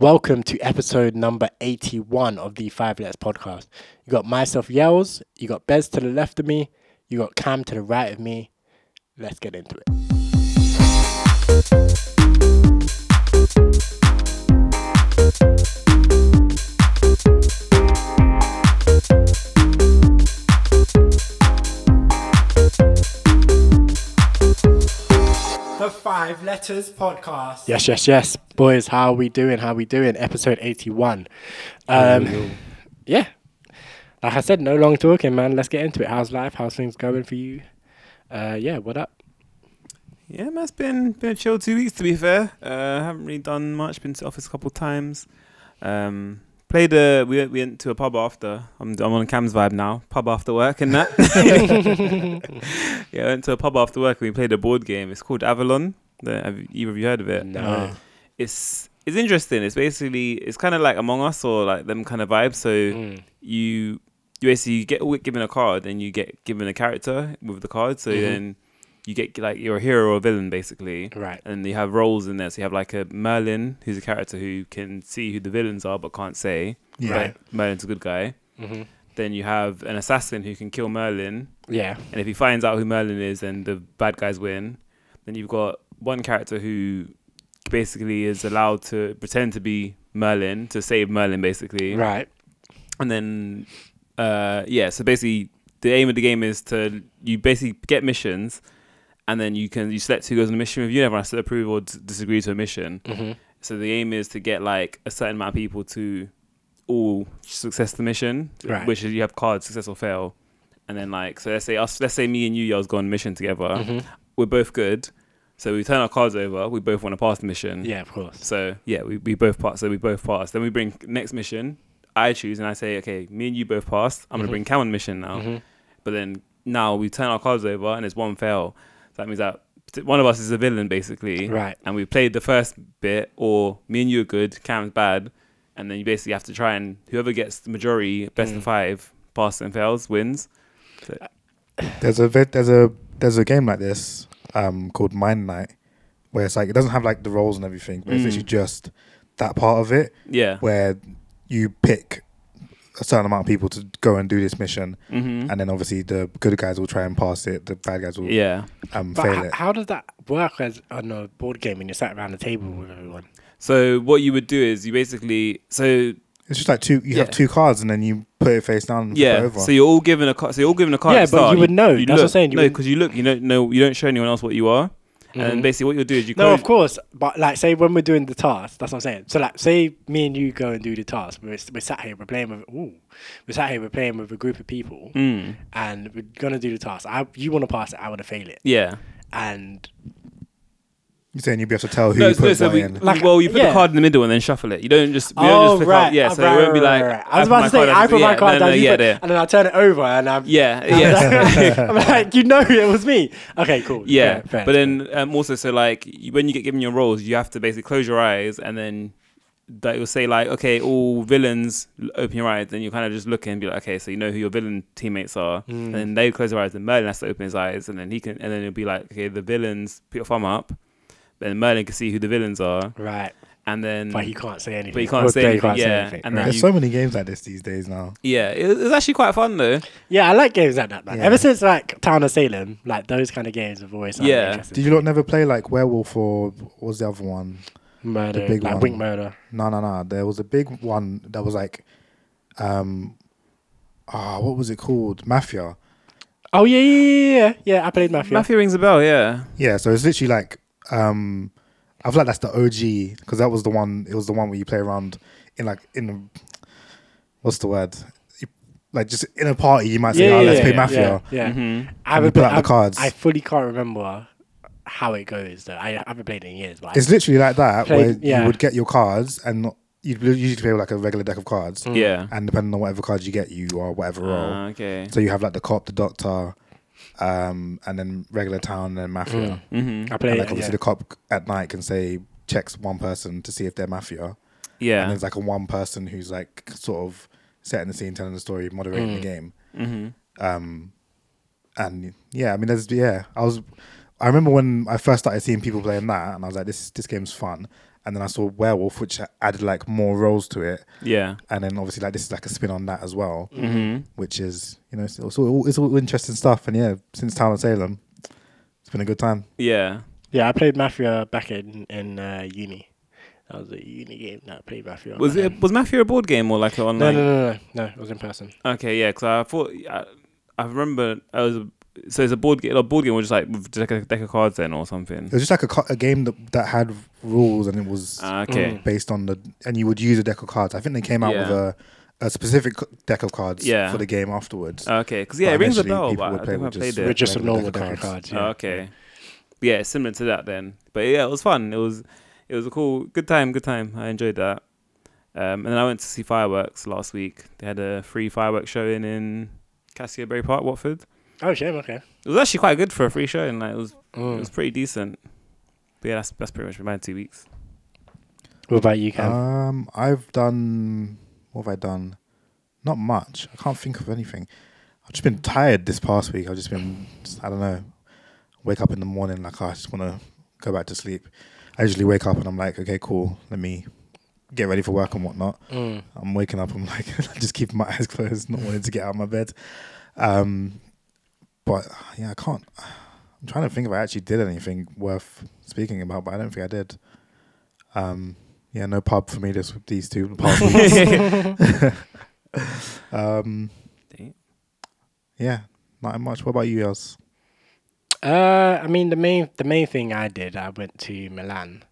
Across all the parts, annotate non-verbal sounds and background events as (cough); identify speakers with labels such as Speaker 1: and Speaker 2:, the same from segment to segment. Speaker 1: Welcome to episode number 81 of the Five Letters podcast. You got myself, Yells, you got Bez to the left of me, you got Cam to the right of me. Let's get into it.
Speaker 2: The Five Letters Podcast.
Speaker 1: Yes, yes, yes. Boys, how we doing? How we doing? Episode 81. Um, yeah. Like I said, no long talking, man. Let's get into it. How's life? How's things going for you? Uh, yeah, what up?
Speaker 3: Yeah, man, it's been been a chill two weeks to be fair. Uh, haven't really done much. Been to the office a couple of times. Um, played a we went- we went to a pub after. I'm I'm on Cam's vibe now. Pub after work
Speaker 1: (laughs)
Speaker 3: and that. yeah, went to a pub after work and we played a board game. It's called Avalon. The, have either of you heard of it?
Speaker 1: No.
Speaker 3: It's it's interesting. It's basically it's kind of like Among Us or like them kind of vibes. So
Speaker 1: Mm.
Speaker 3: you you basically you get wi- given a card and you get given a character with the card. So
Speaker 1: Mhm.
Speaker 3: then you get like you're a hero or villain basically,
Speaker 1: Right.
Speaker 3: and you have roles in there. So you have like a Merlin who's a character who can see who the villains are but can't say.
Speaker 1: Yeah.
Speaker 3: Right. Merlin's a good guy.
Speaker 1: hmm
Speaker 3: Then you have an assassin who can kill Merlin,
Speaker 1: Yeah.
Speaker 3: and if he finds out who Merlin is, then the bad guys win. Then you've got one character who basically is allowed to pretend to be Merlin to save Merlin basically
Speaker 1: Right.
Speaker 3: and then uh yeah so basically the aim of the game is to you basically get missions and then you can you select who goes on the mission with you and everyone has to approve or d- disagree to a mission
Speaker 1: hmm
Speaker 3: so the aim is to get like a certain amount of people to all success the mission
Speaker 1: Right.
Speaker 3: which is you have cards success or fail and then like so let's say us let's say me and you y'all go on a mission together
Speaker 1: Mhm.
Speaker 3: we're both good so we turn our cards over we both want to pass the mission
Speaker 1: Yeah, of course.
Speaker 3: so yeah, we, we both pass. So we both pass. Then we bring next mission. I choose and I say, okay, me and you both passed. I'm
Speaker 1: Mhm.
Speaker 3: gonna bring Cam on the mission now.
Speaker 1: Mhm.
Speaker 3: But then now we turn our cards over and it's one fail. So that means that t- one of us is a villain basically.
Speaker 1: Right.
Speaker 3: And we played the first bit, or me and you are good, Cam's bad, and then you basically have to try and whoever gets the majority, best
Speaker 1: Mm.
Speaker 3: of five, passes and fails, wins.
Speaker 4: There's a vid- there's a there's a game like this um, called Mind Night, where it's like it doesn't have like the roles and everything, but it's
Speaker 3: Mm. Uh-huh.
Speaker 4: literally just that part of it
Speaker 3: Yeah.
Speaker 4: where you pick a certain amount of people to go and do this mission,
Speaker 3: hmm
Speaker 4: and then obviously the good guys will try and pass it, the bad guys will
Speaker 3: Yeah.
Speaker 4: um,
Speaker 1: But
Speaker 4: fail
Speaker 1: h-
Speaker 4: it.
Speaker 1: how does that work as on a board game when you're sat around the table with everyone?
Speaker 3: So what you would do is you basically so
Speaker 4: It's just like two you have
Speaker 3: Yeah.
Speaker 4: two cards, and then you put it face down. And flip it
Speaker 3: Yeah,
Speaker 4: over.
Speaker 3: so you're all given a card. So you're all given a card.
Speaker 1: Yeah,
Speaker 3: at the
Speaker 1: but you
Speaker 3: start.
Speaker 1: would know, that's what I'm
Speaker 3: look-
Speaker 1: saying, you
Speaker 3: no,
Speaker 1: would-
Speaker 3: because you look, you don't know, you don't show anyone else what you are,
Speaker 1: Mhm.
Speaker 3: and basically what you'll do is you.
Speaker 1: No,
Speaker 3: close-
Speaker 1: of course, but like, say when we're doing the task, that's what I'm saying. So, like, say me and you go and do the task. We're, we're sat here, we're playing with, ooh, we're sat here, we're playing with a group of people,
Speaker 3: Mm,
Speaker 1: and we're gonna do the task. I, you want to pass it, I want to fail it,
Speaker 3: yeah.
Speaker 1: and
Speaker 4: You're saying you'd be able to tell who
Speaker 3: no,
Speaker 4: you
Speaker 3: so,
Speaker 4: put
Speaker 3: so
Speaker 4: what
Speaker 3: we,
Speaker 4: in.
Speaker 1: Like,
Speaker 3: well, you put
Speaker 1: yeah.
Speaker 3: the card in the middle and then shuffle it. You don't just. We don't
Speaker 1: oh
Speaker 3: just flip
Speaker 1: right,
Speaker 3: out. Yeah,
Speaker 1: oh,
Speaker 3: so
Speaker 1: right,
Speaker 3: it won't be
Speaker 1: right,
Speaker 3: like.
Speaker 1: right, right. I was
Speaker 3: put
Speaker 1: about
Speaker 3: my
Speaker 1: to say
Speaker 3: card
Speaker 1: I
Speaker 3: over-
Speaker 1: put
Speaker 3: yeah,
Speaker 1: my card
Speaker 3: no,
Speaker 1: down,
Speaker 3: no,
Speaker 1: you
Speaker 3: yeah,
Speaker 1: put-
Speaker 3: there.
Speaker 1: and then I turn it over, and I'm
Speaker 3: Yeah,
Speaker 1: I'm
Speaker 3: yeah.
Speaker 1: like, (laughs)
Speaker 3: (laughs)
Speaker 1: I'm like, you know, it was me. Okay, cool.
Speaker 3: Yeah,
Speaker 1: fair, fair,
Speaker 3: but then um, also, so like you- when you get given your roles, you have to basically close your eyes, and then that will say like, okay, all villains l- open your eyes. Then you kind of just look and be like, okay, so you know who your villain teammates are,
Speaker 1: Mm.
Speaker 3: and then they close their eyes, and Merlin has to open his eyes, and then he can, and then it'll be like, okay, the villains put your thumb up, then Merlin can see who the villains are,
Speaker 1: right,
Speaker 3: and then
Speaker 1: but he can't say anything.
Speaker 3: but he can't
Speaker 1: Or
Speaker 3: say
Speaker 1: they
Speaker 3: anything, yeah, and then
Speaker 1: right.
Speaker 4: There's
Speaker 3: you-
Speaker 4: so many games like this these days now.
Speaker 3: yeah, it, it's actually quite fun though.
Speaker 1: Yeah, I like games like that. man.
Speaker 4: Yeah.
Speaker 1: Ever since like Town of Salem, like those kind of games have always sounded
Speaker 3: Yeah.
Speaker 1: interesting.
Speaker 4: Did you lot never play like Werewolf or what was the other one?
Speaker 1: murder,
Speaker 4: the big
Speaker 1: like
Speaker 4: one?
Speaker 1: Wink Murder?
Speaker 4: No, no, no. There was a big one that was like, um, ah, what was it called? Mafia.
Speaker 1: Oh yeah, yeah, yeah, yeah. yeah I played Mafia.
Speaker 3: Matthew rings a bell, yeah.
Speaker 4: Yeah. So it's literally like, um, I feel like that's the OG because that was the one. It was the one where you play around in like in the, what's the word? You- Like just in a party, you might say,
Speaker 1: yeah,
Speaker 4: "Oh,
Speaker 1: yeah,
Speaker 4: let's
Speaker 1: yeah,
Speaker 4: play
Speaker 1: yeah,
Speaker 4: Mafia."
Speaker 1: Yeah,
Speaker 3: hmm
Speaker 1: I
Speaker 4: And you
Speaker 1: haven't
Speaker 4: pull
Speaker 1: played-
Speaker 4: out the
Speaker 1: I've-
Speaker 4: cards.
Speaker 1: I fully can't remember how it goes though. I haven't played it in years, but I-
Speaker 4: It's literally like that,
Speaker 1: Played-
Speaker 4: where
Speaker 1: yeah.
Speaker 4: you would get your cards and not, you'd usually play with like a regular deck of cards,
Speaker 1: Mm.
Speaker 3: Yeah.
Speaker 4: and depending on whatever cards you get, you are whatever role.
Speaker 3: Ah, okay.
Speaker 4: So you have like the cop, the doctor, um, and then regular town and then mafia.
Speaker 1: Mm.
Speaker 3: hmm
Speaker 1: I
Speaker 4: And
Speaker 1: played
Speaker 4: like
Speaker 1: it.
Speaker 4: obviously
Speaker 1: Yeah.
Speaker 4: the cop at night can say checks one person to see if they're mafia. And
Speaker 3: Yeah.
Speaker 4: there's like a one person who's like sort of setting the scene, telling the story, moderating
Speaker 1: Mm.
Speaker 4: the game.
Speaker 3: hmm
Speaker 1: Mm-hmm.
Speaker 4: Um, and yeah, I mean there's yeah, I was I remember when I first started seeing people playing that and I was like, This this game's fun. and then I saw Werewolf, which added like more roles to it,
Speaker 3: Yeah.
Speaker 4: and then obviously like this is like a spin on that as well,
Speaker 3: Mm-hmm.
Speaker 4: which is you know it's, it's, all, it's all interesting stuff. And yeah, since Town of Salem, it's been a good time.
Speaker 3: Yeah.
Speaker 1: Yeah, I played Mafia back in in uh, uni. That was a uni game that I played Mafia.
Speaker 3: Was
Speaker 1: online.
Speaker 3: it was Mafia a board game or like an
Speaker 1: No,
Speaker 3: online?
Speaker 1: no, no, no, no. It was in person.
Speaker 3: Okay, yeah, because I thought I, I remember I was so it's a board game. A board game was just like with just like a deck of cards then or something.
Speaker 4: It was just like a, co- a game that, that had rules and it was
Speaker 3: Ah, okay,
Speaker 4: based on the and you would use a deck of cards. I think they came out with
Speaker 3: Yeah.
Speaker 4: a, a specific c- deck of cards
Speaker 3: Yeah.
Speaker 4: for the game afterwards.
Speaker 3: okay, because yeah,
Speaker 4: But
Speaker 3: it rings a
Speaker 4: initially
Speaker 3: bell,
Speaker 4: people
Speaker 3: but
Speaker 4: would
Speaker 3: I
Speaker 4: play
Speaker 3: think I
Speaker 4: with
Speaker 3: played
Speaker 4: just-
Speaker 3: it.
Speaker 1: With just a
Speaker 4: regular
Speaker 1: normal
Speaker 4: deck of
Speaker 1: deck of
Speaker 4: cards.
Speaker 1: cards. Yeah.
Speaker 3: Oh, okay, yeah, it's similar to that then. But yeah, it was fun. It was it was a cool, good time, good time. I enjoyed that. Um, and then I went to see fireworks last week. They had a free fireworks showing in Cassiopbury Park, Watford.
Speaker 1: Oh, shame. Okay.
Speaker 3: It was actually quite good for a free show, and like, it was Uh, it
Speaker 1: Mm.
Speaker 3: was pretty decent. But yeah, that's that's pretty much my two weeks.
Speaker 1: What about you, Cam?
Speaker 4: Um, I've done. What have I done? Not much. I can't think of anything. I've just been tired this past week. I've just been. Just, I don't know. Wake up in the morning like "Oh, I just want to go back to sleep. I usually wake up and I'm like, okay, cool. Let me get ready for work and whatnot.
Speaker 1: Mm.
Speaker 4: I'm waking up. I'm like, (laughs) just keeping my eyes closed, not wanting to get out of my bed. Um, but yeah, I can't. I'm trying to think if I actually did anything worth speaking about, but I don't think I did. Um, yeah, no pub for me. This these two (laughs) past weeks.
Speaker 1: (laughs)
Speaker 4: um,
Speaker 3: Damn.
Speaker 4: yeah, not much. What about you, else?
Speaker 1: Uh, I mean the main the main thing I did, I went to Milan.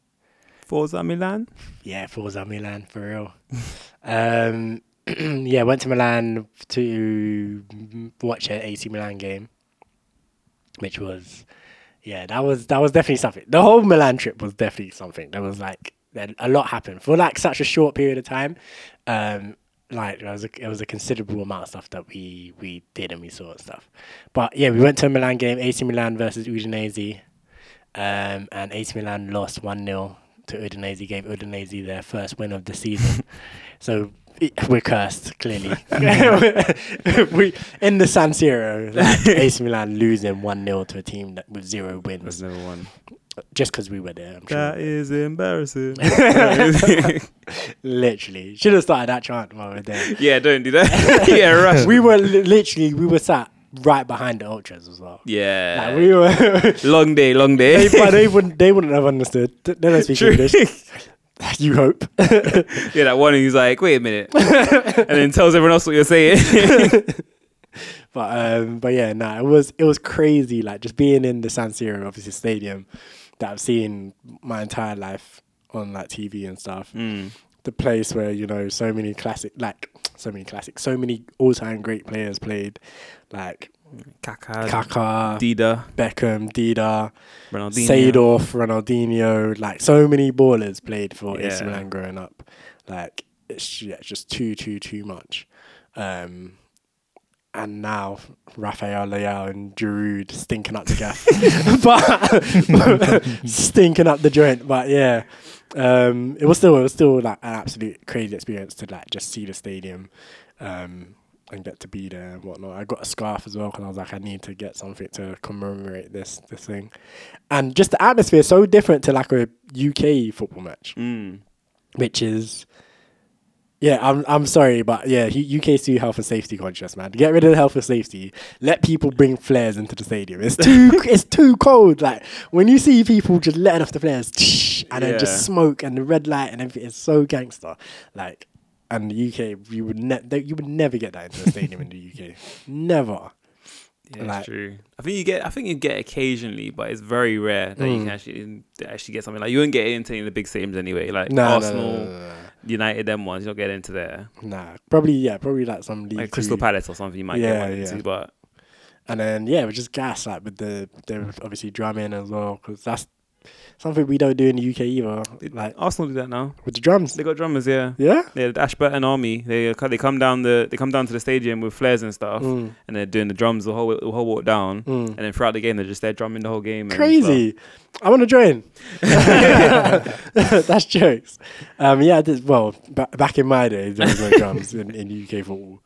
Speaker 3: Forza Milan.
Speaker 1: Yeah, Forza Milan for real. um, (clears throat) yeah, went to Milan to watch an AC Milan game, which was yeah, that was that was definitely something. The whole Milan trip was definitely something. There was like there- a lot happened for like such a short period of time. Um, like there was a, it was a considerable amount of stuff that we we did and we saw and stuff. But yeah, we went to a Milan game, AC Milan versus Udinese. Um, and AC Milan lost 1 0 to Udinese, gave Udinese their first win of the season. so i- we're cursed, clearly. (laughs) we In the San Siro, like, AC Milan losing 1 0 to a team that with zero wins,
Speaker 3: number one.
Speaker 1: just because we were there. I'm sure.
Speaker 3: That
Speaker 1: (laughs)
Speaker 3: is embarrassing.
Speaker 1: Literally. Should have started that chant while we were there.
Speaker 3: (laughs) yeah, don't do that. (laughs)
Speaker 1: (laughs)
Speaker 3: yeah, rush.
Speaker 1: we were li- literally, we were sat right behind the Ultras as well.
Speaker 3: yeah.
Speaker 1: Like, we were. (laughs)
Speaker 3: long day, long day.
Speaker 1: they, but they wouldn't, they wouldn't have understood. They don't speak
Speaker 3: True.
Speaker 1: English. (laughs) You hope.
Speaker 3: (laughs) yeah, that one who's like, wait
Speaker 1: (laughs)
Speaker 3: a minute, and then tells everyone else what you're saying.
Speaker 1: But um, but yeah, no, it was it was crazy. Like just being in the San Siro, obviously stadium that I've seen my entire life on like TV and stuff.
Speaker 3: Mm.
Speaker 1: The place where you know so many classic, like so many classic, so many all time great players played, like
Speaker 3: Kaka,
Speaker 1: Kaká,
Speaker 3: Dida,
Speaker 1: Beckham, Dida,
Speaker 3: Ronaldinho.
Speaker 1: Seydorf, Ronaldinho. Like so many ballers played for AC
Speaker 3: Yeah.
Speaker 1: Milan growing up. Like it's, yeah, it's just too too too much. Um, and now Rafael Leao and Giroud stinking up the
Speaker 3: (laughs)
Speaker 1: gaff, (laughs) but (laughs) stinking up the joint. But yeah, um, it was still it was still like an absolute crazy experience to like just see the stadium, um, and get to be there and whatnot. I got a scarf as well because I was like, I need to get something to commemorate this this thing, and just the atmosphere is so different to like a UK football match
Speaker 3: Mm.
Speaker 1: which is yeah, I'm I'm sorry, but yeah, he- UK is too health and safety conscious, man. Get rid of the health and safety. Let people bring flares into the stadium. It's
Speaker 3: (laughs)
Speaker 1: too it's too cold. Like when you see people just letting off the flares and then
Speaker 3: Yeah.
Speaker 1: just smoke and the red light and everything, it's so gangster. Like and the UK, you would ne- th- you would never get that into a stadium in
Speaker 3: (laughs)
Speaker 1: the UK. Never.
Speaker 3: Yeah,
Speaker 1: Like-
Speaker 3: it's true. I think you get. I think you get occasionally, but it's very rare that
Speaker 1: Hmm.
Speaker 3: you can actually actually get something like you won't get into any of the big stadiums anyway. Like
Speaker 1: No, no, no,
Speaker 3: Arsenal,
Speaker 1: no, no,
Speaker 3: United, them ones. You don't get into there.
Speaker 1: no. Nah, probably yeah, probably like some league
Speaker 3: Like Crystal
Speaker 1: Two.
Speaker 3: Palace or something. You might
Speaker 1: Yeah,
Speaker 3: get one
Speaker 1: yeah.
Speaker 3: into, but
Speaker 1: And then yeah, it was just gas like with the they were obviously drumming as well because that's something we don't do in the UK either. Like
Speaker 3: Arsenal do that now.
Speaker 1: with the drums,
Speaker 3: They got drummers, yeah.
Speaker 1: yeah.
Speaker 3: Yeah, the Ashburton Army. They uh, they come down the they come down to the stadium with flares and stuff,
Speaker 1: Mm,
Speaker 3: and they're doing the drums the whole the whole walk down,
Speaker 1: mm.
Speaker 3: and then throughout the game they're just there drumming the whole game. and
Speaker 1: Crazy. I want to
Speaker 3: (laughs)
Speaker 1: join. (laughs) That's jokes. Um, yeah, this, well, ba- back in my day, there was no drums in, in UK football.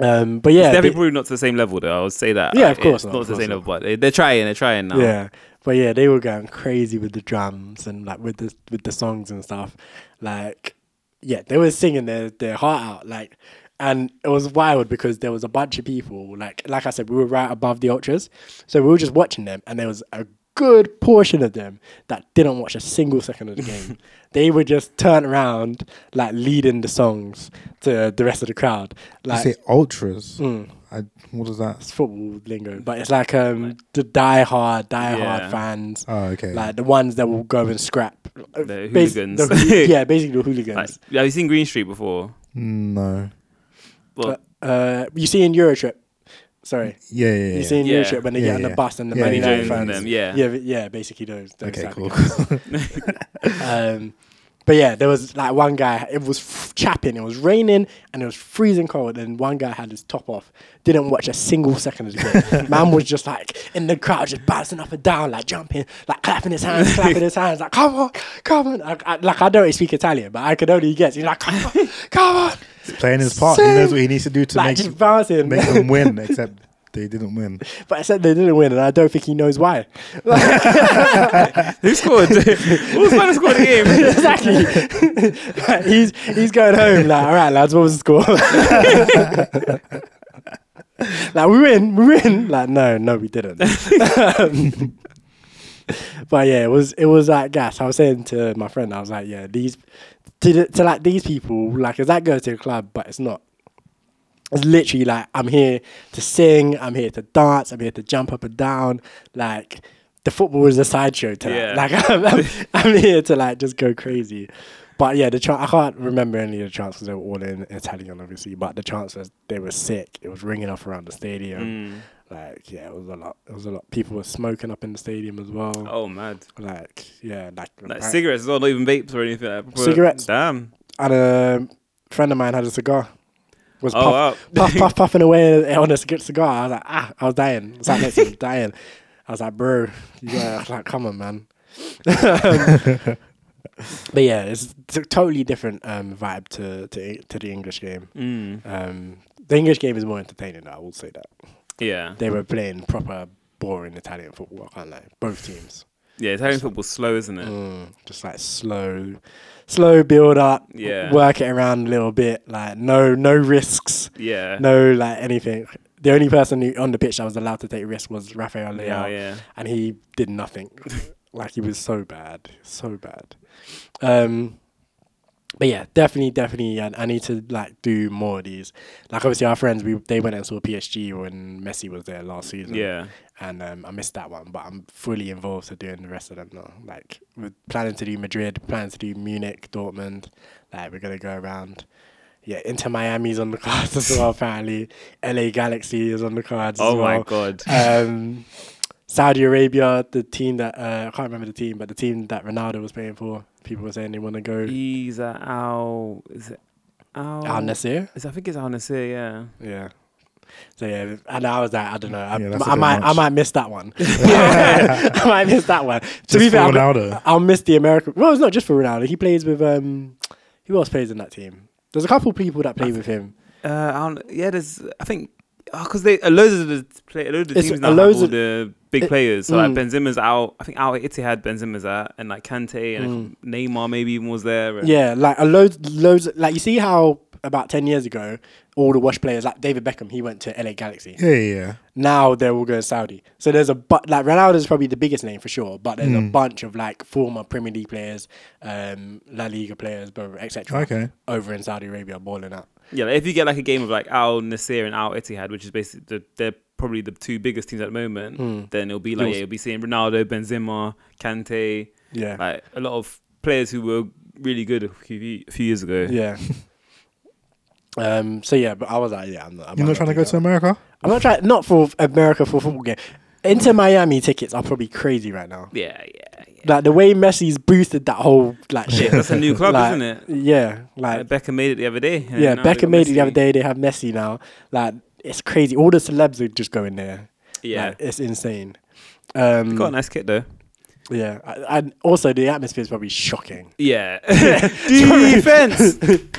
Speaker 1: Um, but yeah, the-
Speaker 3: stuff. it's definitely probably not to the same level though. I would say that.
Speaker 1: Yeah,
Speaker 3: Like,
Speaker 1: of course
Speaker 3: it's
Speaker 1: not,
Speaker 3: not
Speaker 1: of
Speaker 3: to the
Speaker 1: course
Speaker 3: same
Speaker 1: not.
Speaker 3: level, but they, they're trying. They're trying now.
Speaker 1: Yeah. But yeah, they were going crazy with the drums and like with the with the songs and stuff. Like yeah, they were singing their their heart out. Like and it was wild because there was a bunch of people. Like like I said, we were right above the ultras, so we were just watching them, and there was a good portion of them that didn't watch a single second of the game. they would just turn around, like leading the songs to the rest of the crowd. Like
Speaker 4: you say ultras.
Speaker 1: Mm.
Speaker 4: I, what is that?
Speaker 1: it's football lingo, but it's like um the die hard, die
Speaker 3: Yeah.
Speaker 1: hard fans,
Speaker 4: Oh, okay.
Speaker 1: like the ones that will go and scrap.
Speaker 3: The
Speaker 1: Bas-
Speaker 3: hooligans.
Speaker 1: the
Speaker 3: (laughs)
Speaker 1: hooli- yeah, basically the hooligans.
Speaker 3: Like, have you seen Green
Speaker 1: (laughs)
Speaker 3: Street before?
Speaker 4: no.
Speaker 3: Well,
Speaker 1: uh, you see in Eurotrip. Sorry,
Speaker 4: Yeah, yeah, yeah.
Speaker 1: you see in
Speaker 3: Yeah.
Speaker 1: Eurotrip when they
Speaker 4: Yeah,
Speaker 1: get on
Speaker 4: yeah.
Speaker 1: the bus and the
Speaker 4: Yeah,
Speaker 1: Man
Speaker 4: yeah,
Speaker 1: United
Speaker 4: yeah.
Speaker 1: fans.
Speaker 3: them, yeah.
Speaker 1: yeah, but- yeah, basically those. those
Speaker 4: okay,
Speaker 1: type of
Speaker 4: cool.
Speaker 1: guys. Um, but yeah, there was like one guy. It was f- chapping. It was raining and it was freezing cold. And one guy had his top off. Didn't watch a single second of the
Speaker 4: (laughs)
Speaker 1: game. Man was just like in the crowd, just bouncing up and down, like jumping, like clapping his hands, clapping his hands, like come on, come on. I, I, like I don't speak Italian, but I could only guess. He's like come on, come on,
Speaker 4: He's (laughs) playing his part. He knows what he needs to do (laughs) to
Speaker 1: like
Speaker 4: make
Speaker 1: just bouncing.
Speaker 4: make
Speaker 1: (laughs)
Speaker 4: them win. Except they didn't win.
Speaker 1: but I said they didn't win, and I don't think he knows why.
Speaker 3: (laughs) who
Speaker 1: (laughs)
Speaker 3: scored? Who's trying to score the game?
Speaker 1: exactly. Like, he's he's going home like, all right, lads, what was the score? (laughs) like we win, we win. Like no, no, we didn't. Um, (laughs) but yeah, it was it was like gas. I was saying to my friend, I was like, yeah, these to, the- to like these people, like is that goes to a club, but it's not. It's literally like I'm here to sing, I'm here to dance, I'm here to jump up and down. Like the football is a sideshow to
Speaker 3: Yeah.
Speaker 1: that. Like I'm, I'm, (laughs) I'm here to like just go crazy. But yeah, the tran I can't remember any of the chants 'cause they were all in Italian, obviously. But the chants was they were sick. It was ringing off around the stadium.
Speaker 3: Mm.
Speaker 1: Like yeah, it was a lot. It was a lot. People were smoking up in the stadium as well.
Speaker 3: Oh, mad.
Speaker 1: Like yeah, like,
Speaker 3: Like
Speaker 1: right.
Speaker 3: cigarettes as well, not even vapes or anything. Like, proper-
Speaker 1: Cigarettes.
Speaker 3: Damn.
Speaker 1: And a friend of mine had a cigar. Was
Speaker 3: Oh,
Speaker 1: puff-
Speaker 3: wow.
Speaker 1: puff, puff, puffing away on a cig- cigar. I was like, ah, I was dying. I sat next to him, dying. I was like, bro, you gotta, I was like, come on, man. (laughs) but yeah, it's t- totally different um, vibe to, to to the English game.
Speaker 3: (laughs) Mm.
Speaker 1: Um, the English game is more entertaining. I will say that
Speaker 3: Yeah.
Speaker 1: they were playing proper boring Italian football. I can't lie. Both teams,
Speaker 3: Yeah, Italian football's slow, isn't it?
Speaker 1: Mm, just like slow, slow build up.
Speaker 3: Yeah.
Speaker 1: work it around a little bit. Like no, no risks
Speaker 3: Yeah.
Speaker 1: no like anything. The only person who, on the pitch that was allowed to take risks was Rafael Leao,
Speaker 3: Yeah, yeah.
Speaker 1: and he did nothing. (laughs) like he was so bad, so bad. Um, but yeah, definitely, definitely, and I need to like do more of these. Like obviously, our friends we they went and saw PSG when Messi was there last season.
Speaker 3: Yeah.
Speaker 1: and um, I missed that one, but I'm fully involved to doing the rest of them now. Like we're planning to do Madrid, planning to do Munich, Dortmund. Like we're gonna go around. Yeah, Inter Miami's on the (laughs) cards as well. Apparently, LA Galaxy is on the cards.
Speaker 3: Oh
Speaker 1: as well.
Speaker 3: my god.
Speaker 1: Um, Saudi Arabia, the team that uh, I can't remember the team, but the team that Ronaldo was playing for, people were saying they want to go.
Speaker 3: He's a Al. Is it Al?
Speaker 1: Al Nasser,
Speaker 3: Is- I think it's Al Nasir, yeah.
Speaker 1: yeah. So yeah, and I was like, I don't know, I,
Speaker 4: Yeah, that's a
Speaker 1: I
Speaker 4: bit
Speaker 1: might, I
Speaker 4: much.
Speaker 1: might miss that
Speaker 4: (laughs)
Speaker 1: one. (laughs) I might miss that one. to be
Speaker 4: Just for
Speaker 1: fair, I'm-
Speaker 4: Ronaldo.
Speaker 1: I'll miss the American. Well, it's not just for Ronaldo. He plays with um, who else plays in that team? There's a couple people that play with him.
Speaker 3: Uh, Al, yeah, there's. I think. Because they uh, loads of the play, loads of the
Speaker 1: It's-
Speaker 3: teams
Speaker 1: uh,
Speaker 3: now have
Speaker 1: loads
Speaker 3: all
Speaker 1: of-
Speaker 3: the big
Speaker 1: it-
Speaker 3: players. So like
Speaker 1: mm.
Speaker 3: Benzema's out. I think Al Ittihad Benzema's out, and like Kante and Neymar maybe even was there. and-
Speaker 1: Yeah, like a loads, loads. Like you see how about ten years ago, all the Welsh players, like David Beckham, he went to LA Galaxy.
Speaker 4: Yeah, yeah, yeah.
Speaker 1: Now they're all going to Saudi. So there's a but like Ronaldo's probably the biggest name for sure, but there's
Speaker 4: Hmm.
Speaker 1: a bunch of like former Premier League players, um, La Liga players, etc.
Speaker 4: Oh, Okay.
Speaker 1: over in Saudi Arabia, balling out.
Speaker 3: Yeah, like if you get like a game of like Al Nasir and Al Ittihad, which is basically the, they're probably the two biggest teams at the moment, then it'll be like
Speaker 1: You'll-
Speaker 3: yeah, you'll be seeing Ronaldo, Benzema, Kante,
Speaker 1: Yeah,
Speaker 3: like a lot of players who were really good a few, a few years ago.
Speaker 1: yeah. (laughs) um. So yeah, but I was like, yeah, I'm not. I
Speaker 4: You're
Speaker 1: might
Speaker 4: not trying to
Speaker 1: do
Speaker 4: go
Speaker 1: that.
Speaker 4: to America?
Speaker 1: I'm not trying not for America for football game. Inter Miami tickets are probably crazy right now.
Speaker 3: yeah, yeah. yeah.
Speaker 1: Like the way Messi's boosted that whole like
Speaker 3: Yeah,
Speaker 1: shit.
Speaker 3: that's a new club,
Speaker 1: (laughs) Like,
Speaker 3: isn't it?
Speaker 1: Yeah,
Speaker 3: Like,
Speaker 1: like
Speaker 3: Beckham made it the other day. and
Speaker 1: yeah,
Speaker 3: now they
Speaker 1: Beckham
Speaker 3: got
Speaker 1: made it the
Speaker 3: Messi.
Speaker 1: other day. They have Messi now. Like it's crazy. All the celebs are just going there.
Speaker 3: Yeah,
Speaker 1: Like, it's insane. Um,
Speaker 3: got a nice kit though.
Speaker 1: yeah, and also the atmosphere is probably shocking.
Speaker 3: Yeah, (laughs) defense.
Speaker 1: (laughs)
Speaker 3: Defense.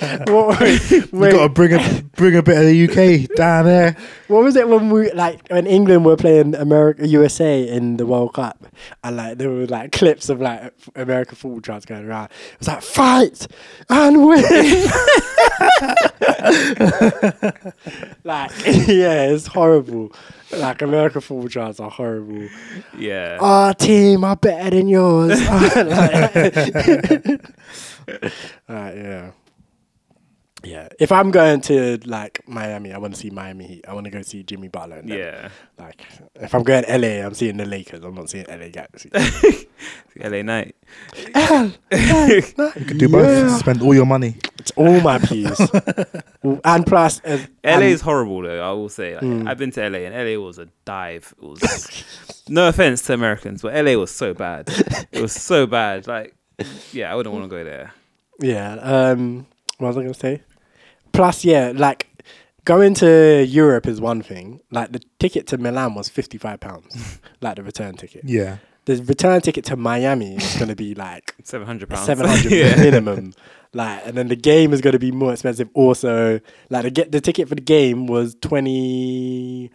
Speaker 3: (laughs)
Speaker 1: what, wait,
Speaker 4: You gotta
Speaker 1: wait,
Speaker 4: bring a bring a bit of the UK down there.
Speaker 1: what was it when we like when England were playing America USA in the World Cup and like there were like clips of like American football chants going around. It was like fight and win. (laughs) like (laughs) yeah, it's horrible. Like American football chants are horrible. (laughs)
Speaker 3: Yeah.
Speaker 1: Our team are better than yours. (laughs) Like- Right, yeah. Yeah. If I'm going to like Miami, I want to see Miami Heat. I want to go see Jimmy Butler. and them.
Speaker 3: yeah.
Speaker 1: Like if I'm going LA, I'm seeing the Lakers. I'm not seeing LA (laughs) Galaxy.
Speaker 3: LA night.
Speaker 4: You could do both. Spend all your money.
Speaker 1: it's all my peas. (laughs) and plus, uh,
Speaker 3: LA
Speaker 1: and-
Speaker 3: is horrible though. I will say, like,
Speaker 1: hmm.
Speaker 3: I've been to LA and LA was a dive. It was (laughs) no offense to Americans, but LA was so bad. It was so bad. Like, yeah, I wouldn't want to go there.
Speaker 1: Yeah. Um, what was I going to say? Plus, yeah, like going to Europe is one thing. Like the ticket to Milan was fifty five
Speaker 4: (laughs)
Speaker 1: pounds, like the return ticket.
Speaker 4: Yeah.
Speaker 1: The return ticket to Miami is going to be like
Speaker 3: Seven hundred pounds.
Speaker 1: seven
Speaker 3: (laughs)
Speaker 1: hundred
Speaker 4: (laughs)
Speaker 1: minimum. Like, and then the game is going to be more expensive. Also, like the get the ticket for the game was 20,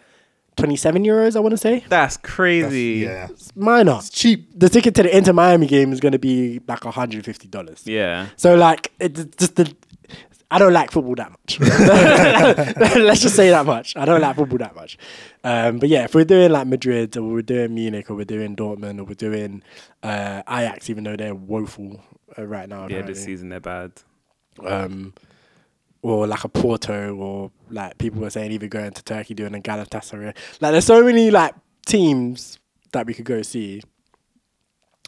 Speaker 1: 27 euros. I want to say
Speaker 3: That's crazy.
Speaker 4: Yeah.
Speaker 1: it's minor.
Speaker 4: It's cheap.
Speaker 1: The ticket to the Inter Miami game is going to be like one hundred fifty dollars.
Speaker 3: Yeah.
Speaker 1: So like it's just the I don't like football that
Speaker 3: (laughs)
Speaker 1: much. (laughs) Let's just say that much. I don't like football that much. Um, but yeah, if we're doing like Madrid or we're doing Munich or we're doing Dortmund or we're doing uh, Ajax, even though they're woeful uh, right now,
Speaker 3: Yeah,
Speaker 1: apparently.
Speaker 3: this season they're bad.
Speaker 1: um, or like a Porto or like people were saying even going to Turkey doing a Galatasaray. Like there's so many like teams that we could go see.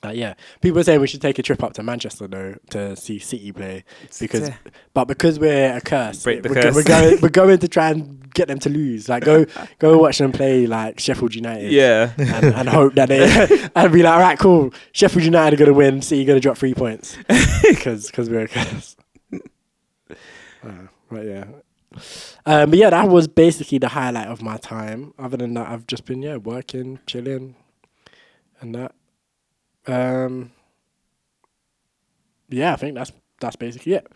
Speaker 1: Uh, yeah, people were saying we should take a trip up to Manchester though to see City play because,
Speaker 3: there.
Speaker 1: but because we're a curse,
Speaker 3: Break the
Speaker 1: we're, go-
Speaker 3: curse.
Speaker 1: we're going we're going to try and get them to lose. Like
Speaker 3: (laughs)
Speaker 1: go go watch them play like Sheffield United
Speaker 3: Yeah.
Speaker 1: (laughs) and, and hope that
Speaker 3: (laughs)
Speaker 1: they (laughs) and be like, all right, cool. Sheffield United are going to win. City going to drop three
Speaker 3: (laughs)
Speaker 1: points because we're a curse. Uh, but yeah, um, but yeah, that was basically the highlight of my time. Other than that, I've just been yeah working, chilling, and that. Um, yeah, I think that's that's basically it.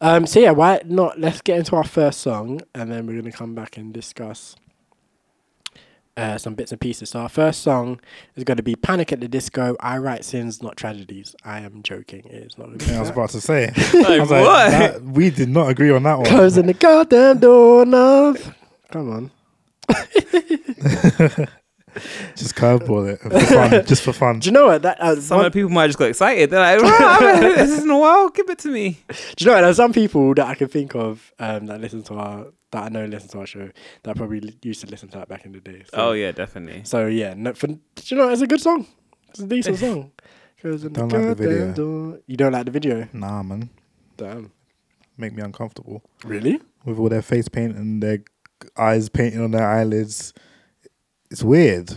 Speaker 1: Um, so yeah, why not? Let's get into our first song, and then we're gonna come back and discuss uh, some bits and pieces. So our first song is going to be "Panic at the Disco." I write sins, not tragedies. I am joking. It's not. (laughs) Gonna be
Speaker 4: I was
Speaker 1: that.
Speaker 4: about to say.
Speaker 3: Like,
Speaker 4: I was
Speaker 3: what?
Speaker 4: that- we did not agree on that one.
Speaker 1: Closing the goddamn door, love. Come on.
Speaker 4: Just curveball it for
Speaker 3: (laughs)
Speaker 4: fun. Just for fun.
Speaker 1: Do you know what that? Uh,
Speaker 3: Some
Speaker 1: one-
Speaker 3: of the people might just got excited. They're like, (laughs) "Rah, this isn't a while. Give it to me.
Speaker 1: do you know what? There's some people that I can think of um, that listen to our that I know listen to our show that probably li- used to listen to that back in the day. So,
Speaker 3: Oh yeah, definitely.
Speaker 1: So yeah, no, for, do you know what? it's a good song. It's a
Speaker 3: (laughs)
Speaker 1: decent song. Closing
Speaker 4: Don't like the
Speaker 1: goddamn
Speaker 4: video.
Speaker 1: door. You don't like the video?
Speaker 4: Nah, man.
Speaker 1: Damn.
Speaker 4: Make me uncomfortable.
Speaker 1: Really?
Speaker 4: With all their face paint and their eyes painting on their eyelids. It's weird.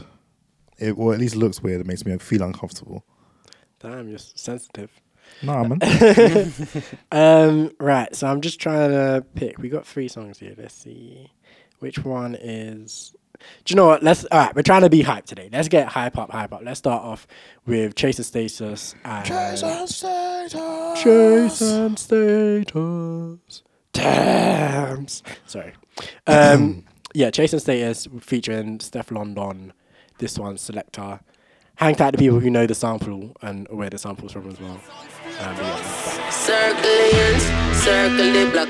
Speaker 4: It well, at least looks weird. It makes me feel uncomfortable.
Speaker 1: Damn, you're s- sensitive.
Speaker 3: (laughs)
Speaker 4: Nah, man.
Speaker 1: Um, right, so I'm just trying to pick. We got three songs here. Let's see which one is. Do you know what? Let's all right. We're trying to be hype today. Let's get hype up, hype up. Let's start off with Chaser Status and Chase and Status. Tams. Sorry. Um, yeah, Chase and Status featuring Steph London. This one's Selector. Hang tight to people who know the sample and where the sample's from as well. Um, but yeah.
Speaker 5: Circling, circle the block.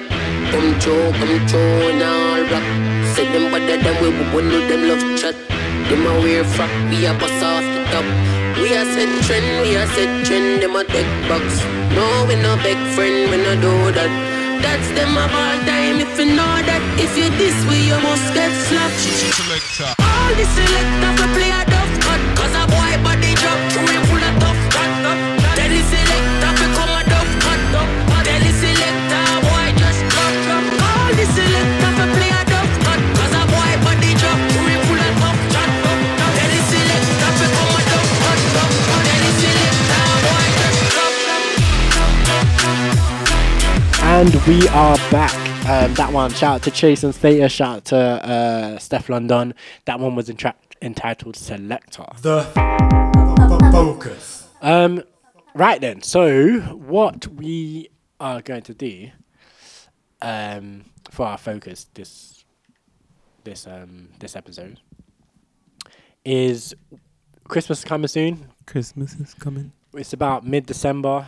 Speaker 5: Come through, come through and all block. Say them better than we but we know them love chat. Them a wear frock, we a bust off the top. We a set trend, we a set trend, them a tech box. No, we no big friend, we no do that. That's them of all time, if you know that. If you this way, you must get slapped. All the selectors a play a tough cut Cause a boy body drop through him full of tough cut Tell the selector become a tough cut Tell the selector a boy just drop drop All the selectors a play a tough cut Cause a boy body drop through him full of tough cut Tell the selector become a tough cut Tell the selector a boy just drop drop
Speaker 1: And we are back. Um, that one, shout out to Chase and Status, shout out to uh, Steph London. That one was in track entitled Selector.
Speaker 2: The b- b- focus.
Speaker 1: Um, right then, so what we are going to do um, for our focus this this um, this episode is Christmas is coming soon.
Speaker 3: Christmas is coming.
Speaker 1: It's about mid December,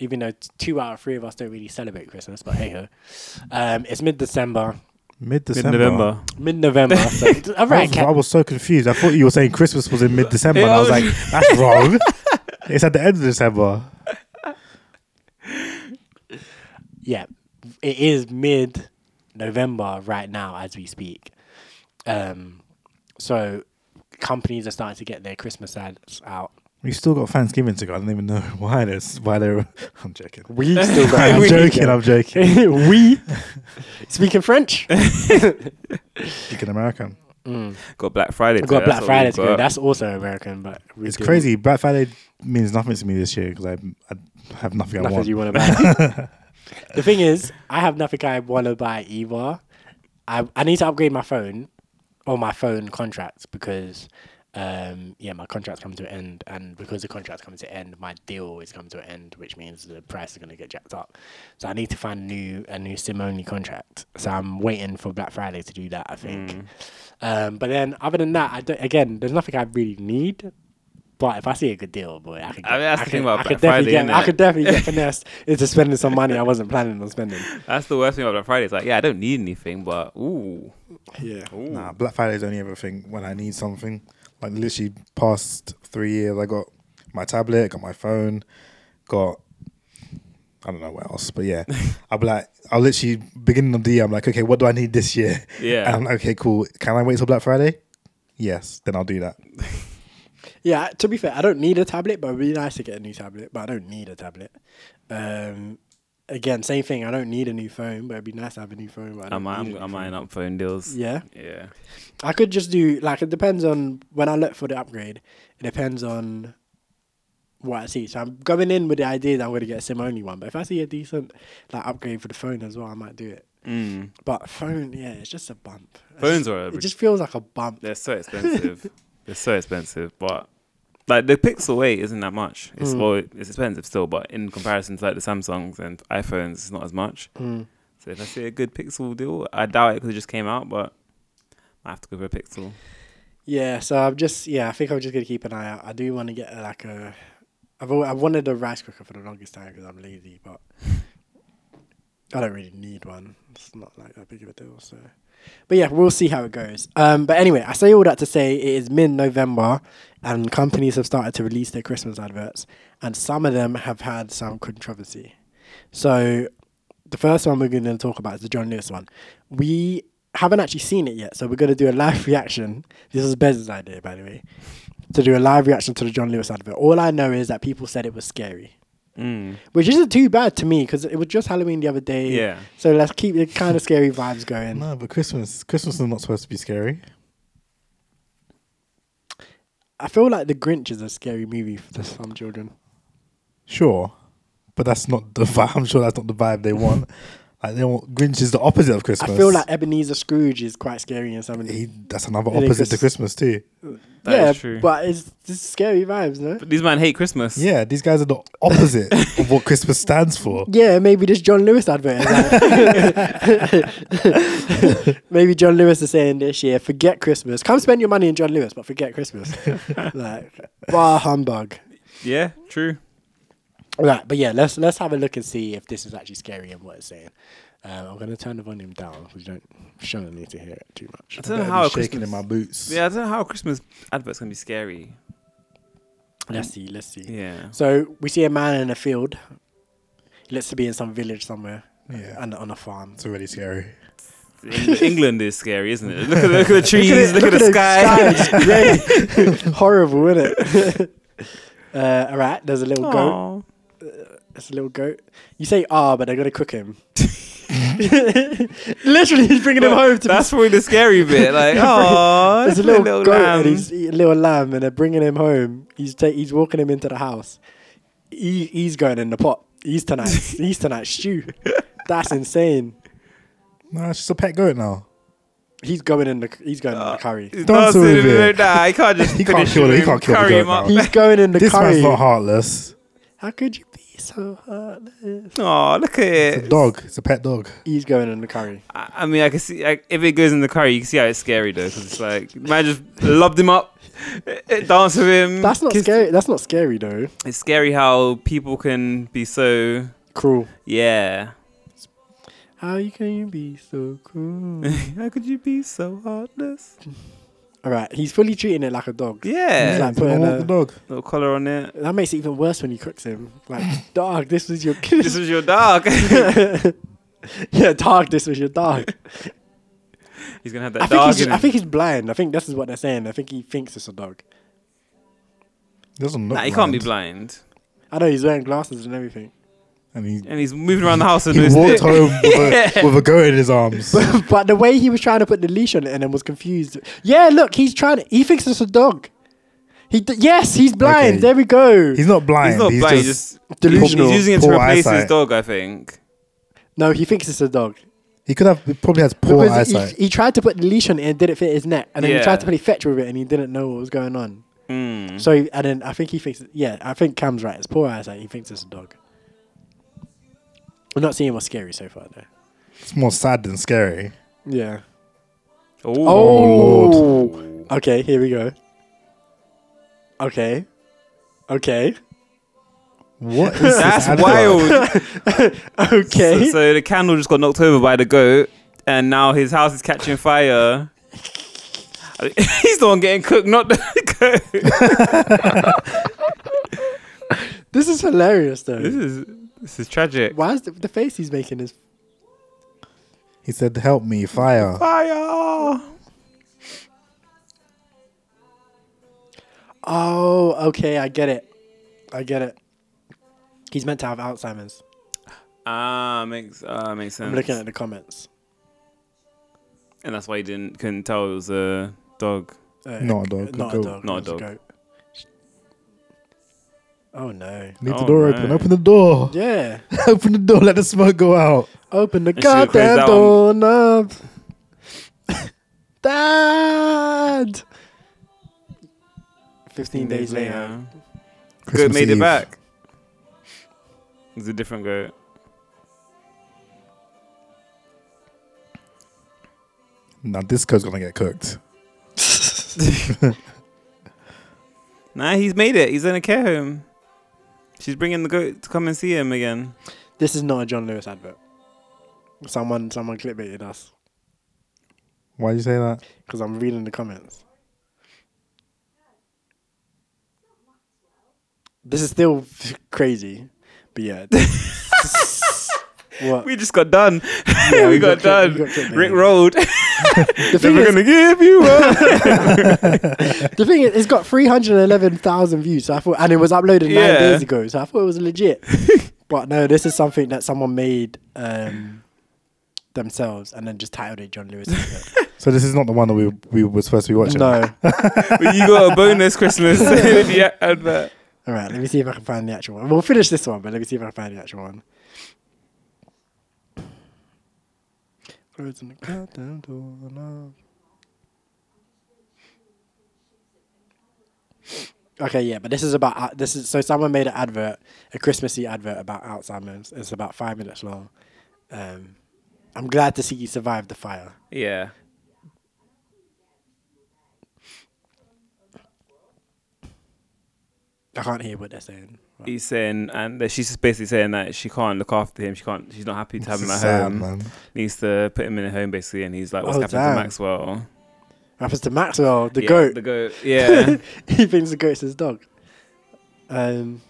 Speaker 1: even though t- two out of three of us don't really celebrate Christmas, but hey ho. Um, it's mid December,
Speaker 4: Mid
Speaker 3: Mid
Speaker 4: December.
Speaker 3: November.
Speaker 1: mid November. so,
Speaker 3: (laughs)
Speaker 1: all
Speaker 4: I,
Speaker 1: right,
Speaker 4: was-
Speaker 1: Kat.
Speaker 4: I was so confused. I thought you were saying Christmas was in mid December, and I was like, that's wrong. (laughs) it's at the end of December.
Speaker 1: yeah, it is mid November right now as we speak. Um, so companies are starting to get their Christmas ads out.
Speaker 4: We still got Thanksgiving to go. I don't even know (laughs) why there's why they're. (laughs) I'm joking.
Speaker 1: We (laughs) still got.
Speaker 4: (laughs) I'm joking. I'm
Speaker 1: (laughs)
Speaker 4: joking.
Speaker 1: we speaking
Speaker 3: (laughs)
Speaker 1: French.
Speaker 4: Speaking American,
Speaker 3: Got Black Friday.
Speaker 1: We've got Black
Speaker 3: today, that's what
Speaker 1: Friday
Speaker 3: we've
Speaker 1: to go.
Speaker 3: got.
Speaker 1: That's also American, but we
Speaker 4: it's
Speaker 1: do
Speaker 4: crazy. Black Friday means nothing to me this year because I, I have nothing, I
Speaker 1: Nothing
Speaker 4: want.
Speaker 1: you want to buy.
Speaker 4: (laughs)
Speaker 1: the thing is, I have nothing I want to buy either. I I need to upgrade my phone or my phone contracts because. Um, yeah, my contract's coming to an end, and because the contract's coming to an end, my deal is coming to an end, which means the price is going to get jacked up. So I need to find a new a new SIM only contract. So I'm waiting for Black Friday to do that. I think.
Speaker 3: Mm.
Speaker 1: Um, but then, other than that, I don't, again, there's nothing I really need. But if I see a good deal, boy, I could.
Speaker 3: I mean, that's the
Speaker 1: could-
Speaker 3: thing about
Speaker 1: I could
Speaker 3: Black Friday,
Speaker 1: definitely get.
Speaker 3: innit?
Speaker 1: I could definitely
Speaker 3: (laughs)
Speaker 1: get finessed into spending some money I wasn't planning on spending.
Speaker 3: That's the worst thing about Black Friday. It's like, yeah, I don't need anything, but ooh,
Speaker 1: Yeah.
Speaker 4: Nah, Black Friday is only everything when I need something. Like literally past three years, I got my tablet, got my phone, got I don't know what else,
Speaker 1: (laughs)
Speaker 4: but yeah, I'll be like, I'll literally beginning of the year, I'm like, okay, what do I need this year?
Speaker 3: Yeah.
Speaker 4: and I'm like, okay, cool. Can I wait till Black Friday? Yes, then I'll do that.
Speaker 1: Mm. Yeah. To be fair, I don't need a tablet, but it'd be nice to get a new tablet. But I don't need a tablet. Um, again, same thing. I don't need a new phone, but it'd be nice to have a new phone. But I don't
Speaker 3: I'm
Speaker 1: need a
Speaker 3: I'm,
Speaker 1: new
Speaker 3: I'm
Speaker 1: phone.
Speaker 3: eyeing up phone deals.
Speaker 1: Yeah.
Speaker 3: yeah.
Speaker 1: I could just do like it depends on when I look for the upgrade. It depends on what I see. So I'm going in with the idea that I'm going to get a SIM only one. But if I see a decent like upgrade for the phone as well, I might do it.
Speaker 3: Mm.
Speaker 1: But phone, yeah, it's just a bump. It's
Speaker 3: Phones
Speaker 1: just-
Speaker 3: are a-
Speaker 1: It just feels like a bump.
Speaker 3: They're so expensive. (laughs) They're so expensive, but like the Pixel 8 isn't that much. It's well, it's expensive still, but in comparison to like the Samsungs and iPhones, it's not as much. So if I see a good Pixel deal, I doubt it because it just came out, but I have to go for a Pixel.
Speaker 1: Yeah, so I'm just yeah. I think I'm just gonna keep an eye out. I do want to get uh, like a. I've always, I wanted a rice cooker for the longest time because I'm lazy, but I don't really need one. It's not like that big of a deal. So, but yeah, we'll see how it goes. Um, but anyway, I say all that to say it is mid-November, and companies have started to release their Christmas adverts, and some of them have had some controversy. So, the first one we're going to talk about is the John Lewis one. We haven't actually seen it yet, so we're going to do a live reaction. This is Bez's idea, by the way, to do a live reaction to the John Lewis advert. All I know is that people said it was scary,
Speaker 3: Mm.
Speaker 1: which isn't too bad to me because it was just Halloween the other day.
Speaker 3: Yeah.
Speaker 1: So let's keep the kind of scary vibes going.
Speaker 4: No, but Christmas, Christmas is not supposed to be scary.
Speaker 1: I feel like The Grinch is a scary movie for some children.
Speaker 4: Sure, but that's not the (laughs) vibe. I'm sure that's not the vibe they want. like they want Grinch is the opposite of Christmas.
Speaker 1: I feel like Ebenezer Scrooge is quite scary in some of
Speaker 4: He,
Speaker 1: the.
Speaker 4: that's another
Speaker 1: I think
Speaker 4: opposite to
Speaker 1: this-
Speaker 4: Christmas too.
Speaker 3: That is
Speaker 1: yeah,
Speaker 3: true.
Speaker 1: but it's, it's scary vibes, no?
Speaker 3: But these men hate Christmas.
Speaker 4: Yeah, these guys are the opposite of what Christmas
Speaker 3: (laughs)
Speaker 4: stands for.
Speaker 1: yeah, maybe this John Lewis advert. is like- (laughs) maybe John Lewis is saying this year, forget Christmas. Come spend your money in John Lewis, but forget Christmas. like bar humbug.
Speaker 3: yeah, (laughs) true.
Speaker 1: Right, but yeah, let's let's have a look and see if this is actually scary and what it's saying. Um, I'm gonna turn the volume down because you don't surely need to hear it too much.
Speaker 3: I don't know
Speaker 4: Better
Speaker 3: how
Speaker 4: be
Speaker 3: a
Speaker 4: shaking
Speaker 3: Christmas.
Speaker 4: in my boots.
Speaker 3: yeah, I don't know how a Christmas advert's gonna be scary.
Speaker 1: Let's see, let's see.
Speaker 3: (laughs) Yeah.
Speaker 1: So we see a man in a field. He looks to be in some village somewhere,
Speaker 4: Yeah.
Speaker 1: and on a farm.
Speaker 4: It's already scary.
Speaker 3: Eng- England is scary, isn't it? Look at the, (laughs) look at the trees, look at the, sky.
Speaker 1: It's
Speaker 3: (laughs)
Speaker 1: grey. Horrible, isn't it? (laughs) Uh, all right, there's a little goat.
Speaker 3: Aw.
Speaker 1: There's a little goat. You say ah, but they're gonna cook
Speaker 3: (laughs)
Speaker 1: him. (laughs) Literally, he's bringing him home to. be-
Speaker 3: That's probably the scary bit. (laughs) Like, oh,
Speaker 1: There's a little, goat and he's a little lamb, and they're bringing him home. He's ta- he's walking him into the house. He he's going in the pot. He's tonight.
Speaker 3: (laughs)
Speaker 1: he's tonight stew. That's insane.
Speaker 4: No, it's just a pet goat now.
Speaker 1: He's going in the he's going in the curry.
Speaker 3: Uh, He's
Speaker 4: Don't
Speaker 3: dancing
Speaker 4: do
Speaker 3: in
Speaker 4: it.
Speaker 3: the- Nah, he can't just
Speaker 4: (laughs) He can't
Speaker 3: finish
Speaker 4: kill
Speaker 3: him.
Speaker 4: it, he can't kill the
Speaker 3: carry (laughs)
Speaker 4: goat
Speaker 3: him up.
Speaker 4: now.
Speaker 1: He's going in the
Speaker 4: This
Speaker 1: curry.
Speaker 4: man's not heartless.
Speaker 1: How could you be so heartless?
Speaker 3: Oh, look at
Speaker 4: It's
Speaker 3: it.
Speaker 4: a dog. It's a pet dog.
Speaker 1: He's going in the curry.
Speaker 3: I, I mean, I can see like, if it goes in the curry, you can see how it's scary though, because it's like man just lobbed him up, (laughs) danced with him.
Speaker 1: That's not
Speaker 3: kissed-
Speaker 1: scary. That's not scary though.
Speaker 3: It's scary how people can be so
Speaker 1: Cruel.
Speaker 3: yeah. (laughs)
Speaker 1: How you can you be so cruel? (laughs)
Speaker 3: how could you be so heartless?
Speaker 1: All right, he's fully treating it like a dog.
Speaker 3: Yeah,
Speaker 1: He's like
Speaker 4: Put
Speaker 1: putting
Speaker 4: on the
Speaker 1: a,
Speaker 4: dog.
Speaker 3: little collar on it.
Speaker 1: that makes it even worse when he cooks him.
Speaker 3: (laughs)
Speaker 1: Like, dog, this was your
Speaker 3: This is your dog. (laughs)
Speaker 1: (laughs) yeah, dog, this was your dog.
Speaker 3: He's gonna have that
Speaker 1: I think,
Speaker 3: dog.
Speaker 1: he's,
Speaker 3: in
Speaker 1: I
Speaker 3: him.
Speaker 1: think he's blind. I think this is what they're saying. I think he thinks it's a dog.
Speaker 4: He doesn't look.
Speaker 3: nah, he can't be
Speaker 4: blind.
Speaker 3: blind.
Speaker 1: I know he's wearing glasses and everything.
Speaker 4: And he,
Speaker 3: And he's moving around the house with (laughs)
Speaker 4: he
Speaker 3: his
Speaker 4: walked
Speaker 3: stick.
Speaker 4: home with, a, with a goat in
Speaker 3: (laughs)
Speaker 4: his arms.
Speaker 1: but (laughs) the way he was trying to put the leash on it and then was confused. Yeah, look, he's trying to. He thinks it's a dog. He d- yes, he's blind.
Speaker 4: Okay.
Speaker 1: There we go.
Speaker 4: He's not blind.
Speaker 3: He's not blind. He's just
Speaker 1: Delusional.
Speaker 3: He's using it to
Speaker 4: Poor
Speaker 3: replace his
Speaker 4: eyesight.
Speaker 3: dog. I think.
Speaker 1: no, he thinks it's a dog.
Speaker 4: He could have. He probably has poor
Speaker 1: Because he-
Speaker 4: eyesight.
Speaker 1: He, tried to put the leash on it and didn't fit his neck, and then he
Speaker 3: Yeah.
Speaker 1: tried to play fetch with it and he didn't know what was going on.
Speaker 3: Hmm.
Speaker 1: So he, and then I think he thinks yeah, I think Cam's right. It's poor eyesight. He thinks it's a dog. I'm not seeing what's scary so far though.
Speaker 4: it's more sad than scary.
Speaker 1: Yeah.
Speaker 3: Ooh.
Speaker 1: Oh. Okay. Here we go. Okay. Okay.
Speaker 3: (laughs)
Speaker 4: What is this
Speaker 3: That's (laughs)
Speaker 4: advert?
Speaker 3: wild.
Speaker 1: Okay.
Speaker 3: So, so the candle just got knocked over by the goat, and now his house is catching fire. (laughs) He's the one getting cooked, not the (laughs) goat.
Speaker 1: this is hilarious though.
Speaker 3: This is this is tragic.
Speaker 1: Why is the, the face he's making is
Speaker 4: He said, "Help me, fire."
Speaker 3: Fire!
Speaker 1: Oh, okay, I get it. I get it. He's meant to have Alzheimer's.
Speaker 3: Ah, makes ah makes sense.
Speaker 1: I'm looking at the comments.
Speaker 3: and that's why he didn't couldn't tell it was a dog.
Speaker 1: Uh,
Speaker 4: Not a dog, a
Speaker 1: Not a
Speaker 4: goat.
Speaker 1: dog.
Speaker 3: Not a
Speaker 1: it was
Speaker 3: dog.
Speaker 1: goat. Oh no.
Speaker 4: Leave
Speaker 3: Oh,
Speaker 4: the door open.
Speaker 3: no.
Speaker 4: Open the door.
Speaker 1: Yeah.
Speaker 4: (laughs) Open the door. Let the smoke go out.
Speaker 1: Open the
Speaker 3: Let's see what goes
Speaker 1: goddamn
Speaker 3: out
Speaker 1: door knob. (laughs) Dad. Fifteen days later.
Speaker 3: goat
Speaker 4: Christmas
Speaker 3: made it
Speaker 4: Eve.
Speaker 3: back. It's a different goat.
Speaker 4: Now this code's gonna get cooked.
Speaker 3: Nah, he's made it. He's in a care home. She's bringing the goat to come and see him again.
Speaker 1: This is not a John Lewis advert. Someone, someone clickbaited us
Speaker 4: Why would you say that?
Speaker 1: because I'm reading the comments. This is still crazy, but
Speaker 3: (laughs)
Speaker 1: yeah. what?
Speaker 3: We just got done. (laughs)
Speaker 1: Yeah,
Speaker 3: we, got,
Speaker 1: click-
Speaker 3: done.
Speaker 1: we got clickbaited.
Speaker 3: Rick rolled. (laughs)
Speaker 1: The thing
Speaker 3: Never
Speaker 1: is,
Speaker 3: gonna give you up.
Speaker 1: The thing is, it's got 311,000 views. So I thought, and it was uploaded nine
Speaker 3: Yeah.
Speaker 1: days ago. So I thought it was
Speaker 3: (laughs)
Speaker 1: legit. but no, this is something that someone made um, themselves and then just titled it John
Speaker 3: (laughs)
Speaker 1: Lewis. advert.
Speaker 4: So this is not the one that we we were supposed to be watching.
Speaker 1: no.
Speaker 3: (laughs) But you got a bonus Christmas with the ad- advert.
Speaker 1: All right, let me see if I can find the actual one. We'll finish this one, but let me see if I can find the actual one. Birds in the goddamn door, no. Okay, yeah, but this is about uh, this is so someone made an advert, a Christmassy advert about Alzheimer's. It's about five minutes long. Um, I'm glad to see you survived the fire.
Speaker 3: Yeah.
Speaker 1: I can't hear what they're saying. Right.
Speaker 3: He's saying, and that she's just basically saying that she can't look after him. She can't. She's not happy to have
Speaker 4: This
Speaker 3: him
Speaker 4: is
Speaker 3: at
Speaker 4: sad,
Speaker 3: home.
Speaker 4: man.
Speaker 3: Needs to put him in a home basically. And he's like, "What's
Speaker 1: Oh,
Speaker 3: happening
Speaker 1: damn.
Speaker 3: to Maxwell?
Speaker 1: Happens to Maxwell, the
Speaker 3: Yeah,
Speaker 1: goat.
Speaker 3: The goat.
Speaker 1: (laughs)
Speaker 3: Yeah.
Speaker 1: he thinks the goat's his dog. Um,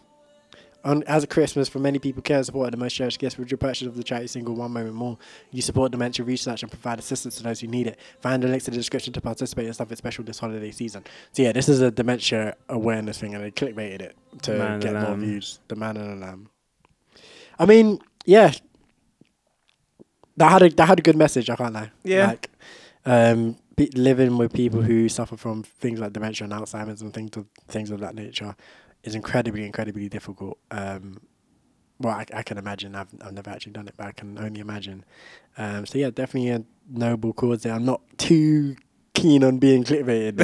Speaker 1: on, as a Christmas, for many people, care and support are the most cherished gifts. With your purchase of the charity single One Moment More, you support dementia research and provide assistance to those who need it. Find the links in the description to participate in something special this holiday season. So yeah, this is a dementia awareness thing, and they clickbaited it to
Speaker 3: Man and
Speaker 1: get
Speaker 3: the
Speaker 1: more
Speaker 3: Lamb.
Speaker 1: views. The man and the lamb. I mean, yeah, that had a that had a good message. I can't lie.
Speaker 3: Yeah.
Speaker 1: Like, um, be, living with people who suffer from things like dementia and Alzheimer's and things of things of that nature is incredibly, incredibly difficult. Um, well, I, I can imagine. I've I've never actually done it, but I can only imagine. Um, so yeah, definitely a noble cause there. I'm not too keen on being clickbaited.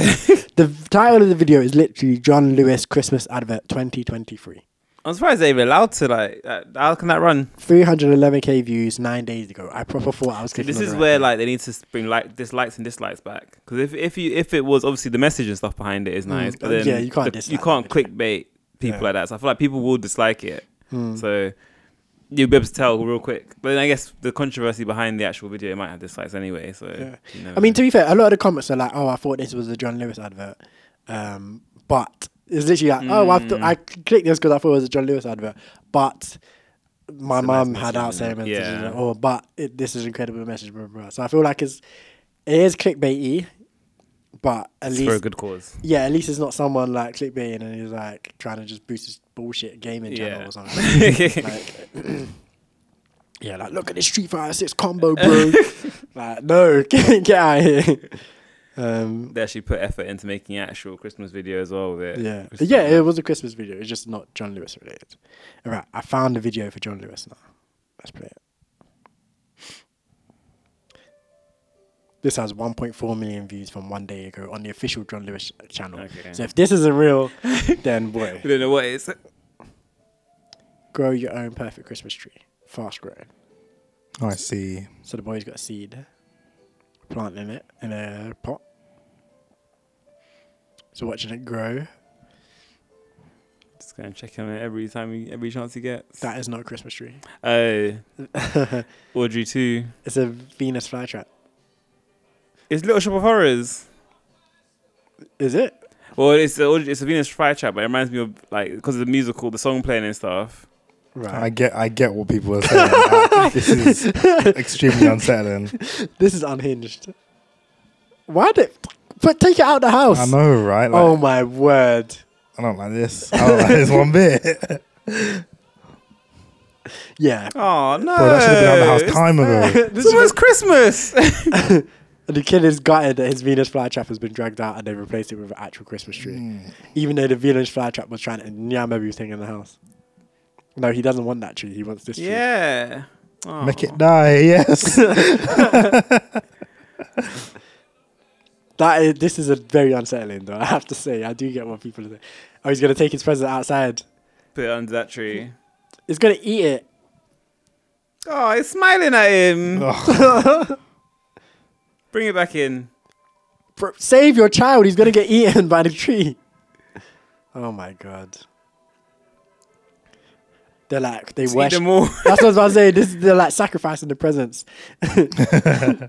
Speaker 1: the title of the video is literally John Lewis Christmas Advert 2023.
Speaker 3: I'm surprised they're even allowed to like. Uh, how can that run?
Speaker 1: 311k views nine days ago. I proper thought I was.
Speaker 3: See,
Speaker 1: clicking
Speaker 3: this
Speaker 1: on
Speaker 3: is
Speaker 1: the right
Speaker 3: where
Speaker 1: thing.
Speaker 3: like they need to s- bring like dislikes and dislikes back. Because if if you if it was obviously the message and stuff behind it is nice,
Speaker 1: Mm,
Speaker 3: but
Speaker 1: uh,
Speaker 3: then
Speaker 1: yeah, you can't
Speaker 3: the, you
Speaker 1: dislike
Speaker 3: can't
Speaker 1: that,
Speaker 3: clickbait people like that. So I feel like people will dislike it.
Speaker 1: Mm.
Speaker 3: So you'll be able to tell real quick. But then I guess the controversy behind the actual video might have dislikes anyway. So you
Speaker 1: I
Speaker 3: never
Speaker 1: mean,
Speaker 3: know.
Speaker 1: to be fair, a lot of the comments are like, "Oh, I thought this was a John Lewis advert," um, but it's literally like, "Oh, I, thought I
Speaker 3: Hmm.
Speaker 1: clicked this because I thought it was a John Lewis advert," but my
Speaker 3: It's a nice
Speaker 1: mum had
Speaker 3: message,
Speaker 1: out
Speaker 3: isn't it?
Speaker 1: saying,
Speaker 3: Yeah.
Speaker 1: messages, "Oh, but it, this is an incredible message." Blah, blah, blah. So I feel like it's it is clickbaity, but at
Speaker 3: It's
Speaker 1: least
Speaker 3: for a good cause.
Speaker 1: yeah, at least it's not someone like clickbaiting and he's like trying to just boost his bullshit gaming channel
Speaker 3: Yeah.
Speaker 1: or something. like, (clears throat) yeah, like look at this Street Fighter Six combo, bro. like, no, (laughs) get, get out of here. Um,
Speaker 3: They actually put effort into making actual Christmas video as well. With it.
Speaker 1: yeah,
Speaker 3: Christmas
Speaker 1: yeah,
Speaker 3: (laughs)
Speaker 1: it was a Christmas video. It's just not John Lewis related. All right, I found a video for John Lewis now. Let's play it. This has 1.4 million views from one day ago on the official John Lewis channel.
Speaker 3: Okay.
Speaker 1: So if this isn't real, then boy.
Speaker 3: We don't know what it is.
Speaker 1: grow your own perfect Christmas tree, fast growing.
Speaker 4: Oh, I see.
Speaker 1: So the boy's got a seed, planting it in a pot. So watching it grow,
Speaker 3: Just go and check on it every time, you, every chance he gets.
Speaker 1: that is not a Christmas tree.
Speaker 3: Oh,
Speaker 1: (laughs)
Speaker 3: Audrey too.
Speaker 1: It's a Venus flytrap.
Speaker 3: It's Little Shop of Horrors.
Speaker 1: Is it?
Speaker 3: Well, it's a, it's a Venus flytrap, but it reminds me of like because of the musical, the song playing and stuff.
Speaker 4: I
Speaker 1: Right.
Speaker 4: get, I get what people are saying.
Speaker 1: (laughs)
Speaker 4: Uh, this is extremely unsettling.
Speaker 1: this is unhinged. Why did? But take it out of the house.
Speaker 4: I know, right? Like,
Speaker 1: oh my word.
Speaker 4: I don't like this. I don't like this one
Speaker 1: (laughs)
Speaker 4: bit.
Speaker 1: Yeah.
Speaker 3: Oh no!
Speaker 4: Bro, that should have been out of the
Speaker 3: (laughs)
Speaker 4: house time ago.
Speaker 3: It's almost (laughs) Christmas.
Speaker 1: And the kid is gutted that his Venus flytrap has been dragged out and they replaced it with an actual Christmas tree.
Speaker 4: Mm.
Speaker 1: (laughs) Even though the Venus flytrap was trying to nyam everything in the house. No, he doesn't want that tree. He wants this tree.
Speaker 3: yeah. Oh.
Speaker 4: Make it die. Yes.
Speaker 1: That is, this is a very unsettling though. (laughs) I have to say, I do get what people are saying. Oh, he's gonna take his present outside.
Speaker 3: Put it under that tree.
Speaker 1: He's gonna eat it.
Speaker 3: Oh, it's smiling at him.
Speaker 4: Oh,
Speaker 3: (laughs) Bring it back in.
Speaker 1: Bro, save your child. He's gonna get eaten (laughs) by the tree. Oh my god. They're like they
Speaker 3: Eat
Speaker 1: worship.
Speaker 3: them all.
Speaker 1: (laughs) That's what I was saying. This they're like sacrificing the presents.
Speaker 4: I just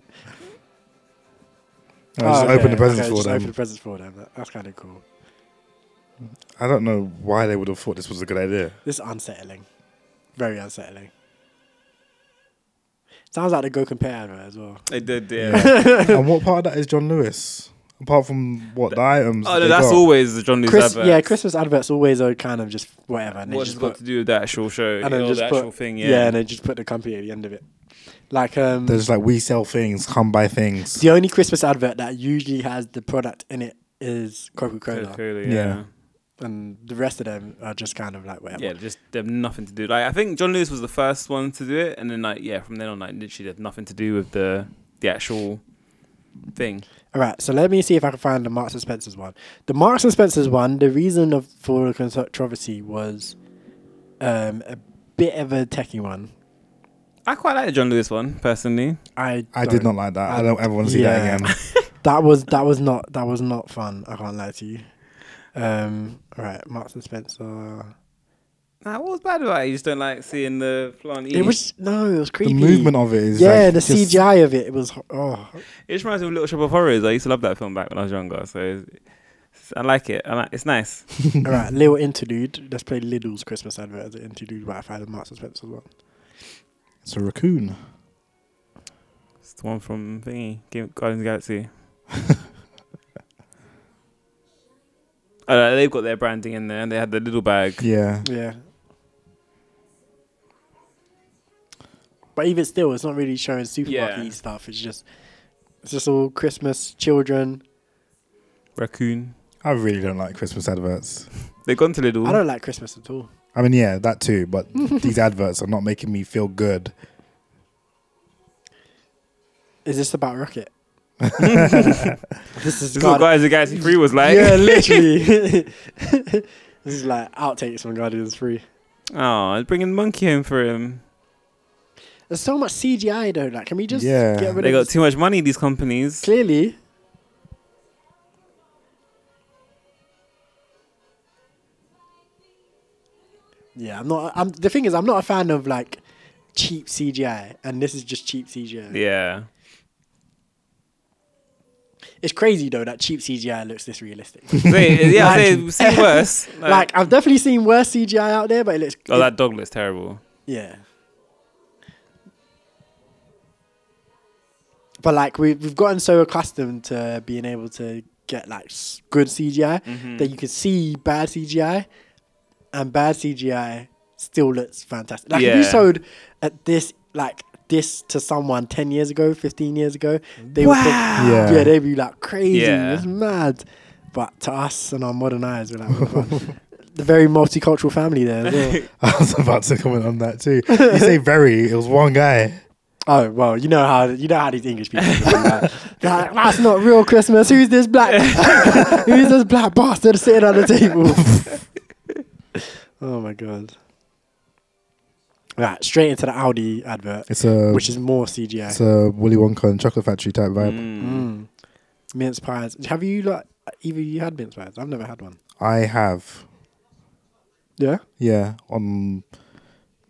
Speaker 1: Oh,
Speaker 4: open
Speaker 1: okay,
Speaker 4: the presents
Speaker 1: okay,
Speaker 4: for
Speaker 1: just Open
Speaker 4: them.
Speaker 1: the presents for them. That- That's kind of cool.
Speaker 4: I don't know why they would have thought this was a good idea.
Speaker 1: This is unsettling. Very unsettling. Sounds like the Go Compare advert as well.
Speaker 3: They did, yeah.
Speaker 1: (laughs)
Speaker 4: and what part of that is John Lewis? Apart from what the items?
Speaker 3: Oh no,
Speaker 4: they
Speaker 3: that's
Speaker 4: got?
Speaker 3: always the John Lewis
Speaker 1: Chris,
Speaker 3: advert.
Speaker 1: yeah, Christmas adverts always are kind of just whatever. And they
Speaker 3: What's
Speaker 1: just
Speaker 3: it got
Speaker 1: put-
Speaker 3: to do with the actual show?
Speaker 1: and then
Speaker 3: or
Speaker 1: just
Speaker 3: the
Speaker 1: put,
Speaker 3: actual thing, yeah.
Speaker 1: and then just put the company at the end of it. Like um,
Speaker 4: They're just like we sell things, come buy things.
Speaker 1: the only Christmas advert that usually has the product in it is Coca Cola,
Speaker 3: Clearly,
Speaker 4: Yeah.
Speaker 3: yeah.
Speaker 1: and the rest of them are just kind of like whatever.
Speaker 3: Yeah, just they have nothing to do. Like I think John Lewis was the first one to do it, and then like yeah, from then on, like literally they have nothing to do with the the actual thing.
Speaker 1: All right, so let me see if I can find the Marks and Spencers one. The Marks and Spencers one, the reason of for the controversy was um, a bit of a techie one.
Speaker 3: I quite like the John Lewis one personally.
Speaker 1: I
Speaker 4: I did
Speaker 1: don't-
Speaker 4: not like that. I don't ever want to see
Speaker 1: Yeah.
Speaker 4: that again.
Speaker 1: (laughs) That was that was not that was not fun. I can't lie to you. Um, all right, Marks and Spencer.
Speaker 3: Nah, what was bad about it? You just don't like seeing the plant eat.
Speaker 1: It was no, it was
Speaker 4: the
Speaker 1: creepy.
Speaker 4: movement of it is
Speaker 1: yeah,
Speaker 4: like
Speaker 1: the
Speaker 4: just-
Speaker 1: CGI of it. It was oh,
Speaker 3: It just reminds me of Little Shop of Horrors. I used to love that film back when I was younger, so it's- I like it. I like, it's nice.
Speaker 1: All right, little interlude. Let's play Lidl's Christmas advert as an interlude. But I found the Marks and Spencer one.
Speaker 4: It's a raccoon.
Speaker 3: It's the one from Thingy, Game, Guardians of the Galaxy. (laughs) Oh, no, they've got their branding in there, and they had the little bag.
Speaker 4: Yeah.
Speaker 1: Yeah. But even still, it's not really showing supermarket
Speaker 3: Yeah.
Speaker 1: stuff. It's just, it's just all Christmas children.
Speaker 3: Raccoon.
Speaker 4: I really don't like Christmas adverts.
Speaker 3: They've gone to Lidl.
Speaker 1: I don't like Christmas at all.
Speaker 4: I mean, yeah, that
Speaker 1: (laughs)
Speaker 4: too, but these adverts are not making me feel good. (laughs)
Speaker 1: Is this about
Speaker 3: (laughs)
Speaker 1: Rocket? this is
Speaker 3: This is what
Speaker 1: Guardi-
Speaker 3: Guardians of the Galaxy 3 was
Speaker 1: (laughs)
Speaker 3: like. (laughs)
Speaker 1: yeah, literally. this is like outtakes from Guardians Three.
Speaker 3: Oh, bringing the monkey home for him.
Speaker 1: There's so much CGI though. Like, can we just
Speaker 4: Yeah.
Speaker 1: get rid
Speaker 3: They
Speaker 1: of
Speaker 3: got
Speaker 1: this?
Speaker 3: too much money. These companies.
Speaker 1: Clearly, yeah. I'm not. I'm the thing is, I'm not a fan of like cheap CGI, and this is just cheap CGI.
Speaker 3: Yeah.
Speaker 1: It's crazy though that cheap CGI looks this
Speaker 3: (laughs)
Speaker 1: realistic.
Speaker 3: Wait, yeah,
Speaker 1: Like-
Speaker 3: they seem worse.
Speaker 1: like, I've definitely seen worse CGI out there, but it looks.
Speaker 3: oh,
Speaker 1: it-
Speaker 3: that dog looks terrible.
Speaker 1: Yeah. But like we we've gotten so accustomed to being able to get like s- good CGI that you can see bad CGI, and bad CGI still looks fantastic. Like if you
Speaker 3: Yeah.
Speaker 1: showed at this like this to someone ten years ago, fifteen years ago, they would think,
Speaker 4: Wow.
Speaker 1: yeah.
Speaker 4: Yeah.
Speaker 1: they'd be like crazy,
Speaker 3: Yeah.
Speaker 1: it's mad. But to us and our modern eyes, we're like (laughs) what the fuck? the very multicultural family there. As well.
Speaker 4: I was about to comment on that too.
Speaker 1: (laughs)
Speaker 4: You say very, it was one guy.
Speaker 1: Oh well, you know how you know how these English people. do, right? They're like, That's not real Christmas. Who's this black? (laughs) who's this black bastard sitting on the table? oh my god! Right, straight into the Audi advert,
Speaker 4: It's a
Speaker 1: which is more CGI.
Speaker 4: it's a Willy Wonka and Chocolate Factory type vibe.
Speaker 1: Mm. Mince pies. Have you like either you had mince pies? I've never had one.
Speaker 4: I have
Speaker 1: Yeah.
Speaker 4: yeah on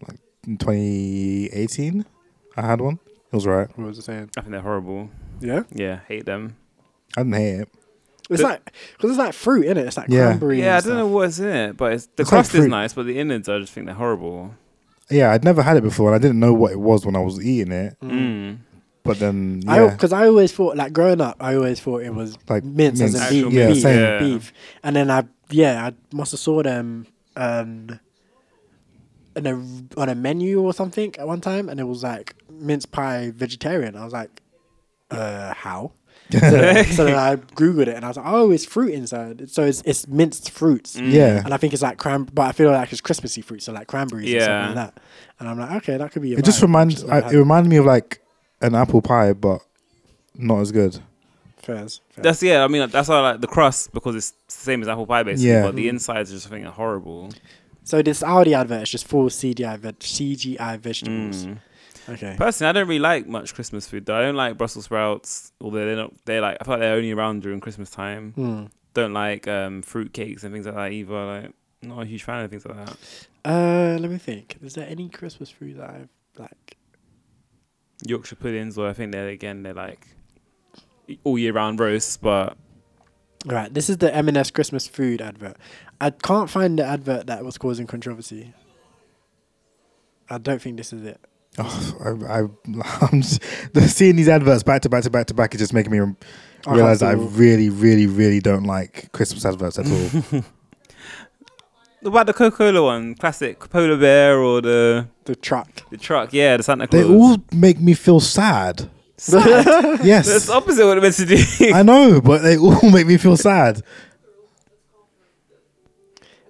Speaker 4: like in 2018. I had one. It was right.
Speaker 1: What was I saying?
Speaker 3: I think they're horrible.
Speaker 1: Yeah.
Speaker 3: Yeah, hate them.
Speaker 4: I didn't hate it.
Speaker 1: It's
Speaker 3: The-
Speaker 1: like because it's like fruit in it. It's like
Speaker 4: Yeah.
Speaker 1: cranberry.
Speaker 3: Yeah, I
Speaker 1: and
Speaker 3: don't know
Speaker 1: stuff.
Speaker 3: what's in it, but it's, the
Speaker 4: It's like
Speaker 3: crust is
Speaker 4: fruit.
Speaker 3: nice, but the innards, I just think they're horrible.
Speaker 4: Yeah, I'd never had it before, and I didn't know what it was when I was eating it.
Speaker 3: Mm.
Speaker 4: But then yeah,
Speaker 1: I because I always thought like growing up, I always thought it was like
Speaker 4: Like
Speaker 1: mince, as
Speaker 4: mince.
Speaker 1: in beef,
Speaker 3: Actual
Speaker 4: Yeah,
Speaker 1: beef,
Speaker 4: same.
Speaker 3: Yeah.
Speaker 1: beef. And then I yeah, I must have saw them um, on a on a menu or something at one time, and it was like mince pie vegetarian. I was like, uh, how? so,
Speaker 4: (laughs)
Speaker 1: then- so then I googled it, and I was like, oh, it's fruit inside. So it's it's minced fruits.
Speaker 3: Mm.
Speaker 4: yeah.
Speaker 1: And I think it's like cran, but I feel like it's Christmassy fruit, so like cranberries or
Speaker 3: Yeah.
Speaker 1: something like that. And I'm like, okay, that could be. A
Speaker 4: It just
Speaker 1: vibe.
Speaker 4: reminds
Speaker 1: never
Speaker 4: I,
Speaker 1: had
Speaker 4: it reminded me of like an apple pie, but not as good. (sighs)
Speaker 1: Fairs, fairs.
Speaker 3: That's yeah. I mean, that's how I like the crust because it's the same as apple pie basically,
Speaker 4: Yeah.
Speaker 3: but the insides are just I think are horrible.
Speaker 1: So this Audi advert is just full CGI, veg- CGI vegetables. Okay.
Speaker 3: Mm. Personally, I don't really like much Christmas food. Though. I don't like Brussels sprouts, although they're not. They're like I feel like they're only around during Christmas time.
Speaker 1: Hmm.
Speaker 3: Don't like um, fruit cakes and things like that either. Like, not a huge fan of things like that.
Speaker 1: Uh, let me think. Is there any Christmas food that I've like?
Speaker 3: Yorkshire puddings, or I think they're again they're like all year round roasts, but
Speaker 1: All right, this is the M&S Christmas food advert. I can't find the advert that was causing controversy. I don't think this is it.
Speaker 4: Oh, I, (laughs) I, I'm just, seeing these adverts back to back to back to back is just making me rem-
Speaker 1: I
Speaker 4: realize that I
Speaker 1: can't do-
Speaker 4: really, really, really don't like Christmas adverts at
Speaker 3: (laughs)
Speaker 4: all.
Speaker 3: what about the Coca Cola one, classic polar bear or the
Speaker 1: The truck.
Speaker 3: the truck, yeah, the Santa
Speaker 4: they
Speaker 3: Claus.
Speaker 4: all make me feel sad.
Speaker 3: (laughs) That's
Speaker 4: Yes,
Speaker 3: the opposite of what it meant to do.
Speaker 4: I know, but they (laughs) all make me feel sad.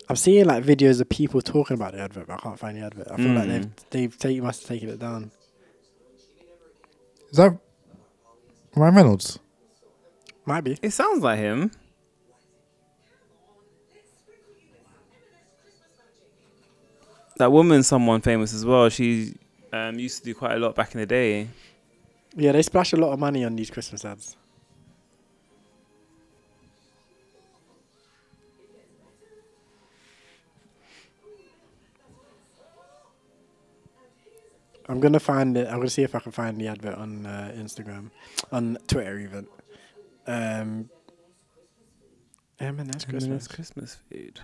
Speaker 1: I'm seeing like videos of people talking about the advert, but I can't find the advert. I feel like they've they've taken must have taken it down.
Speaker 4: Is that Ryan Reynolds?
Speaker 1: Might be.
Speaker 3: (laughs) it sounds like him. That woman's someone famous as well. She um, used to do quite a lot back in the day.
Speaker 1: Yeah, they splash a lot of money on these Christmas ads. I'm gonna find it. I'm gonna see if I can find the advert on uh, Instagram, on Twitter even. Um, M&S Christmas
Speaker 3: Christmas, Christmas food.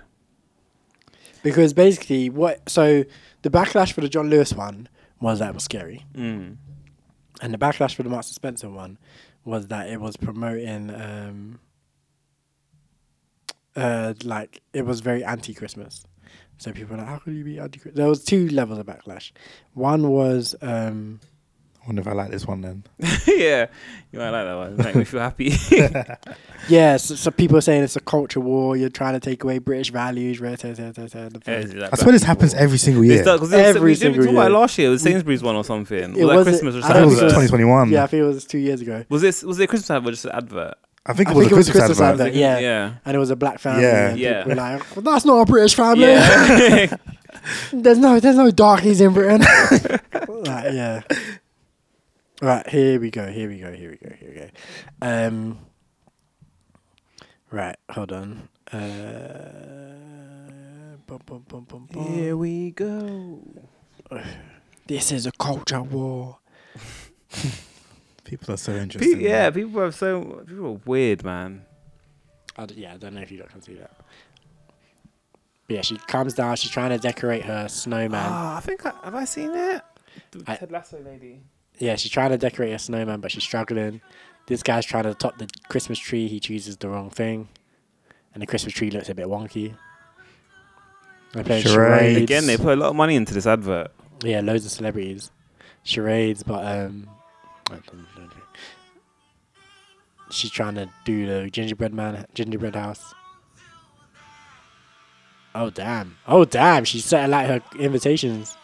Speaker 1: because basically what so the backlash for the John Lewis one was that it was scary.
Speaker 3: Mm.
Speaker 1: And the backlash for the Marks and Spencer one was that it was promoting, um, uh, like it was very anti-Christmas. So people were like, "How could you be anti-Christmas?" There was two levels of backlash. One was, um,
Speaker 4: I wonder if I like this one then.
Speaker 3: yeah, you might like that one. Make me feel happy.
Speaker 1: yeah, so, so people were saying it's a culture war. You're trying to take away British values. Rah, tah, tah, tah, tah, the first-
Speaker 4: I swear this happens every single year.
Speaker 3: It's done, 'cause it was-
Speaker 1: Every
Speaker 3: we did
Speaker 1: single
Speaker 3: we talk about
Speaker 1: year.
Speaker 3: it last year. It was Sainsbury's one or
Speaker 1: It
Speaker 3: something. Or that
Speaker 1: was it-
Speaker 3: Christmas or
Speaker 1: I
Speaker 4: I think it was
Speaker 1: Advert.
Speaker 4: 2021.
Speaker 1: Yeah, I think it was two years ago.
Speaker 3: Was this was it a Christmas advert or just an advert?
Speaker 4: I think
Speaker 1: I
Speaker 4: it was
Speaker 1: think
Speaker 4: a Christmas, advert.
Speaker 1: advert, yeah.
Speaker 3: Yeah.
Speaker 1: And it was a black family.
Speaker 4: Yeah.
Speaker 1: and
Speaker 3: Yeah.
Speaker 1: (laughs)
Speaker 3: (laughs)
Speaker 1: people were like, well, that's not a British family.
Speaker 3: Yeah.
Speaker 1: There's no there's no darkies in Britain. (laughs) Like, yeah. Right, here we go, here we go, here we go, here we go. Um Right, hold on. Uh, bum, bum, bum, bum, bum.
Speaker 3: Here we go.
Speaker 1: This is a culture war.
Speaker 4: People are so interesting.
Speaker 3: Pe- yeah, people are so people are weird, man.
Speaker 1: I d- yeah, I don't know if you lot can see that. But yeah, she comes down. She's trying to decorate her snowman.
Speaker 3: Ah, I think I, have I seen it? The
Speaker 1: I-
Speaker 3: Ted Lasso lady.
Speaker 1: yeah, she's trying to decorate her snowman, but she's struggling. This guy's trying to top the Christmas tree. He chooses the wrong thing, and the Christmas tree looks a bit wonky. They're playing charades.
Speaker 4: Charades.
Speaker 3: Again, they put a lot of money into this advert.
Speaker 1: yeah, loads of celebrities, charades, but um, she's trying to do the gingerbread man, gingerbread house. Oh damn! Oh damn! She's setting like her invitations.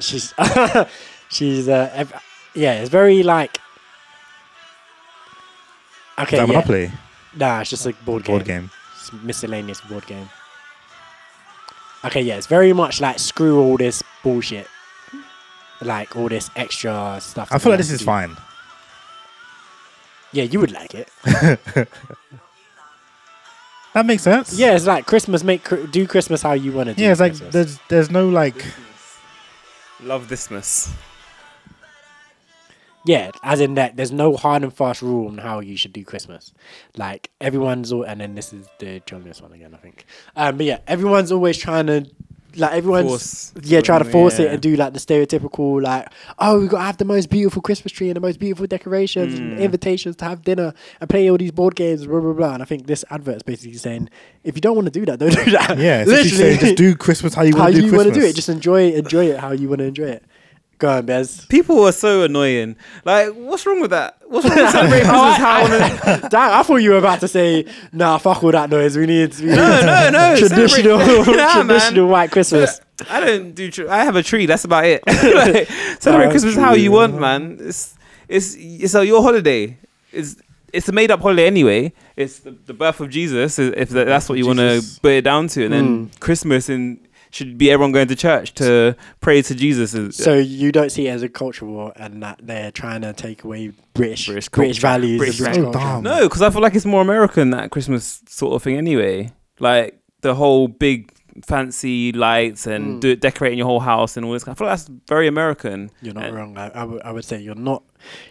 Speaker 1: She's, (laughs) she's uh, ev- yeah, it's very like. Okay,
Speaker 4: Is that
Speaker 1: yeah.
Speaker 4: Monopoly
Speaker 1: Nah, it's just a board game.
Speaker 4: board game?
Speaker 1: It's miscellaneous board game. Okay, yeah, it's very much like screw all this bullshit. Like all this extra stuff.
Speaker 4: I
Speaker 1: that
Speaker 4: feel
Speaker 1: we
Speaker 4: like
Speaker 1: have
Speaker 4: this
Speaker 1: to
Speaker 4: is
Speaker 1: do.
Speaker 4: fine.
Speaker 1: Yeah, you would like it.
Speaker 4: That makes sense.
Speaker 1: Yeah, it's like Christmas. Make cr- do Christmas how you want to do.
Speaker 4: Yeah, it's like
Speaker 1: Christmas.
Speaker 4: there's there's no like
Speaker 3: Love thismas.
Speaker 1: yeah, as in that there's no hard and fast rule on how you should do Christmas. Like everyone's all, and then this is the John Lewis one again, I think. Um, but yeah, everyone's always trying to like everyone's
Speaker 3: Force.
Speaker 1: yeah trying to force it
Speaker 3: Yeah.
Speaker 1: and do like the stereotypical like oh we got to have the most beautiful Christmas tree and the most beautiful decorations
Speaker 4: Mm.
Speaker 1: and invitations to have dinner and play all these board games blah blah blah. And I think this advert is basically saying if you don't want to do that, don't do that.
Speaker 4: yeah, it's
Speaker 1: (laughs)
Speaker 4: literally saying just do Christmas how you
Speaker 1: how
Speaker 4: want to do
Speaker 1: you
Speaker 4: Christmas.
Speaker 1: want to do it. Just enjoy enjoy it how you want to enjoy it. Go on, Bez.
Speaker 3: People are so annoying. Like, what's wrong with that? What's (laughs) wrong with celebrating
Speaker 1: Oh,
Speaker 3: Christmas? How
Speaker 1: I,
Speaker 3: on a- (laughs)
Speaker 1: I- Damn, I thought you were about to say, nah, fuck all that noise. We need,
Speaker 4: (laughs)
Speaker 1: we
Speaker 3: No,
Speaker 1: need
Speaker 3: no,
Speaker 1: (laughs)
Speaker 3: no.
Speaker 1: traditional,
Speaker 3: celebrate- (laughs) Nah, man.
Speaker 1: traditional white Christmas.
Speaker 3: I don't do. Tr- I have a tree. That's
Speaker 1: (laughs)
Speaker 3: about it. (laughs) like, celebrate
Speaker 1: That's
Speaker 3: Christmas how you
Speaker 1: true.
Speaker 3: want, man. It's it's it's uh, your holiday. It's it's a made up holiday anyway. It's the, the birth of Jesus. i- If tha- that's what you want to
Speaker 4: Jesus.
Speaker 3: put it down to, and then
Speaker 1: Mm.
Speaker 3: Christmas and should be everyone going to church to pray to Jesus. is-
Speaker 1: So you don't see it as a culture war, and that they're trying to take away British
Speaker 3: British
Speaker 1: British,
Speaker 3: culture.
Speaker 1: values,
Speaker 3: British
Speaker 1: British, and British
Speaker 4: language.
Speaker 1: culture.
Speaker 4: Oh, Damn.
Speaker 3: no, because I feel like it's more American that Christmas sort of thing anyway. Like the whole big fancy lights and
Speaker 1: Mm.
Speaker 3: do, decorating your whole house and all this. kind- I feel like that's very American.
Speaker 1: You're not
Speaker 3: And-
Speaker 1: wrong. I, I, would, I would say you're not.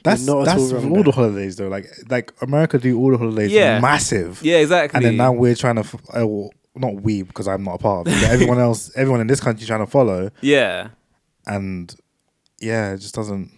Speaker 4: That's
Speaker 1: you're not at
Speaker 4: that's
Speaker 1: all
Speaker 4: all,
Speaker 1: wrong.
Speaker 4: all the
Speaker 1: there.
Speaker 4: holidays though. Like like America do all the holidays
Speaker 3: Yeah.
Speaker 4: massive.
Speaker 3: Yeah, exactly.
Speaker 4: And then now we're trying to f- uh, well, not we because I'm not a part of it. But everyone (laughs) else, everyone in this country trying to follow,
Speaker 3: yeah.
Speaker 4: and yeah, it just doesn't.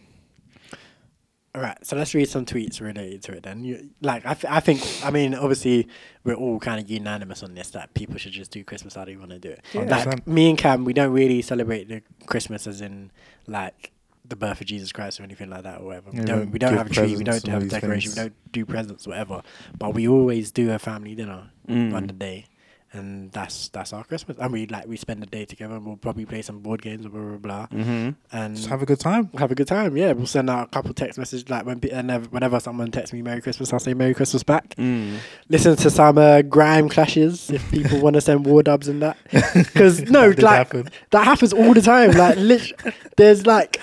Speaker 1: All right, so let's read some tweets related to it then. You, like, I, th- I think, I mean, obviously, we're all kind of unanimous on this that people should just do Christmas how they want to do it. Like,
Speaker 4: 100%.
Speaker 1: me and Cam, we don't really celebrate the Christmas as in, like, the birth of Jesus Christ or anything like that or whatever. We
Speaker 4: Yeah,
Speaker 1: don't,
Speaker 4: we
Speaker 1: we don't
Speaker 4: give
Speaker 1: have a tree, we
Speaker 4: presents
Speaker 1: don't
Speaker 4: and all
Speaker 1: have
Speaker 4: these
Speaker 1: decoration, we
Speaker 4: things.
Speaker 1: don't do presents, whatever. But we always do a family dinner
Speaker 4: Mm.
Speaker 1: on the day. And that's that's our Christmas. And we like we spend the day together and we'll probably play some board games or blah blah blah. Mm-hmm. And
Speaker 4: Just have a good time.
Speaker 1: have a good time. Yeah, we'll send out a couple text messages like when pe- and ev- whenever someone texts me Merry Christmas, I'll say Merry Christmas back.
Speaker 4: Mm.
Speaker 1: Listen to some uh, grime clashes if people want to send war dubs
Speaker 4: (laughs)
Speaker 1: and that. Because no,
Speaker 4: That did
Speaker 1: like
Speaker 4: happen.
Speaker 1: that happens all the time.
Speaker 4: (laughs)
Speaker 1: Like lit- there's like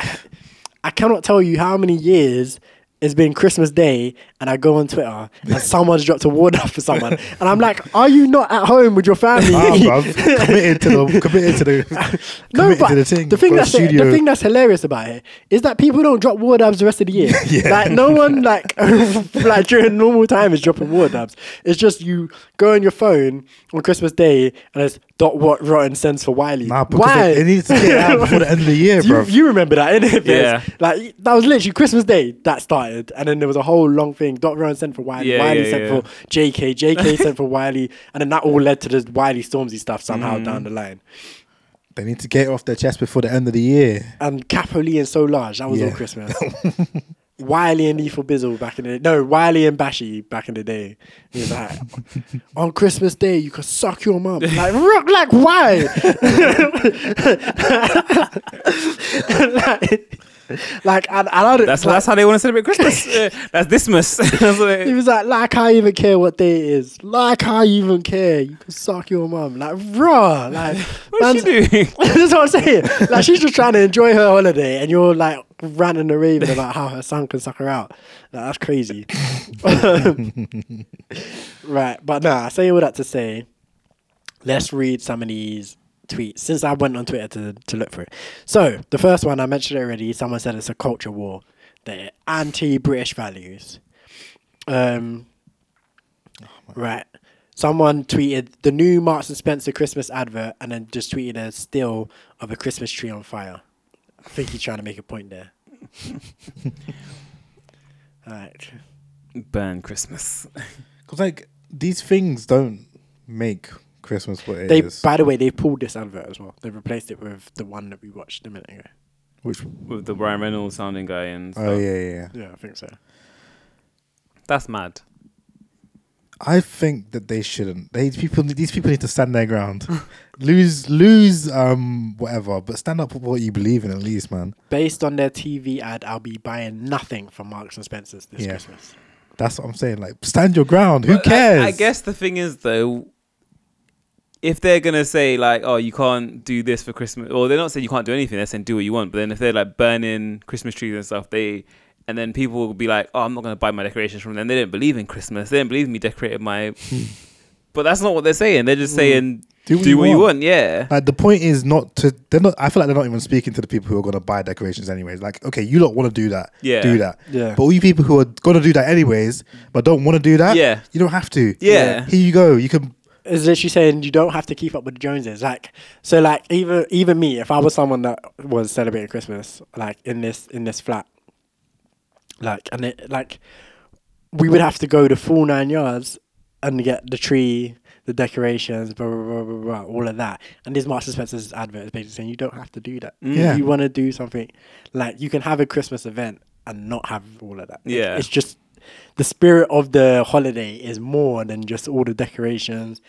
Speaker 1: I cannot tell you how many years. It's been Christmas Day, and I go on Twitter, and someone's dropped a war dub for someone, and I'm like, "Are you not at home with your family? (laughs)
Speaker 4: (laughs) Nah, Ah, bruv. committed to the committed to the
Speaker 1: No,
Speaker 4: committed
Speaker 1: but
Speaker 4: to the thing. for
Speaker 1: that's
Speaker 4: studio.
Speaker 1: the thing that's hilarious about it is that people don't drop war dubs the rest of the year.
Speaker 4: (laughs) Yeah.
Speaker 1: Like no one like (laughs) like during normal time is dropping war dubs. It's just you go on your phone on Christmas Day and it's dot what rotten sends for Wiley.
Speaker 4: Nah, because
Speaker 1: Why?
Speaker 4: It, it needs to get out before the end of the year,
Speaker 1: (laughs) you,
Speaker 4: bro.
Speaker 1: you remember that, innit?
Speaker 3: Yeah.
Speaker 1: Vince? Like that was literally Christmas Day that started, and then there was a whole long thing. Dot rowan sent for Wiley,
Speaker 3: Yeah,
Speaker 1: Wiley
Speaker 3: yeah,
Speaker 1: sent
Speaker 3: yeah.
Speaker 1: for JK, JK sent for Wiley, and then that all led to this Wiley Stormzy stuff somehow
Speaker 4: Mm.
Speaker 1: down the line.
Speaker 4: They need to get it off their chest before the end of the year.
Speaker 1: and um, Capoli and Solange. That was all
Speaker 4: Yeah.
Speaker 1: Christmas. (laughs) Wiley and Lethal Bizzle back in the no Wiley and Bashy back in the day. He was
Speaker 3: (laughs)
Speaker 1: like, on Christmas Day you could suck your mum. Like, rock, like
Speaker 3: (laughs)
Speaker 1: why? like, (laughs) Like, and, and I don't.
Speaker 3: That's
Speaker 1: like,
Speaker 3: that's how they want to
Speaker 1: (laughs)
Speaker 3: celebrate Christmas. Uh, that's Dismas. (laughs) that's what
Speaker 1: He
Speaker 3: it,
Speaker 1: was like, like I even care what day it is. Like I even care. You can suck your mum. Like, raw. Like,
Speaker 3: (laughs) what
Speaker 1: man's-
Speaker 3: she
Speaker 1: (laughs)
Speaker 3: doing?
Speaker 1: That's what I'm saying. Like she's just trying to enjoy her holiday, and you're like ranting and raving about how her son can suck her out. Like, that's crazy. (laughs) right, but nah, I say all that to say, let's read some of these tweets since I went on Twitter to to look for it. So the first one I mentioned it already. Someone said it's a culture war. They're anti-British values. Um, Right. Someone tweeted the new Marks and Spencer Christmas advert and then just tweeted a still of a Christmas tree on fire. I think he's trying to make a point
Speaker 4: (laughs)
Speaker 1: there. Alright.
Speaker 3: (laughs) Burn Christmas.
Speaker 4: Because like these things don't make Christmas what it is.
Speaker 1: They by the way, they pulled this advert as well. They replaced it with the one that we watched a minute ago.
Speaker 4: Which,
Speaker 3: With the Brian Reynolds sounding guy and
Speaker 4: oh yeah, yeah, yeah.
Speaker 1: Yeah, I think so.
Speaker 3: That's mad.
Speaker 4: I think that they shouldn't. They people. These people need to stand
Speaker 1: (laughs)
Speaker 4: their ground. lose, lose, um, whatever. But stand up for what you believe in, at least, man.
Speaker 1: Based on their TV ad, I'll be buying nothing from Marks and Spencer's this
Speaker 4: Yeah.
Speaker 1: Christmas.
Speaker 4: That's what I'm saying. Like, stand your ground. Who
Speaker 3: But
Speaker 4: cares?
Speaker 3: I, I guess the thing is though, if they're gonna say like, "Oh, you can't do this for Christmas," or they're not saying you can't do anything. They're saying do what you want. But then if they're like burning Christmas trees and stuff, they and then people will be like, "Oh, I'm not gonna buy my decorations from them." They didn't believe in Christmas. They didn't believe me decorated
Speaker 4: (laughs)
Speaker 3: my. but that's not what they're saying. They're
Speaker 4: Mm.
Speaker 3: just saying do what, you, want. Yeah.
Speaker 4: Like Uh, the point is not to. They're not. I feel like they're not even speaking to the people who are gonna buy decorations anyways. Like, okay, you lot want to do that.
Speaker 3: Yeah.
Speaker 4: Do that.
Speaker 1: Yeah.
Speaker 4: But all you people who are gonna do that anyways, but don't want to do that.
Speaker 3: Yeah.
Speaker 4: You don't have to.
Speaker 3: Yeah.
Speaker 4: Here you go. You can.
Speaker 1: is literally saying you don't have to keep up with the Joneses. Like so, like even even me, if I was someone that was celebrating Christmas, like in this in this flat, like and it like we would have to go the full nine yards and get the tree, the decorations, blah blah blah blah, blah all of that. And this Marks and Spencer's advert is basically saying you don't have to do that.
Speaker 4: Yeah.
Speaker 1: If you want to do something, like you can have a Christmas event and not have all of that. Like,
Speaker 3: Yeah.
Speaker 1: it's just the spirit of the holiday is more than just all the decorations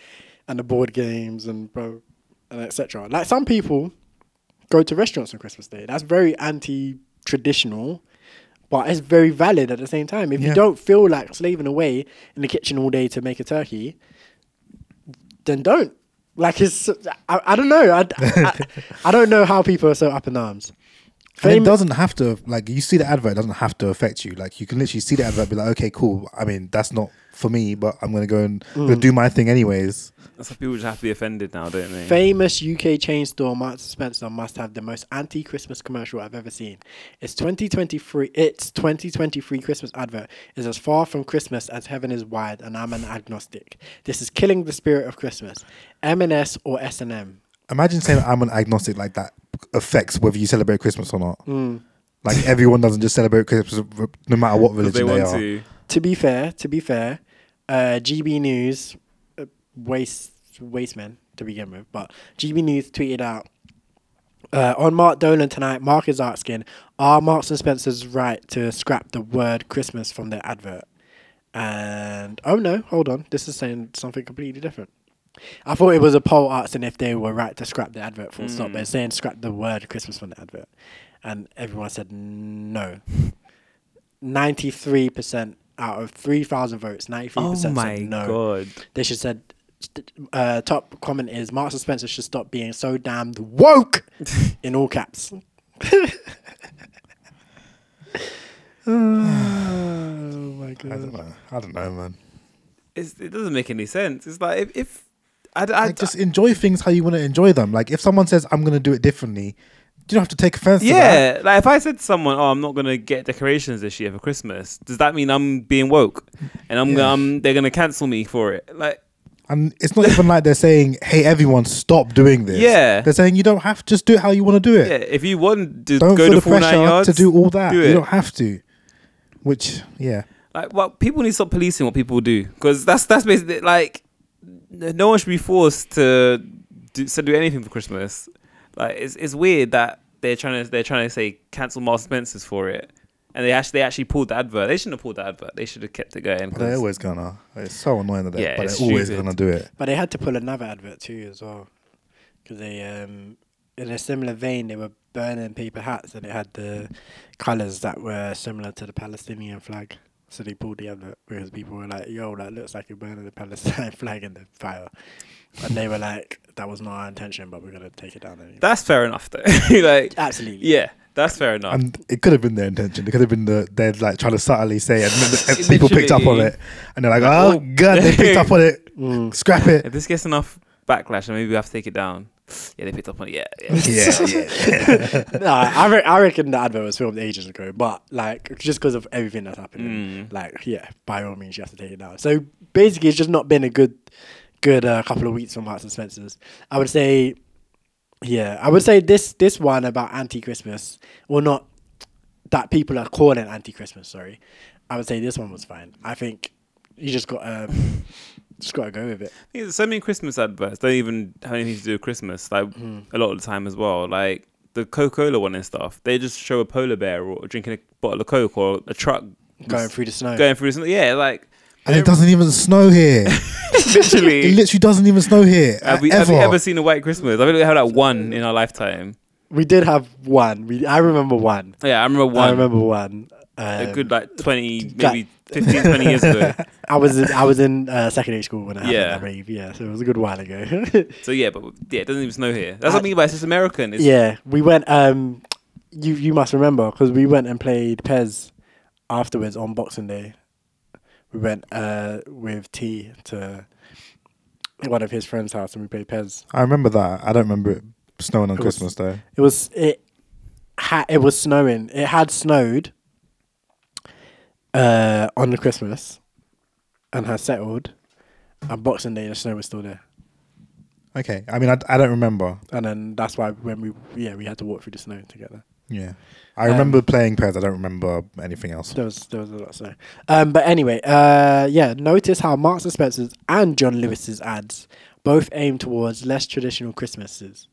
Speaker 1: and the board games and bro and etc. Like some people go to restaurants on Christmas Day. That's very anti traditional, but it's very valid at the same time. If
Speaker 4: Yeah.
Speaker 1: you don't feel like slaving away in the kitchen all day to make a turkey, then don't. Like it's, I, I don't know. I,
Speaker 4: (laughs)
Speaker 1: I, I don't know how people are so up in arms.
Speaker 4: And it
Speaker 1: Fame-
Speaker 4: doesn't have to like you see the advert it doesn't have to affect you. Like you can literally see the advert, and be like, okay, cool. I mean, that's not for me, but I'm gonna go and I'm
Speaker 1: Mm.
Speaker 4: gonna do my thing anyways.
Speaker 3: That's why people just have to be offended now, don't they?
Speaker 1: Famous UK chain store Marks and Spencer must have the most anti-Christmas commercial I've ever seen. Its 2023 its 2023 Christmas advert is as far from Christmas as heaven is wide and I'm an agnostic. This is killing the spirit of Christmas. M&S or S&M.
Speaker 4: Imagine saying I'm an agnostic like that affects whether you celebrate Christmas or not.
Speaker 1: Mm.
Speaker 4: Like everyone doesn't just celebrate Christmas no matter
Speaker 3: (laughs)
Speaker 4: what
Speaker 3: Because
Speaker 4: religion
Speaker 3: they
Speaker 4: they,
Speaker 3: want
Speaker 4: are.
Speaker 3: to.
Speaker 1: To be fair, to be fair, uh, GB News uh, waste wastemen to begin with, but GB News tweeted out Uh, on Mark Dolan tonight, Mark is asking, are Marks and Spencer's right to scrap the word Christmas from their advert? And oh no, hold on, this is saying something completely different. I thought it was a poll asking if they were right to scrap the advert full
Speaker 3: Hmm.
Speaker 1: stop, but it's saying scrap the word Christmas from the advert. And everyone said
Speaker 3: (laughs)
Speaker 1: no. 93% out of 3,000 votes, 93%
Speaker 3: Oh
Speaker 1: said
Speaker 3: my
Speaker 1: no
Speaker 3: god.
Speaker 1: they should said uh, top comment is Marks and Spencer should stop being so damned woke in all caps. (laughs) oh my
Speaker 4: I don't
Speaker 1: god.
Speaker 4: know. I don't know, man.
Speaker 3: It's, it doesn't make any sense. It's like if, if I, d- I
Speaker 4: Like,
Speaker 3: d-
Speaker 4: just enjoy things how you want to enjoy them. Like if someone says I'm gonna do it differently, you don't have to take offense. to that.
Speaker 3: Yeah, like if I said to someone, "Oh, I'm not gonna get decorations this year for Christmas," does that mean I'm being woke, and I'm,
Speaker 4: Yeah.
Speaker 3: um, they're gonna cancel me for it? Like,
Speaker 4: And it's not even like they're saying, "Hey, everyone, stop doing this."
Speaker 3: Yeah.
Speaker 4: they're saying you don't have. Just do it how you want to do it.
Speaker 3: yeah, if you want to
Speaker 4: Don't
Speaker 3: go
Speaker 4: feel
Speaker 3: to
Speaker 4: the
Speaker 3: full
Speaker 4: pressure
Speaker 3: nine yards
Speaker 4: to do all that.
Speaker 3: do
Speaker 4: You
Speaker 3: it.
Speaker 4: don't have to. Which, yeah,
Speaker 3: like, well, people need to stop policing what people do because that's that's basically like n- no one should be forced to do, to do anything for Christmas. Like, it's it's weird that they're trying to they're trying to say cancel Marks Spencers for it, and they actually they actually pulled the advert. They shouldn't have pulled the advert. They should have kept it going.
Speaker 4: but they're
Speaker 3: 'cause-
Speaker 4: always gonna. It's so annoying that they,
Speaker 3: Yeah,
Speaker 4: but
Speaker 3: it's
Speaker 4: they're always
Speaker 3: stupid.
Speaker 4: gonna do it.
Speaker 1: But they had to pull another advert too as well because they um in a similar vein, they were burning paper hats and it had the colours that were similar to the Palestinian flag. So they pulled the other because people were like, "Yo, that looks like you're burning the Palestine (laughs) flag in the fire," and they were like, "That was not our intention, but we're gonna take it down anyway."
Speaker 3: That's fair enough, though. (laughs) like,
Speaker 1: Absolutely.
Speaker 3: yeah, that's fair enough.
Speaker 4: And it could have been their intention. It could have been the they're like trying to subtly say, it,
Speaker 3: (laughs)
Speaker 4: and then the- people picked up on
Speaker 3: Literally.
Speaker 4: it, and they're like, "Oh,
Speaker 3: Oh.
Speaker 4: god, they picked up on it. Scrap it."
Speaker 3: if this gets enough backlash, then maybe we have to take it down. Yeah, they picked up on it. Yeah, (laughs)
Speaker 4: (laughs)
Speaker 3: yeah.
Speaker 4: Yeah, yeah.
Speaker 1: no, I, re- I reckon the advert was filmed ages ago, but like just because of everything that's
Speaker 3: Mm.
Speaker 1: happening, like yeah, by all means you have to take it down. So basically, it's just not been a good, good uh, couple of weeks for Marks and Spencers. I would say, yeah, I would say this this one about anti Christmas, well not that people are calling anti Christmas. Sorry, I would say this one was fine. I think you just got to (laughs) just got to go with it.
Speaker 3: I think there's so many Christmas adverts don't even have anything to do with Christmas. Like a lot of the time as well. Like the Coca-Cola one and stuff. They just show a polar bear or drinking a bottle of Coke or a truck
Speaker 1: Going through the snow.
Speaker 3: going through something. Yeah, like
Speaker 4: and it doesn't even snow here.
Speaker 3: (laughs)
Speaker 4: It
Speaker 3: literally.
Speaker 4: (laughs) literally doesn't even snow here.
Speaker 3: Have we,
Speaker 4: ever.
Speaker 3: have we ever seen a white Christmas? I've only had that one in our lifetime.
Speaker 1: we did have one. We I remember one.
Speaker 3: Yeah, I remember one.
Speaker 1: I remember one.
Speaker 3: a
Speaker 1: Um,
Speaker 3: good like 20,
Speaker 1: that-
Speaker 3: maybe 15, 20 years ago.
Speaker 1: I was in, I was in uh, secondary school when it happened,
Speaker 3: Yeah.
Speaker 1: I believe. Yeah, so it was a good while ago. (laughs)
Speaker 3: So yeah, but yeah, it doesn't even snow here. That's what I mean by it's just American. It's,
Speaker 1: yeah, we went. Um, you you must remember because we went and played Pez afterwards on Boxing Day. We went uh, with T to one of his friends' house and we played Pez.
Speaker 4: I remember that. I don't remember it snowing on
Speaker 1: It was-
Speaker 4: Christmas though.
Speaker 1: It was it ha- it was snowing. It had snowed uh, on the Christmas and had settled. And Boxing Day, the snow was still there.
Speaker 4: Okay, I mean, I, I don't remember.
Speaker 1: and then that's why when we yeah we had to walk through the snow together.
Speaker 4: Yeah, Um, I remember playing pairs. I don't remember anything else.
Speaker 1: There was there was a lot of snow. Um, but anyway, uh, yeah. Notice how Marks and Spencer's and John Lewis's ads both aim towards less traditional Christmases.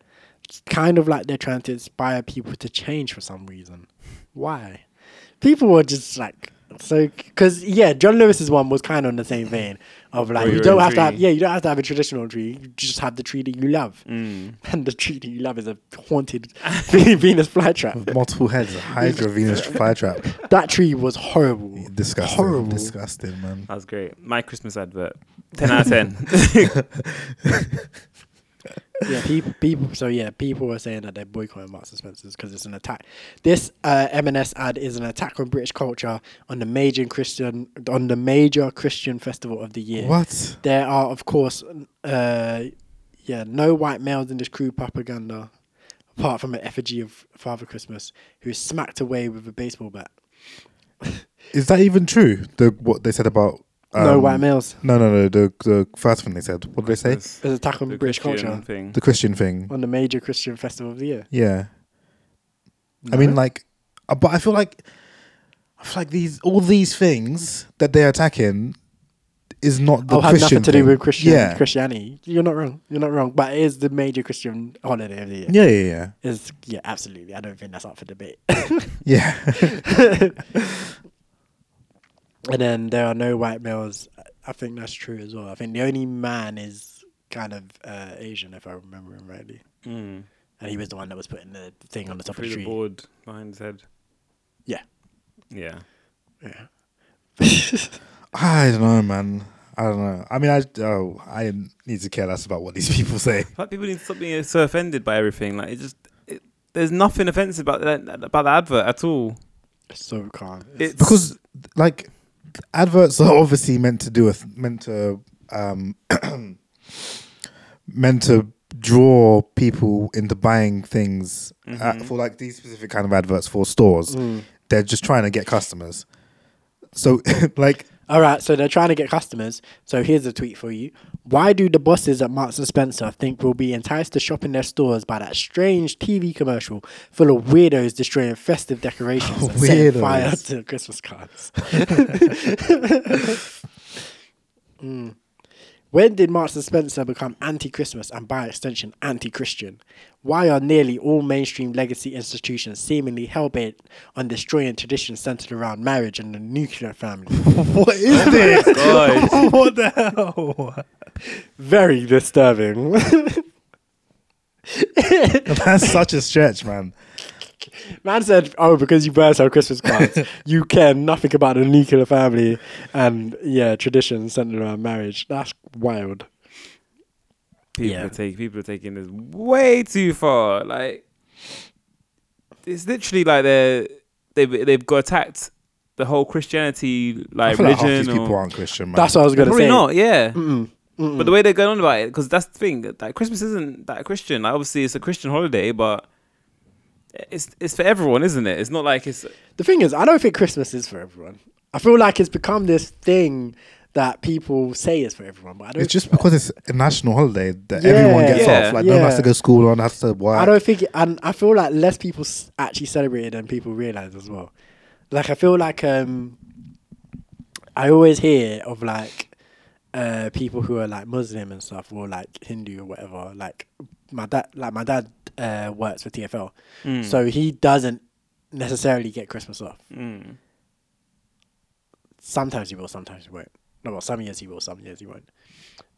Speaker 1: It's kind of like they're trying to inspire people to change for some reason. Why? People were just like so because yeah, John Lewis's one was kind of in the same vein of like
Speaker 3: Where
Speaker 1: you
Speaker 3: Oh, you're
Speaker 1: don't
Speaker 3: in
Speaker 1: have to have
Speaker 3: tree.
Speaker 1: yeah you don't have to have a traditional tree. You just have the tree that you love,
Speaker 3: Mm.
Speaker 1: and the tree that you love is a haunted (laughs) Venus flytrap.
Speaker 4: (laughs) Multiple heads, Hydra, (laughs) Venus, Flytrap.
Speaker 1: That tree was horrible.
Speaker 4: Disgusting.
Speaker 1: Horrible.
Speaker 4: Disgusting, man.
Speaker 3: That was great. My Christmas advert. 10 out of
Speaker 4: (laughs)
Speaker 3: 10.
Speaker 1: Yeah, people, people. So yeah, people are saying that they're boycotting Marks and Spencers because it's an attack. This uh, M&S ad is an attack on British culture on the major Christian on the major Christian festival of the year.
Speaker 4: What?
Speaker 1: There are of course, uh, yeah, no white males in this crude propaganda, apart from an effigy of Father Christmas who is smacked away with a baseball bat.
Speaker 4: Is that even true? The what they said about
Speaker 1: no
Speaker 4: um,
Speaker 1: white males.
Speaker 4: No, no, no. The the first thing they said. What did they say?
Speaker 1: It's an attack on
Speaker 3: (laughs) The
Speaker 1: British
Speaker 3: Christian
Speaker 1: culture
Speaker 3: Thing.
Speaker 4: The Christian thing.
Speaker 1: on the major Christian festival of the year.
Speaker 4: Yeah. I mean, like, uh, but I feel like, I feel like these all these things that they're attacking is not the
Speaker 1: oh, had
Speaker 4: Christian
Speaker 1: nothing to do
Speaker 4: thing.
Speaker 1: with Christian
Speaker 4: Yeah.
Speaker 1: Christianity. You're not wrong. You're not wrong. But it is the major Christian holiday of the year.
Speaker 4: yeah, yeah, yeah,
Speaker 1: Is yeah, absolutely. I don't think that's up for debate. (laughs)
Speaker 4: yeah. (laughs)
Speaker 1: and then there are no white males. I think that's true as well. I think the only man is kind of uh, Asian, if I remember him rightly.
Speaker 3: Mm.
Speaker 1: And he was the one that was putting the thing on the top
Speaker 3: Through
Speaker 1: of the
Speaker 3: the
Speaker 1: tree.
Speaker 3: board behind his head.
Speaker 1: Yeah.
Speaker 3: Yeah.
Speaker 1: Yeah.
Speaker 4: I don't know, man. I don't know. I mean, I oh, I need to care less about what these (laughs) people say.
Speaker 3: Like people need to being so offended by everything. Like it just, it, there's nothing offensive about that about the advert at all.
Speaker 1: (laughs) So calm.
Speaker 3: It's
Speaker 4: because like adverts are (laughs) obviously meant to do with meant to um (clears throat) meant to draw people into buying things uh,
Speaker 3: Mm-hmm.
Speaker 4: for like these specific kind of adverts for stores
Speaker 3: Mm.
Speaker 4: they're just trying to get customers so (laughs) like
Speaker 1: All right, so they're trying to get customers. So here's a tweet for you. Why do the bosses at Marks and Spencer think we'll be enticed to shop in their stores by that strange TV commercial full of weirdos destroying festive decorations and setting
Speaker 4: Weirdos.
Speaker 1: fire to Christmas cards? Mm. When did Marks and Spencer become anti-Christmas and, by extension, anti-Christian? Why are nearly all mainstream legacy institutions seemingly hell-bent on destroying traditions centered around marriage and the nuclear family?
Speaker 4: what is this
Speaker 3: Oh God.
Speaker 4: what the hell
Speaker 1: Very disturbing.
Speaker 4: (laughs) That's such a stretch, man.
Speaker 1: (laughs) Man said, "Oh, because you burnt our Christmas cards, you care nothing about the nuclear family and yeah, traditions centered around marriage. That's wild."
Speaker 3: People
Speaker 1: Yeah.
Speaker 3: are taking people are taking this way too far. Like it's literally like they're they've they've got attacked the whole Christianity
Speaker 4: I
Speaker 3: like
Speaker 4: feel like half these
Speaker 3: religion.
Speaker 4: people
Speaker 3: or,
Speaker 4: aren't Christian, man.
Speaker 1: That's what I was gonna
Speaker 3: probably
Speaker 1: say.
Speaker 3: not, yeah.
Speaker 1: Mm-mm. Mm-mm.
Speaker 3: But the way they're going on about it, because that's the thing. That like, Christmas isn't that Christian. Like, obviously, it's a Christian holiday, but it's it's for everyone, isn't it? It's not like it's
Speaker 1: The thing is, I don't think Christmas is for everyone. I feel like it's become this thing that people say is for everyone, but I don't.
Speaker 4: it's just because it's a national holiday that
Speaker 1: Yeah.
Speaker 4: everyone gets
Speaker 3: Yeah.
Speaker 4: off. Like no one has
Speaker 1: Yeah.
Speaker 4: to go to school, no one has to work.
Speaker 1: I don't think, and I feel like less people s- actually celebrate it than people realize as well. Like I feel like um, I always hear of like uh people who are like Muslim and stuff, or like Hindu or whatever. Like my dad, like my dad uh, works for TFL, so he doesn't necessarily get Christmas off.
Speaker 3: mm,
Speaker 1: sometimes you will, sometimes you won't. No, well, some years you will, some years you won't.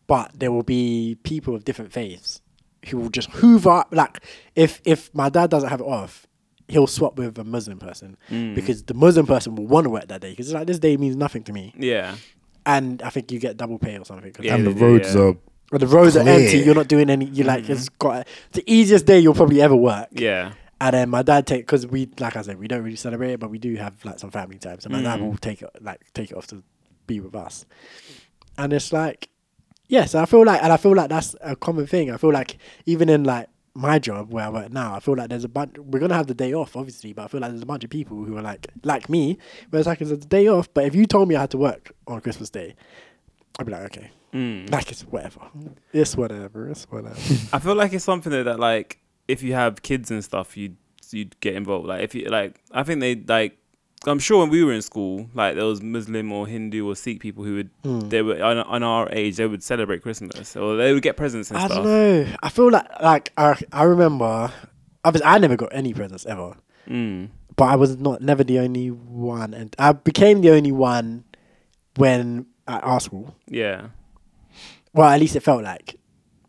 Speaker 1: But there will be people of different faiths who will just hoover up. Like, if if my dad doesn't have it off, he'll swap with a Muslim person
Speaker 3: Mm.
Speaker 1: because the Muslim person will want to work that day because like this day means nothing to me,
Speaker 3: yeah.
Speaker 1: and I think you get double pay or something. 'cause
Speaker 3: Yeah,
Speaker 4: and the
Speaker 3: they do,
Speaker 4: roads
Speaker 3: yeah.
Speaker 4: are
Speaker 1: Or the roads are empty.
Speaker 4: Clear.
Speaker 1: You're not doing any. You like it's got the easiest day you'll probably ever work.
Speaker 3: Yeah.
Speaker 1: And then my dad take because we like I said we don't really celebrate it, but we do have like some family time. So my dad will take it like take it off to be with us, and it's like yes, I feel like and I feel like that's a common thing. I feel like even in like my job where I work now, I feel like there's a bunch. We're gonna have the day off, obviously, but I feel like there's a bunch of people who are like like me, where it's like it's a day off. But if you told me I had to work on Christmas Day, I'd be like okay,
Speaker 3: Mm.
Speaker 1: like it's whatever, it's whatever, it's whatever.
Speaker 3: I feel like it's something that, that like if you have kids and stuff, you you'd get involved. Like if you like, I think they like. I'm sure when we were in school, like there was Muslim or Hindu or Sikh people who would
Speaker 1: Hmm.
Speaker 3: they were on, on our age they would celebrate Christmas or they would get presents and
Speaker 1: I
Speaker 3: stuff.
Speaker 1: don't know. I feel like like I I remember. Obviously, I never got any presents ever,
Speaker 3: Mm.
Speaker 1: but I was not never the only one, and I became the only one when at art school.
Speaker 3: Yeah.
Speaker 1: Well, at least it felt like.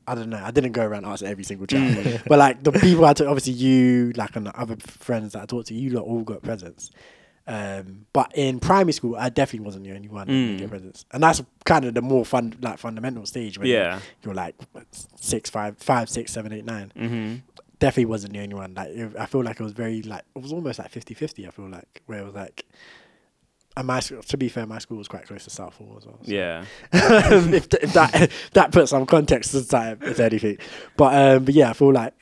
Speaker 1: I don't know. I didn't go around asking every single
Speaker 3: (laughs)
Speaker 1: child, but like the people I took, obviously you, like, and the other friends that I talked to, you lot all got presents. Um, but in primary school, I definitely wasn't the only one to
Speaker 3: Mm.
Speaker 1: get presents, and that's kind of the more fun, like, fundamental stage when
Speaker 3: Yeah.
Speaker 1: you're like six, five, five, six, seven, eight, nine
Speaker 3: Mm-hmm.
Speaker 1: definitely wasn't the only one. Like it, I feel like it was very like it was almost like 50-50, I feel like where it was like. And my school, to be fair, my school was quite close to Southall as well. so-
Speaker 3: Yeah.
Speaker 1: (laughs) if, th- if that that puts some context to time, if anything. But um, but yeah, I feel like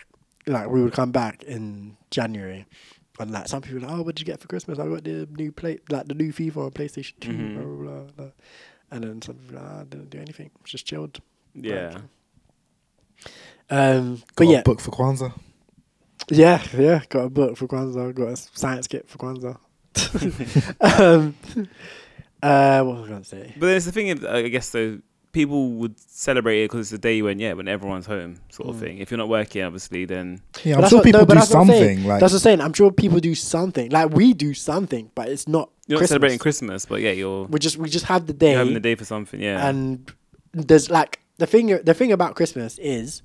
Speaker 1: like we would come back in January, and like some people, are like, oh, what did you get for Christmas? I got the new play, like the new FIFA on PlayStation 2
Speaker 3: Mm-hmm.
Speaker 1: blah, blah blah blah. And then some people, are like, "Ah, I didn't do anything, just chilled.
Speaker 3: Yeah.
Speaker 1: Um, but
Speaker 4: got
Speaker 1: yeah,
Speaker 4: a book for Kwanzaa.
Speaker 1: Yeah, yeah. Got a book for Kwanzaa. Got a s- science kit for Kwanzaa. (laughs) um, uh, what was I going to say?
Speaker 3: But there's the thing, of- I guess, though, people would celebrate it because it's a day when, yeah, when everyone's home, sort
Speaker 1: Mm.
Speaker 3: of thing. If you're not working, obviously, then.
Speaker 1: But
Speaker 4: Yeah, I'm
Speaker 1: that's
Speaker 4: sure
Speaker 1: what-
Speaker 4: people
Speaker 1: no, but
Speaker 4: do
Speaker 1: that's what I'm saying.
Speaker 4: something. Like
Speaker 1: That's what I'm saying. I'm sure people do something. Like we do something, but it's not.
Speaker 3: You're
Speaker 1: Christmas.
Speaker 3: not celebrating Christmas, but yeah, you're,
Speaker 1: We just we just have the day,
Speaker 3: you're having the day for something, yeah.
Speaker 1: and there's like the thing. The thing about Christmas is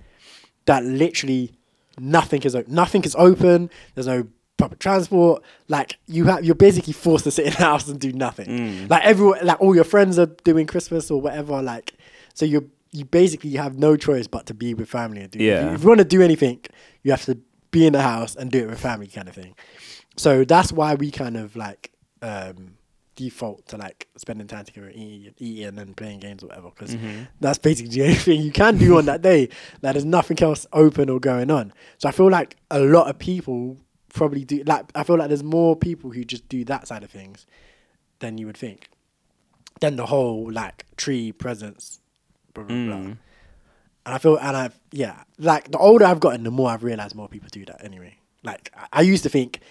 Speaker 1: that literally nothing is o- nothing is open. There's no public transport. Like you have, you're basically forced to sit in the house and do nothing.
Speaker 3: Mm.
Speaker 1: Like everyone, like all your friends are doing Christmas or whatever. Like so you're you basically have no choice but to be with family and do. if you- If
Speaker 3: Yeah.
Speaker 1: you, want to do anything, you have to be in the house and do it with family, kind of thing. So that's why we kind of like um default to like spending time together, eating, eating and playing games or whatever, because that's basically the (laughs) only thing you can do on that day. Like there's nothing else open or going on. So I feel like a lot of people probably do like I feel like there's more people who just do that side of things than you would think. Than the whole like tree presence, blah blah blah. And I feel and I've yeah, like the older I've gotten, the more I've realized more people do that anyway. Like I- I used to think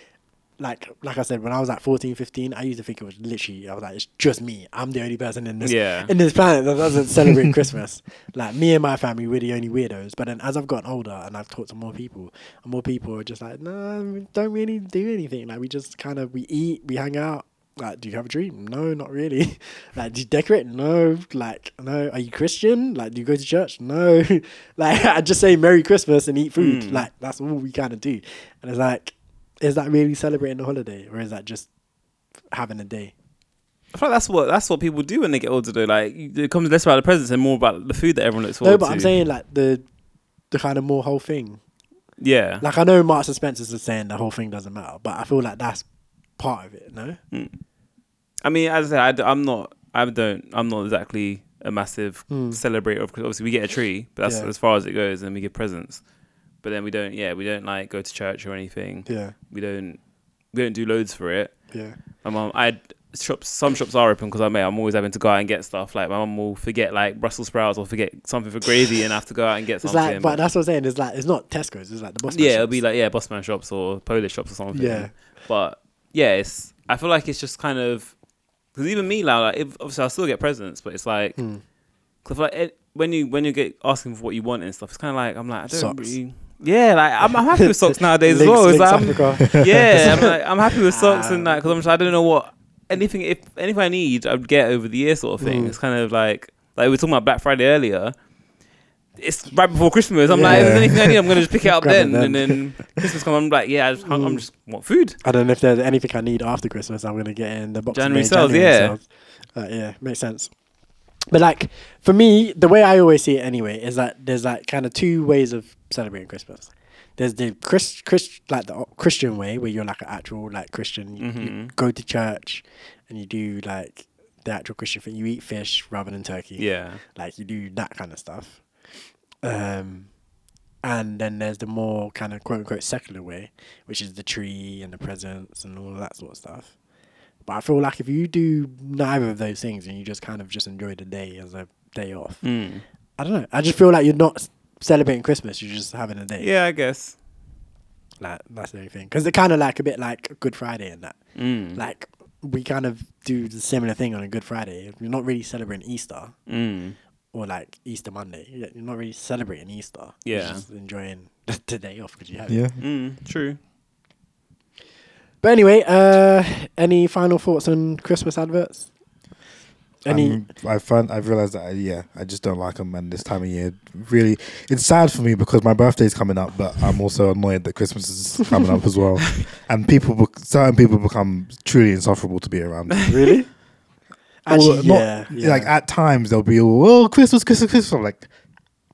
Speaker 1: like like I said, when I was like 14, 15, I used to think it was literally I was like, it's just me. I'm the only person in this
Speaker 3: Yeah.
Speaker 1: (laughs) in this planet that doesn't celebrate Christmas. Like me and my family, we're the only weirdos. But then as I've gotten older and I've talked to more people, and more people are just like, no, we don't really do anything. Like we just kind of we eat, we hang out, Like, do you have a dream? No, not really. (laughs) Like, do you decorate? No. Like, no. Are you Christian? Like, do you go to church? (laughs) No. like, I just say Merry Christmas and eat food. Like, that's all we kind of do. And it's like, is that really celebrating the holiday, or is that just having a day?
Speaker 3: I feel like that's what that's what people do when they get older. Though, like it comes less about the presents and more about the food that everyone looks forward
Speaker 1: No, but
Speaker 3: to.
Speaker 1: I'm saying like the the kind of more whole thing.
Speaker 3: yeah,
Speaker 1: Like I know Marks and Spencers is saying the whole thing doesn't matter, but I feel like that's part of it. No,
Speaker 3: I mean, as I said, I d- I'm not, I don't, I'm not exactly a massive
Speaker 1: Hmm.
Speaker 3: celebrator of. Cause obviously, we get a tree, but that's
Speaker 1: Yeah.
Speaker 3: as far as it goes, and we give presents. But then we don't, yeah, we don't like go to church or anything.
Speaker 1: yeah,
Speaker 3: We don't, we don't do loads for it.
Speaker 1: yeah,
Speaker 3: My mum, I shops. Some shops are open because I'm, I'm always having to go out and get stuff. Like my mum will forget like Brussels sprouts or forget something for gravy, and I have to go out and get
Speaker 1: It's
Speaker 3: something.
Speaker 1: like, but that's what I'm saying. It's like it's not Tesco's. It's like the Boston.
Speaker 3: yeah, it'll
Speaker 1: shops.
Speaker 3: be like yeah, busman shops or Polish shops or something.
Speaker 1: Yeah.
Speaker 3: but yeah, it's. I feel like it's just kind of because even me now, like if, obviously I still get presents, but it's like
Speaker 1: Hmm.
Speaker 3: cause I feel like it, when you when you get asking for what you want and stuff, it's kind of like I'm like I don't
Speaker 1: Socks.
Speaker 3: really. Yeah, like I'm, I'm happy
Speaker 1: (laughs)
Speaker 3: with socks nowadays as
Speaker 1: Links-
Speaker 3: well. It's
Speaker 1: Links
Speaker 3: like, I'm-
Speaker 1: Africa.
Speaker 3: (laughs) yeah, I'm like I'm happy with socks and that because I'm just, I don't know what anything if anything I need I'd get over the year sort of thing. It's kind of like like we were talking about Black Friday earlier. It's right before Christmas. I'm like, if there's
Speaker 1: Yeah.
Speaker 3: anything I need, I'm gonna just pick it up
Speaker 1: Grab it
Speaker 3: then.
Speaker 1: then.
Speaker 3: And then Christmas comes, I'm like, yeah, I just, hung- I'm just want food.
Speaker 1: I don't know if there's anything I need after Christmas. I'm gonna get in the box.
Speaker 3: January sales, yeah.
Speaker 1: Uh, yeah, makes sense. But like for me, the way I always see it anyway is that there's like kind of two ways of celebrating Christmas. There's the Chris, Chris, like the Christian way where you're like an actual like Christian. You, you
Speaker 3: Mm-hmm.
Speaker 1: go to church, and you do like the actual Christian thing. You eat fish rather than turkey.
Speaker 3: Yeah,
Speaker 1: like you do that kind of stuff. Um, and then there's the more kind of quote unquote secular way, which is the tree and the presents and all of that sort of stuff. But I feel like if you do neither of those things and you just kind of just enjoy the day as a day off,
Speaker 3: Mm.
Speaker 1: I don't know. I just feel like you're not s- celebrating Christmas. You're just having a day.
Speaker 3: yeah, I guess.
Speaker 1: Like that's the only thing. Because they're kind of like a bit like Good Friday and that.
Speaker 3: Mm.
Speaker 1: Like we kind of do the similar thing on a Good Friday. You're not really celebrating Easter
Speaker 3: Mm.
Speaker 1: or like Easter Monday. You're you're not really celebrating Easter.
Speaker 3: Yeah.
Speaker 1: You're just enjoying (laughs) the day off because you have it.
Speaker 4: Yeah.
Speaker 3: Mm, true.
Speaker 1: But anyway, uh, any final thoughts on Christmas adverts? Any?
Speaker 4: I'm- I find I've realized that I, yeah, I just don't like them, and this time of year really, it's sad for me because my birthday's coming up, but I'm also annoyed that Christmas is coming up as (laughs) well, and people, bec- certain people become truly insufferable to be around.
Speaker 1: really? (laughs) Actually,
Speaker 4: Or
Speaker 1: yeah,
Speaker 4: not-
Speaker 1: yeah.
Speaker 4: Like at times they'll be all, oh Christmas, Christmas, Christmas. I'm like,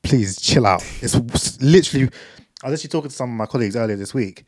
Speaker 4: please chill out. It's s- literally. I was actually talking to some of my colleagues earlier this week,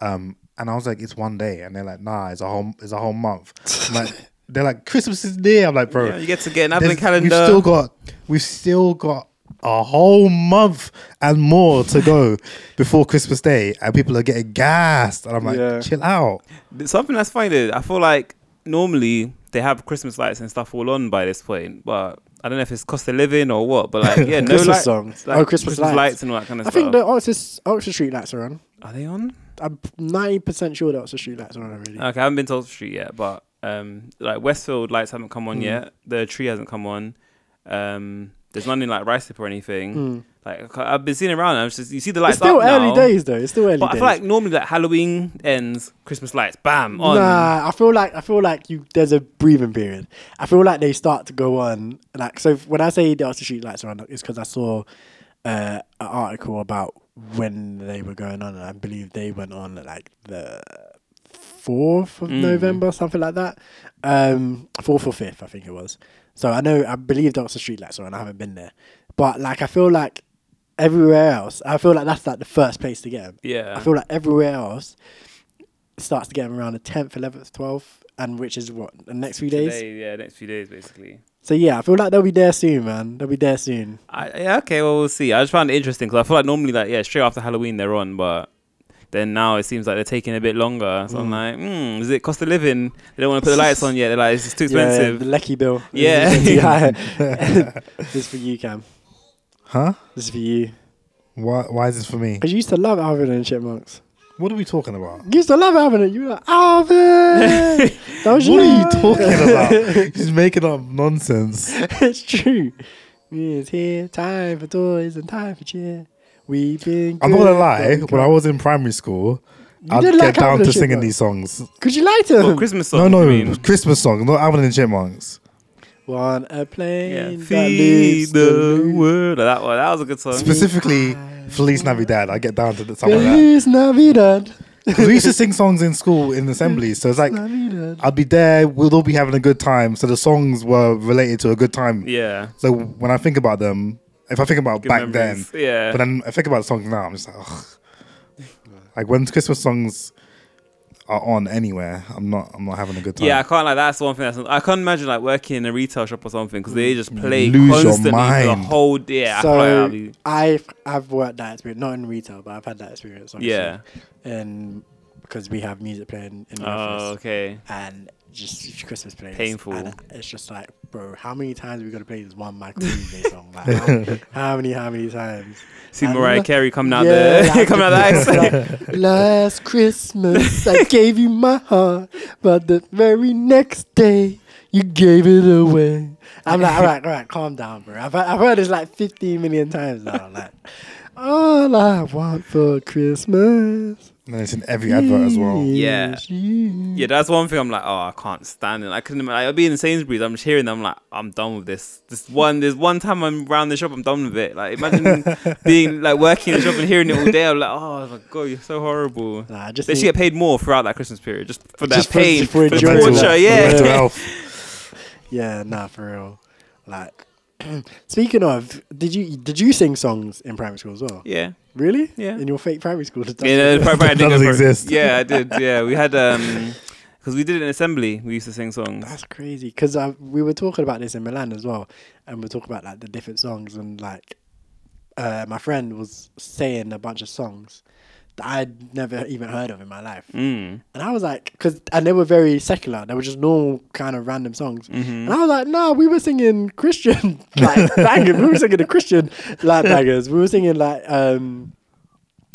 Speaker 4: um, and I was like, it's one day, and they're like, nah, it's a whole, it's a whole month. I'm like,
Speaker 3: (laughs)
Speaker 4: they're like, Christmas is near. I'm like, bro,
Speaker 3: Yeah, you get to get an advent
Speaker 4: there's-
Speaker 3: calendar.
Speaker 4: We've still got we've still got a whole month and more to
Speaker 3: (laughs)
Speaker 4: go before Christmas Day, and people are getting gassed, and I'm like,
Speaker 1: Yeah.
Speaker 4: chill out.
Speaker 3: Something that's funny is I feel like normally they have Christmas lights and stuff all on by this point, but I don't know if it's cost of living or what. But like,
Speaker 1: (laughs)
Speaker 3: yeah, no
Speaker 1: Christmas
Speaker 3: lights,
Speaker 1: songs.
Speaker 3: like
Speaker 1: Oh, Christmas lights.
Speaker 3: and all that kind of
Speaker 1: I
Speaker 3: stuff.
Speaker 1: think the Oxford, Oxford Street lights are on.
Speaker 3: Are they on?
Speaker 1: I'm ninety percent sure the Oxford Street lights are on already.
Speaker 3: Okay, I haven't been to Oxford Street yet, but um, like Westfield lights haven't come
Speaker 1: Hmm.
Speaker 3: on yet. The tree hasn't come on. Um, there's none in like Rice or anything. Like I've been seeing around. I was just you see the lights
Speaker 1: Hmm. it's still
Speaker 3: up
Speaker 1: early
Speaker 3: now,
Speaker 1: days though. It's still early
Speaker 3: But I
Speaker 1: days.
Speaker 3: feel like normally like Halloween ends, Christmas lights, bam, on.
Speaker 1: Nah, I feel like I feel like you. There's a breathing period. I feel like they start to go on. Like so, when I say the Oxford Street lights are on, it's because I saw uh, an article about when they were going on, and I believe they went on like the fourth of November, something like that. Um, fourth or fifth, I think it was. So I know I believe the Oxford Street lights are on. I haven't been there, but like I feel like everywhere else, I feel like that's like the first place to get 'em.
Speaker 3: Yeah.
Speaker 1: I feel like everywhere else starts to get 'em around the 10th, 11th, 12th, and which is what the next few days.
Speaker 3: Today, yeah, next few days basically.
Speaker 1: So yeah, I feel like they'll be there soon, man. They'll be there soon.
Speaker 3: I, yeah, okay, well we'll see. I just found it interesting because I feel like normally like yeah, straight after Halloween they're on, but then now it seems like they're taking a bit longer. So I'm like, mm, is it cost of living? They don't want to put the lights on yet. They're like, it's just too
Speaker 1: Yeah, yeah,
Speaker 3: expensive.
Speaker 1: the Lecky
Speaker 4: (laughs)
Speaker 1: bill.
Speaker 3: Yeah.
Speaker 1: (laughs) this is for you, Cam.
Speaker 4: Huh?
Speaker 1: This is for you.
Speaker 4: Why? Why is this for me?
Speaker 1: Because you used to love Alvin and the Chipmunks.
Speaker 4: What are we talking about?
Speaker 1: You used to love Alvin. and You were like, Alvin!
Speaker 4: (laughs)
Speaker 1: that was
Speaker 4: What
Speaker 1: you.
Speaker 4: are
Speaker 1: (laughs)
Speaker 4: you talking about? He's making up nonsense.
Speaker 1: it's true. It's here, time for toys and time for cheer. We've been
Speaker 4: I'm not gonna
Speaker 1: good,
Speaker 4: lie.
Speaker 1: but we
Speaker 4: When I was in primary school, I'd
Speaker 1: did
Speaker 4: get
Speaker 1: like
Speaker 4: down
Speaker 1: Alvin
Speaker 4: to
Speaker 1: and
Speaker 4: singing
Speaker 1: Chipmunks.
Speaker 4: these songs.
Speaker 1: Could you lie to
Speaker 3: Well,
Speaker 1: him?
Speaker 3: Christmas song.
Speaker 4: no, no,
Speaker 3: I mean,
Speaker 4: Christmas songs, not Alvin and Chipmunks.
Speaker 1: Want a
Speaker 3: yeah.
Speaker 1: plane that
Speaker 3: Feed
Speaker 1: leaves the
Speaker 3: the
Speaker 1: moon.
Speaker 3: world. That one. That was a good song.
Speaker 4: Specifically, Feliz Navidad. I get down to some of that.
Speaker 1: Feliz Navidad.
Speaker 4: 'Cause we used to sing songs in
Speaker 1: (laughs)
Speaker 4: school in assembly, so it's like
Speaker 1: Navidad.
Speaker 4: I'd be there. We'd all be having a good time. So the songs were related to a good time.
Speaker 3: Yeah.
Speaker 4: So when I think about them, if I think about
Speaker 3: Good
Speaker 4: back
Speaker 3: memories.
Speaker 4: then,
Speaker 3: Yeah.
Speaker 4: but then I think about songs now, I'm just like, ugh. like when Christmas songs are on anywhere, I'm not, I'm not having a good time.
Speaker 3: Yeah, I can't like that's one thing. That's, I can't imagine like working in a retail shop or something because they just play
Speaker 4: Lose your
Speaker 3: constantly for the
Speaker 4: mind.
Speaker 3: whole day. Yeah, I feel like that'd
Speaker 1: so
Speaker 3: be-
Speaker 1: I've I've worked that experience, not in retail, but I've had that experience. Obviously.
Speaker 3: Yeah.
Speaker 1: And because we have music playing in the office.
Speaker 3: oh, okay.
Speaker 1: and just Christmas playlist.
Speaker 3: Painful.
Speaker 1: And it's just like, bro, how many times are we gonna play this one Michael Bublé song? Like, how, how (laughs) many, how many times?
Speaker 3: See
Speaker 1: And
Speaker 3: Mariah
Speaker 1: look-
Speaker 3: Carey coming out
Speaker 1: Yeah,
Speaker 3: the
Speaker 1: like-
Speaker 3: (laughs) coming out the ice.
Speaker 1: (laughs) like, Last Christmas,
Speaker 3: (laughs)
Speaker 1: I gave you my heart, but the very next day, you gave it away. I'm like, all right, all right, calm down, bro. I've, I've heard this like 15 million times now. Like, all I want for Christmas.
Speaker 4: And then it's in every advert as well.
Speaker 3: Yeah.
Speaker 1: is you.
Speaker 3: yeah, that's one thing. I'm like, oh, I can't stand it. I couldn't. Like, I'll be in Sainsbury's. I'm just hearing them. I'm like, I'm done with this. This one. There's one time I'm round the shop. I'm done with it. Like,
Speaker 1: (laughs)
Speaker 3: imagine being like working in the shop and hearing it all day. I'm like, oh my god, you're so horrible.
Speaker 1: Nah, I just
Speaker 3: They should
Speaker 1: need-
Speaker 3: get paid more throughout that Christmas period, just for that
Speaker 1: Just for-
Speaker 3: pain,
Speaker 1: for
Speaker 3: for the
Speaker 1: enjoying
Speaker 3: torture.
Speaker 1: that. For
Speaker 3: Yeah,
Speaker 4: Mental health.
Speaker 1: Yeah, nah, for real. Like, (clears throat) speaking of, did you did you sing songs in primary school as well?
Speaker 3: (laughs) yeah.
Speaker 1: Really?
Speaker 3: Yeah.
Speaker 1: In your fake primary school? (laughs)
Speaker 3: Yeah, no, probably, probably I did
Speaker 4: That
Speaker 3: go
Speaker 4: doesn't
Speaker 3: for it.
Speaker 4: exist.
Speaker 3: Yeah, I did. Yeah, we had um, because we did it in assembly. We used to sing songs.
Speaker 1: That's crazy. Because uh, we were talking about this in Milan as well, and we are talking about like the different songs and like, uh, my friend was saying a bunch of songs that I'd never even heard of in my life.
Speaker 3: Mm.
Speaker 1: And I was like, because and they were very secular. They were just normal kind of random songs.
Speaker 3: Mm-hmm.
Speaker 1: And I was like, nah, we were singing Christian (laughs) like bangers. We were singing the Christian
Speaker 3: (laughs)
Speaker 1: like bangers. We were singing like um,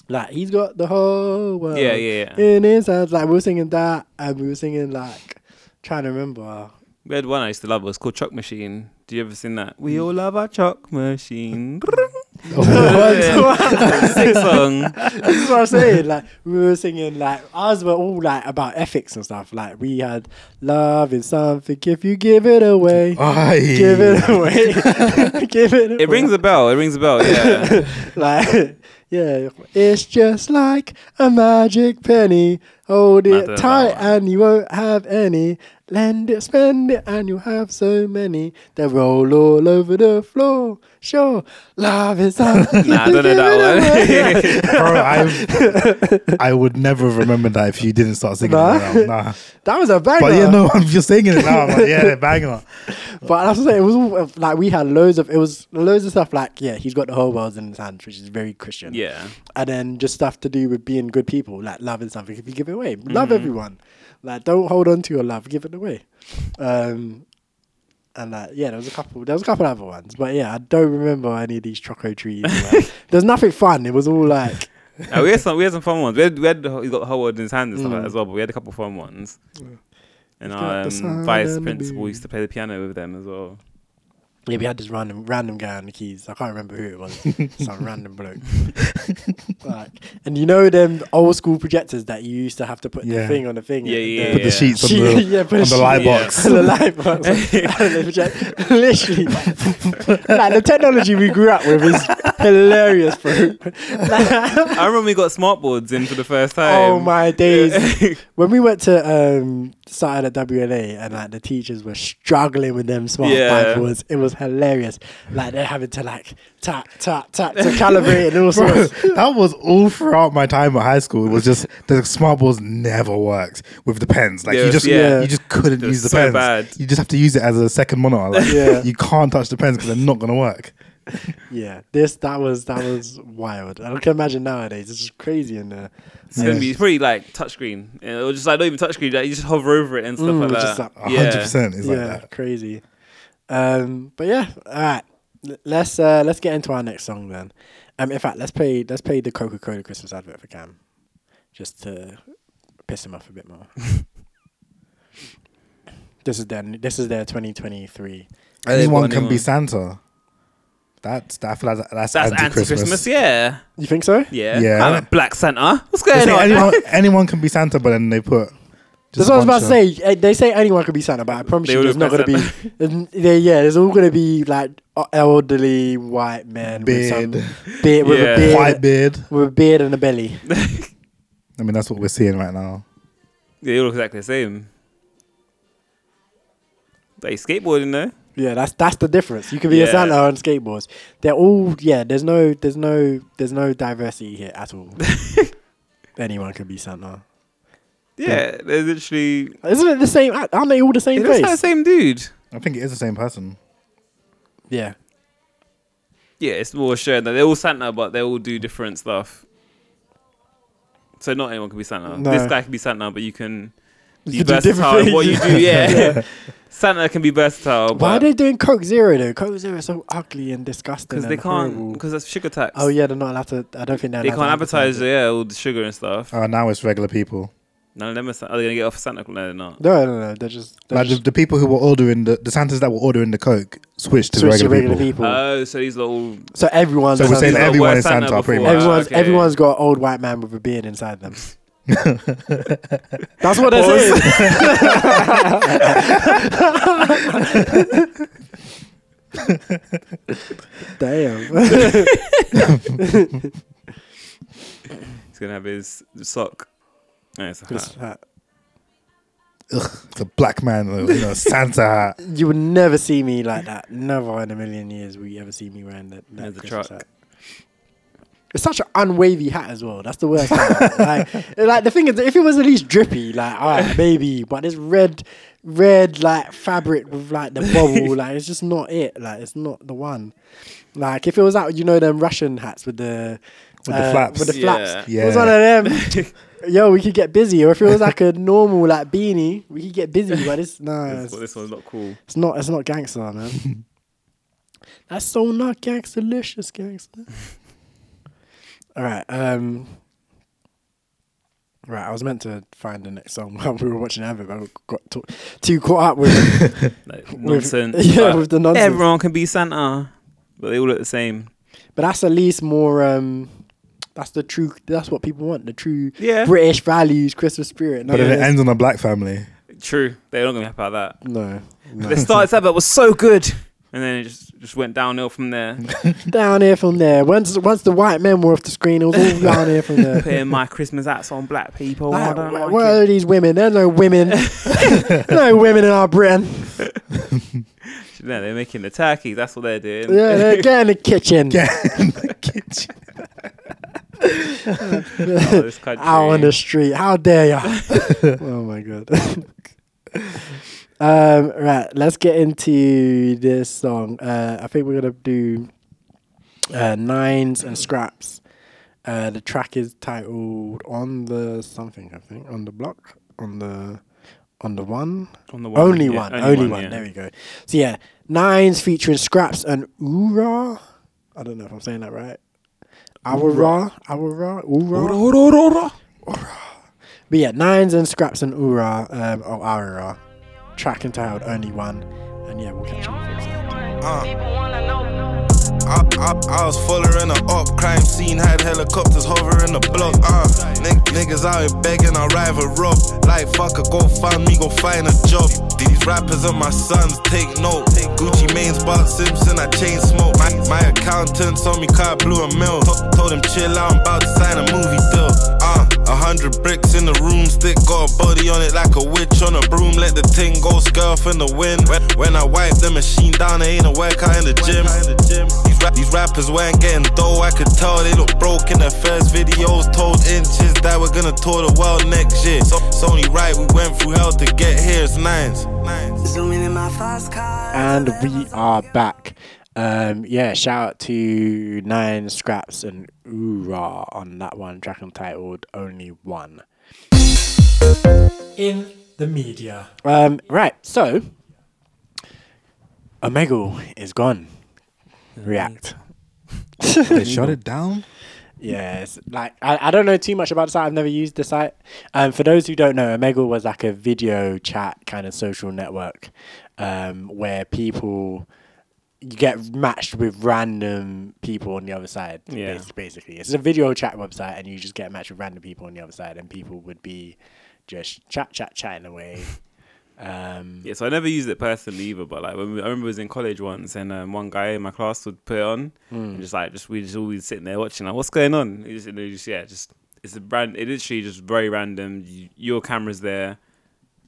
Speaker 1: like he's got the whole world.
Speaker 3: Yeah, yeah, yeah.
Speaker 1: In his hands, like we were singing that, and we were singing like trying to remember.
Speaker 3: We had one I used to love. It was called Chalk Machine. Do you ever sing that? We
Speaker 1: Mm.
Speaker 3: all love our chalk
Speaker 1: (laughs)
Speaker 3: machine. (laughs) Sick song.
Speaker 1: This is what I'm saying. Like we were singing like ours were all like about ethics and stuff. Like we had love is something if you give it
Speaker 3: (laughs)
Speaker 1: away.
Speaker 4: Aye.
Speaker 1: Give it away. (laughs) give it. away.
Speaker 3: Oh, It rings a bell. It rings a
Speaker 1: (laughs)
Speaker 3: bell. Yeah.
Speaker 1: like yeah. It's just like a magic penny. Hold
Speaker 3: I don't know
Speaker 1: it tight
Speaker 3: that one.
Speaker 1: and you won't have any. Lend it, spend it, and you'll have so many. They roll all over the floor. Sure, love is something.
Speaker 3: Nah, I
Speaker 1: if you
Speaker 3: don't know
Speaker 1: give (laughs)
Speaker 3: (laughs)
Speaker 1: it
Speaker 3: that
Speaker 1: away.
Speaker 3: one.
Speaker 4: Bro, I, I would never have remembered that if you didn't start singing
Speaker 1: Nah.
Speaker 4: it. Now. Nah.
Speaker 1: that was a banger.
Speaker 4: But yeah, no, (laughs) I'm just singing it now. I'm like, yeah, bang on.
Speaker 1: But that's what I'm saying. It was all, uh, like we had loads of it was loads of stuff like yeah, he's got the whole world in his hands, which is very Christian.
Speaker 3: (laughs) yeah.
Speaker 1: and then just stuff to do with being good people, like loving something. If you give it away, love everyone. Like don't hold on to your love, give it away. Um, and like yeah, there was a couple. There was a couple other ones, but yeah, I don't remember any of these choco trees. Like, There's nothing fun. It was all like
Speaker 3: Uh, we had some. We had some fun ones. We had. We had the, whole- he's got the whole world in his hand and stuff like that as well. But we had a couple fun ones. And
Speaker 1: Mm. He's
Speaker 3: our
Speaker 1: got the
Speaker 3: um, vice
Speaker 1: sun and the
Speaker 3: principal
Speaker 1: moon.
Speaker 3: used to play the piano with them as well.
Speaker 1: yeah, we had this random random guy on the keys. I can't remember who it was. Some random bloke. like, and you know them old school projectors that you used to have to put
Speaker 4: Yeah.
Speaker 1: the thing on the thing.
Speaker 3: Yeah,
Speaker 1: and
Speaker 3: yeah,
Speaker 1: then-
Speaker 4: Put the sheets on
Speaker 1: She-
Speaker 4: the,
Speaker 1: yeah, put
Speaker 4: on
Speaker 1: a
Speaker 4: the
Speaker 1: sheet-
Speaker 4: light
Speaker 3: yeah.
Speaker 1: (laughs)
Speaker 4: box.
Speaker 1: the light
Speaker 3: (laughs)
Speaker 1: bulbs. And they project- Literally, like the technology we grew up with is hilarious, bro. Like,
Speaker 3: I remember we got smart boards in for the first time.
Speaker 1: oh my days!
Speaker 3: (laughs)
Speaker 1: When we went to um, started at WLA and like the teachers were struggling with them smart
Speaker 3: Yeah.
Speaker 1: whiteboards, it was hilarious. Like they're having to like tap tap tap to calibrate
Speaker 3: (laughs)
Speaker 1: and all
Speaker 4: Bro,
Speaker 1: sorts.
Speaker 4: (laughs) that was all throughout my time at high school. It was just the smart balls never worked with the pens. Like
Speaker 3: They
Speaker 4: you
Speaker 3: were-
Speaker 4: just
Speaker 3: yeah.
Speaker 4: you just couldn't
Speaker 3: They were
Speaker 4: use the
Speaker 3: so
Speaker 4: pens.
Speaker 3: bad.
Speaker 4: You just have to use it as a second monitor. Like,
Speaker 1: Yeah.
Speaker 4: (laughs) You can't touch the pens because they're not gonna work.
Speaker 1: Yeah, this that was that was wild. I can imagine nowadays. It's just crazy in there.
Speaker 3: It's gonna be it's probably like touchscreen, you know, or just like not even touchscreen. Like you just hover over it and stuff
Speaker 1: Mm,
Speaker 3: like that.
Speaker 1: just like-
Speaker 4: A hundred
Speaker 3: yeah,
Speaker 4: percent is like
Speaker 1: yeah,
Speaker 4: that.
Speaker 1: crazy. Um, but yeah, all right. L- Let's uh, let's get into our next song then. Um, in fact, let's play let's play the Coca Cola Christmas advert for Cam, just to piss him off a bit more. (laughs) this is their this is their 2023.
Speaker 4: Anyone can be Santa. That's that, I feel like that's,
Speaker 3: That's anti
Speaker 4: anti-Christmas.
Speaker 3: Christmas, yeah.
Speaker 1: You think so?
Speaker 3: Yeah.
Speaker 4: Yeah.
Speaker 3: Kinda like Black Santa. What's going
Speaker 4: It's like
Speaker 3: on?
Speaker 4: anyone, anyone can be Santa, but then they put.
Speaker 1: That's
Speaker 4: just
Speaker 1: what I
Speaker 4: a
Speaker 1: was about to
Speaker 4: bunch
Speaker 1: say. Eh, They say anyone could be Santa, but I promise
Speaker 3: They
Speaker 1: you,
Speaker 3: all
Speaker 1: there's
Speaker 3: look
Speaker 1: not going
Speaker 3: like
Speaker 1: to be. n- they- yeah, there's all going to be like uh, elderly white men with
Speaker 4: Beard.
Speaker 1: some beard, with
Speaker 3: Yeah.
Speaker 1: a
Speaker 4: of
Speaker 1: beard,
Speaker 4: White beard.
Speaker 1: with a beard and a belly.
Speaker 4: I mean, that's what we're seeing right now.
Speaker 3: They all look exactly the same. They skateboarding though.
Speaker 1: Yeah, that's that's the difference. You can be a
Speaker 3: Yeah.
Speaker 1: Santa on skateboards. They're all yeah. There's no there's no there's no diversity here at
Speaker 3: (laughs)
Speaker 1: all. anyone could be Santa.
Speaker 3: Yeah, they're literally.
Speaker 1: Isn't it the same? Aren't they all the
Speaker 3: It
Speaker 1: same
Speaker 3: looks like the
Speaker 1: face?
Speaker 3: same dude.
Speaker 4: I think it is the same person.
Speaker 1: Yeah.
Speaker 3: Yeah, it's more shared that they're all Santa, but they all do different stuff. So not anyone can be Santa.
Speaker 1: No.
Speaker 3: This guy can be Santa, but you can be
Speaker 1: You can do different
Speaker 3: versatile. in What you
Speaker 1: things. (laughs)
Speaker 3: do, yeah. Santa can be versatile.
Speaker 1: Why are
Speaker 3: Why
Speaker 1: they doing Coke Zero though? Coke Zero is so ugly and disgusting.
Speaker 3: Because they
Speaker 1: and
Speaker 3: can't.
Speaker 1: horrible.
Speaker 3: Because that's sugar tax.
Speaker 1: Oh yeah, they're not allowed to. I don't think they're.
Speaker 3: They
Speaker 1: allowed
Speaker 3: can't
Speaker 1: to
Speaker 3: advertise,
Speaker 1: it.
Speaker 3: yeah, all the sugar and stuff.
Speaker 4: Oh, now it's regular people.
Speaker 3: None of them are, Sa- are they gonna get off Santa Claus? No, they're not.
Speaker 1: No, no, no. They're just. They're
Speaker 4: Like the,
Speaker 1: just
Speaker 4: the people who were ordering the, the Santas that were ordering the Coke switched to
Speaker 1: switch
Speaker 4: regular,
Speaker 1: to regular people.
Speaker 4: people.
Speaker 3: Oh, so these little
Speaker 1: so everyone's.
Speaker 4: So we're
Speaker 1: Santa.
Speaker 4: saying
Speaker 3: These are
Speaker 4: everyone
Speaker 3: worse
Speaker 4: is
Speaker 3: Santa
Speaker 4: Santa, pretty
Speaker 3: before.
Speaker 4: much.
Speaker 1: everyone's
Speaker 3: okay.
Speaker 1: everyone's got an old white man with a beard inside them. That's what they're saying. (laughs) Damn.
Speaker 3: He's gonna have his sock. No, it's a hat.
Speaker 4: The black man in
Speaker 1: (laughs)
Speaker 4: a Santa hat.
Speaker 1: you would never see me like that. Never in a million years will you ever see me wearing that. that
Speaker 3: As a
Speaker 1: Christmas
Speaker 3: truck.
Speaker 1: hat. It's such an unwavy hat as well. That's the worst. part. like, like the thing is, if it was at least drippy, like all right, maybe. But this red, red like fabric with like the bubble, like it's just not it. Like it's not the one. Like if it was out, you know them Russian hats with the uh,
Speaker 4: With the flaps.
Speaker 1: With the flaps.
Speaker 3: Yeah.
Speaker 1: If It was one of them. (laughs) Yo, we could get busy, or if it was like a normal like beanie, we could get busy. But it's no,
Speaker 3: This-
Speaker 1: it's-
Speaker 3: this one's not cool.
Speaker 1: it's not. It's not gangster,
Speaker 3: (laughs)
Speaker 1: man. That's so not gangstalicious, gangster. All right. Um. Right, I was meant to find the next song (laughs) while we were watching Abbott, but I got to, too caught up with
Speaker 3: Like,
Speaker 1: with, (laughs)
Speaker 3: nonsense.
Speaker 1: Yeah,
Speaker 3: but
Speaker 1: with the nonsense.
Speaker 3: Everyone can be Santa, but they all look the same.
Speaker 1: But that's at least more. Um, that's the true. That's what people want. The true
Speaker 3: Yeah.
Speaker 1: British values, Christmas spirit.
Speaker 4: But
Speaker 1: no,
Speaker 4: then it ends on a black family.
Speaker 3: True. They're not gonna be happy about
Speaker 1: no,
Speaker 3: that.
Speaker 1: no.
Speaker 3: (laughs) the start of that bit was so good, and then it just just went downhill
Speaker 1: (laughs)
Speaker 3: from there.
Speaker 1: down here from there. Once once the white men were off the screen, it was all down here from
Speaker 3: (laughs)
Speaker 1: there.
Speaker 3: Putting my Christmas hats on black people. Oh, I
Speaker 1: Like,
Speaker 3: don't
Speaker 1: wh-
Speaker 3: like
Speaker 1: where
Speaker 3: it.
Speaker 1: are these women? There's no
Speaker 3: (laughs)
Speaker 1: women. no women in our Britain.
Speaker 3: No, they're making the turkeys. That's what they're doing.
Speaker 1: Yeah,
Speaker 3: (laughs)
Speaker 1: they're- get in the kitchen.
Speaker 4: Yeah, in the kitchen.
Speaker 3: Oh, this
Speaker 1: (laughs)
Speaker 3: country.
Speaker 1: Out on the street. How dare
Speaker 3: (laughs)
Speaker 1: ya? oh my god. um, right, let's get into this song. Uh, I think we're gonna do uh, nines and scraps. Uh, the track is titled "On the Something," I think, on the block, on the on the one.
Speaker 3: On the
Speaker 1: Only
Speaker 3: yeah,
Speaker 1: one, only, one.
Speaker 3: yeah.
Speaker 1: There we go. So yeah, nines featuring scraps and Oorah. I don't know if I'm saying that right. Aura, Aura, Oorah. But yeah, nines and scraps and Oorah, um, or Aura, track entitled Only One. And yeah, we'll catch you on the flip side.
Speaker 6: I, I, I was fuller in the up crime scene, had helicopters hovering the block. Uh, nig- niggas out here begging, I rival rob. Like, fuck it, go find me, go find a job. These rappers are my sons, take note. Gucci mains, Bart Simpson, I chain smoke. My, my accountant told me car blew a mill. To- told him chill out, I'm about to sign a movie deal. Uh, a hundred bricks in the room, stick got a body on it like a witch on a broom. Let the thing go, scarf in the wind. When, when I wipe the machine down, there ain't a workout in the gym. These, rap- these rappers weren't getting dough, I could tell they look broke in their first videos. Told inches that we're gonna tour the world next year. So, it's only right we went through hell to get here. It's nines. nines.
Speaker 1: And we are back. Um, yeah, shout out to Nine Scraps and Oorah on that one, track entitled Only One.
Speaker 2: In the media.
Speaker 1: Um, right, so Omegle is gone. React.
Speaker 4: They shut it down.
Speaker 1: Yes, like I, I don't know too much about the site. I've never used the site. Um, for those who don't know, Omegle was like a video chat kind of social network, um, where people you get matched with random people on the other side.
Speaker 3: Yeah.
Speaker 1: bas- basically, it's a video chat website, and you just get matched with random people on the other side, and people would be just chat, chat, chatting
Speaker 3: (laughs)
Speaker 1: away. Um,
Speaker 3: Yeah, so I never used it personally either, but like when we, I remember I was in college once, and um, one guy in my class would put it on, and just like just we just always sitting there watching, like what's going on? You just, you just- yeah, just it's a brand. It literally just very random. You, your camera's there,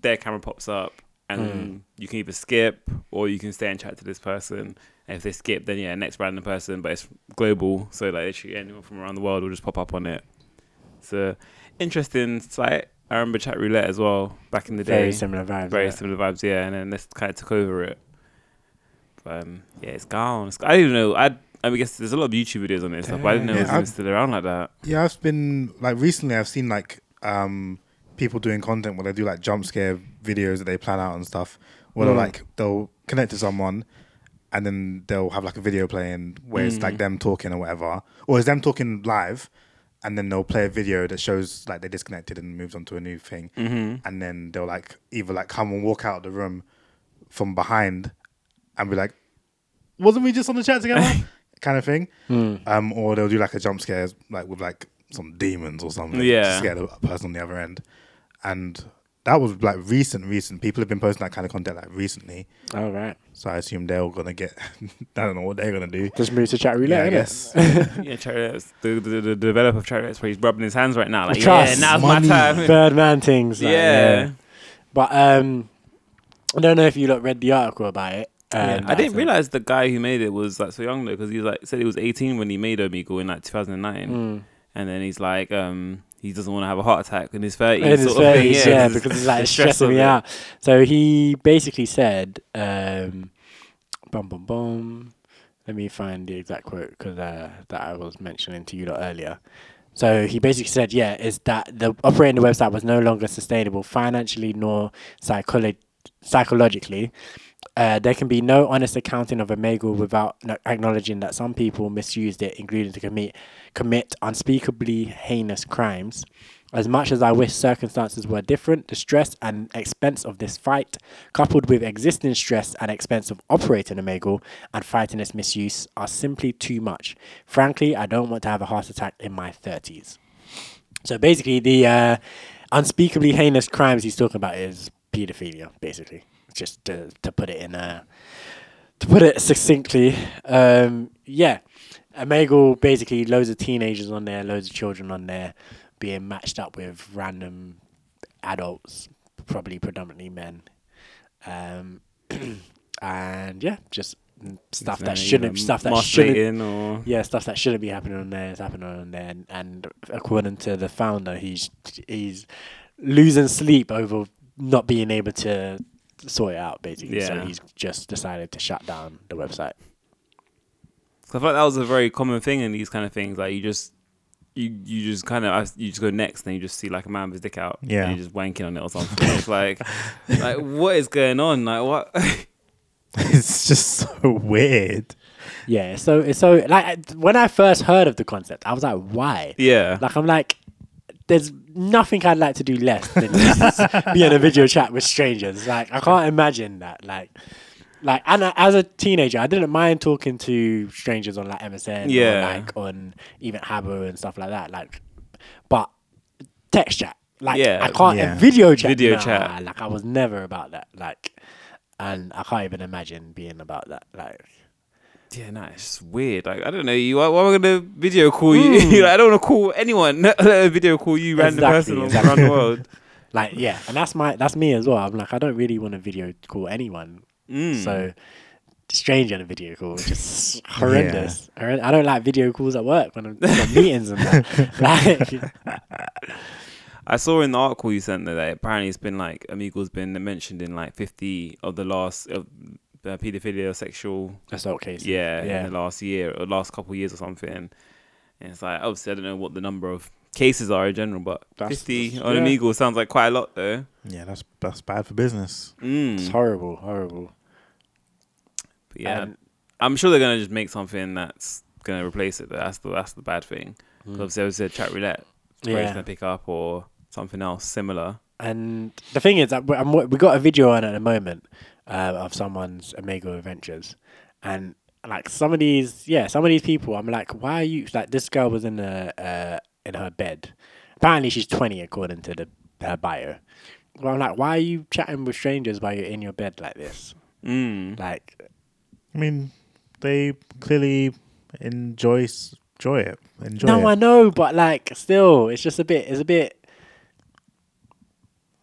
Speaker 3: their camera pops up, and you can either skip or you can stay and chat to this person. And if they skip, then yeah, next random person, but it's global, so like literally anyone from around the world will just pop up on it. It's a interesting site. I remember chat roulette as well back in the day
Speaker 1: very similar vibes.
Speaker 3: very
Speaker 1: yeah.
Speaker 3: similar vibes, yeah. And then this kind of took over it. But, um, yeah, it's gone. It's, I don't even know. I I mean, guess there's a lot of YouTube videos on it and stuff. But I didn't know
Speaker 4: Yeah,
Speaker 3: it was even
Speaker 4: I've-
Speaker 3: still around like that.
Speaker 4: Yeah, I've been like recently. I've seen like um, people doing content where they do like jump scare videos that they plan out and stuff. Where they'll, like they'll connect to someone, and then they'll have like a video playing where it's like them talking or whatever, or it's them talking live, and then they'll play a video that shows like they disconnected and moved on to a new thing, and then they'll like either like come and walk out of the room from behind, and be like, wasn't we just on the chat (laughs) together? kind of thing. Um, or they'll do like a jump scare, like with like some demons or something.
Speaker 3: Yeah.
Speaker 4: to scare the person on the other end. And that was like recent, recent. People have been posting that kind of content like recently.
Speaker 1: All right,
Speaker 4: So I assume they're all gonna get. (laughs) I don't know what they're gonna do.
Speaker 1: just move to chat roulette.
Speaker 4: I
Speaker 1: innit?
Speaker 4: guess.
Speaker 3: (laughs)
Speaker 4: (laughs)
Speaker 3: yeah, Chat Roulette's- the, the, the developer of Chat Roulette's where he's rubbing his hands right now. Like,
Speaker 1: Trust,
Speaker 3: yeah, now's
Speaker 4: money.
Speaker 3: my time.
Speaker 1: Third man things.
Speaker 3: yeah.
Speaker 1: like, But um, I don't know if you lot read the article about it. Um,
Speaker 3: Yeah. I
Speaker 1: that's
Speaker 3: didn't
Speaker 1: a-
Speaker 3: realize the guy who made it was like so young though, because he like said he was 18 when he made Omegle in like 2009,
Speaker 1: Mm.
Speaker 3: and then he's like, um, he doesn't want to have a heart attack in his 30s.
Speaker 1: in his
Speaker 3: sort of thing.
Speaker 1: 30s, yeah,
Speaker 3: it's
Speaker 1: because it's
Speaker 3: the
Speaker 1: like
Speaker 3: stress
Speaker 1: stressing
Speaker 3: of
Speaker 1: me
Speaker 3: it.
Speaker 1: out. So he basically said, um, "Bum bum bum." Let me find the exact quote because uh, that I was mentioning to you lot earlier. So he basically said, "Yeah, is that the operating the website was no longer sustainable financially nor psycholo- psychologically." Uh, there can be no honest accounting of Omegle without no- acknowledging that some people misused it, including to commit commit unspeakably heinous crimes. As much as I wish circumstances were different, the stress and expense of this fight, coupled with existing stress and expense of operating Omegle and fighting its misuse, are simply too much. Frankly, I don't want to have a heart attack in my 30s. So basically, the uh, unspeakably heinous crimes he's talking about is paedophilia, basically. Just to, to put it in a to put it succinctly, um, yeah, Omegle basically loads of teenagers on there, loads of children on there, being matched up with random adults, probably predominantly men, um, (clears throat) and yeah, just mm, stuff
Speaker 3: Then,
Speaker 1: that
Speaker 3: you
Speaker 1: shouldn't
Speaker 3: know,
Speaker 1: stuff that shouldn't
Speaker 3: masturbating or
Speaker 1: yeah, stuff that shouldn't be happening on there is happening on there, and, and according to the founder, he's he's losing sleep over not being able to sort it out, basically. So
Speaker 3: Yeah.
Speaker 1: he's just decided to shut down the website.
Speaker 3: So I feel like that was a very common thing in these kind of things. Like you just, you you just kind of you just go next, and you just see like a man with his dick out,
Speaker 4: Yeah.
Speaker 3: and you're just wanking on it or something. it's like, like what is going on? Like what? (laughs)
Speaker 4: it's just so weird.
Speaker 1: Yeah, so it's so like I- when I first heard of the concept, I was like, why?
Speaker 3: yeah,
Speaker 1: Like I'm like, there's nothing I'd like to do less than
Speaker 3: (laughs)
Speaker 1: just be in a video chat with strangers. Like I can't imagine that. Like, like and I, as a teenager, I didn't mind talking to strangers on like MSN,
Speaker 3: Yeah.
Speaker 1: or, like on even Habbo and stuff like that. Like, but text chat, like
Speaker 3: Yeah.
Speaker 1: I can't
Speaker 4: Yeah.
Speaker 1: and video chat.
Speaker 3: Video
Speaker 1: nah,
Speaker 3: chat.
Speaker 1: like I was never about that. Like, and I can't even imagine being about that. Like.
Speaker 3: yeah, nah, it's just weird. Like I don't know, you. Why, why am I gonna video call you? (laughs) like, I don't want to call anyone. (laughs) video call you, random
Speaker 1: Exactly,
Speaker 3: person
Speaker 1: exactly.
Speaker 3: around the
Speaker 1: (laughs)
Speaker 3: world.
Speaker 1: like yeah and that's my that's me as well i'm like i don't really want to video call anyone so strange on a video call is just horrendous Horren- i don't like video calls at work when i'm on meetings and that (laughs) like (laughs)
Speaker 3: I saw in the article you sent that apparently it's been like Amigos been mentioned in like 50 of the last of uh, pedophilia sexual
Speaker 1: assault cases
Speaker 3: yeah,
Speaker 1: yeah
Speaker 3: in the last year or last couple of years or something. And it's like obviously I don't know what the number of cases are in general, but
Speaker 1: That's-
Speaker 3: fifty
Speaker 1: that's-
Speaker 3: on
Speaker 1: yeah.
Speaker 3: an eagle sounds like quite a lot though.
Speaker 4: Yeah, that's that's bad for business.
Speaker 1: it's
Speaker 3: Mm.
Speaker 1: horrible horrible
Speaker 3: But yeah,
Speaker 1: Um,
Speaker 3: I'm sure they're gonna just make something that's gonna replace it. Though. That's the that's the bad thing. 'Cause Obviously, I was a chat roulette. Yeah.
Speaker 1: Mm. Yeah.
Speaker 3: gonna pick up or something else similar.
Speaker 1: And the thing is that we- I'm, we got a video on at the moment uh, of someone's Omegle adventures, and like some of these, yeah, some of these people, I'm like, why are you like? This girl was in a uh, in her bed. Apparently, she's 20 according to the her bio. Well, I'm like, why are you chatting with strangers while you're in your bed like this?
Speaker 3: Mm.
Speaker 1: Like,
Speaker 4: I mean, they clearly enjoy s- enjoy it. Enjoy
Speaker 1: no,
Speaker 4: it.
Speaker 1: I know, but like, still, it's just a bit. It's a bit.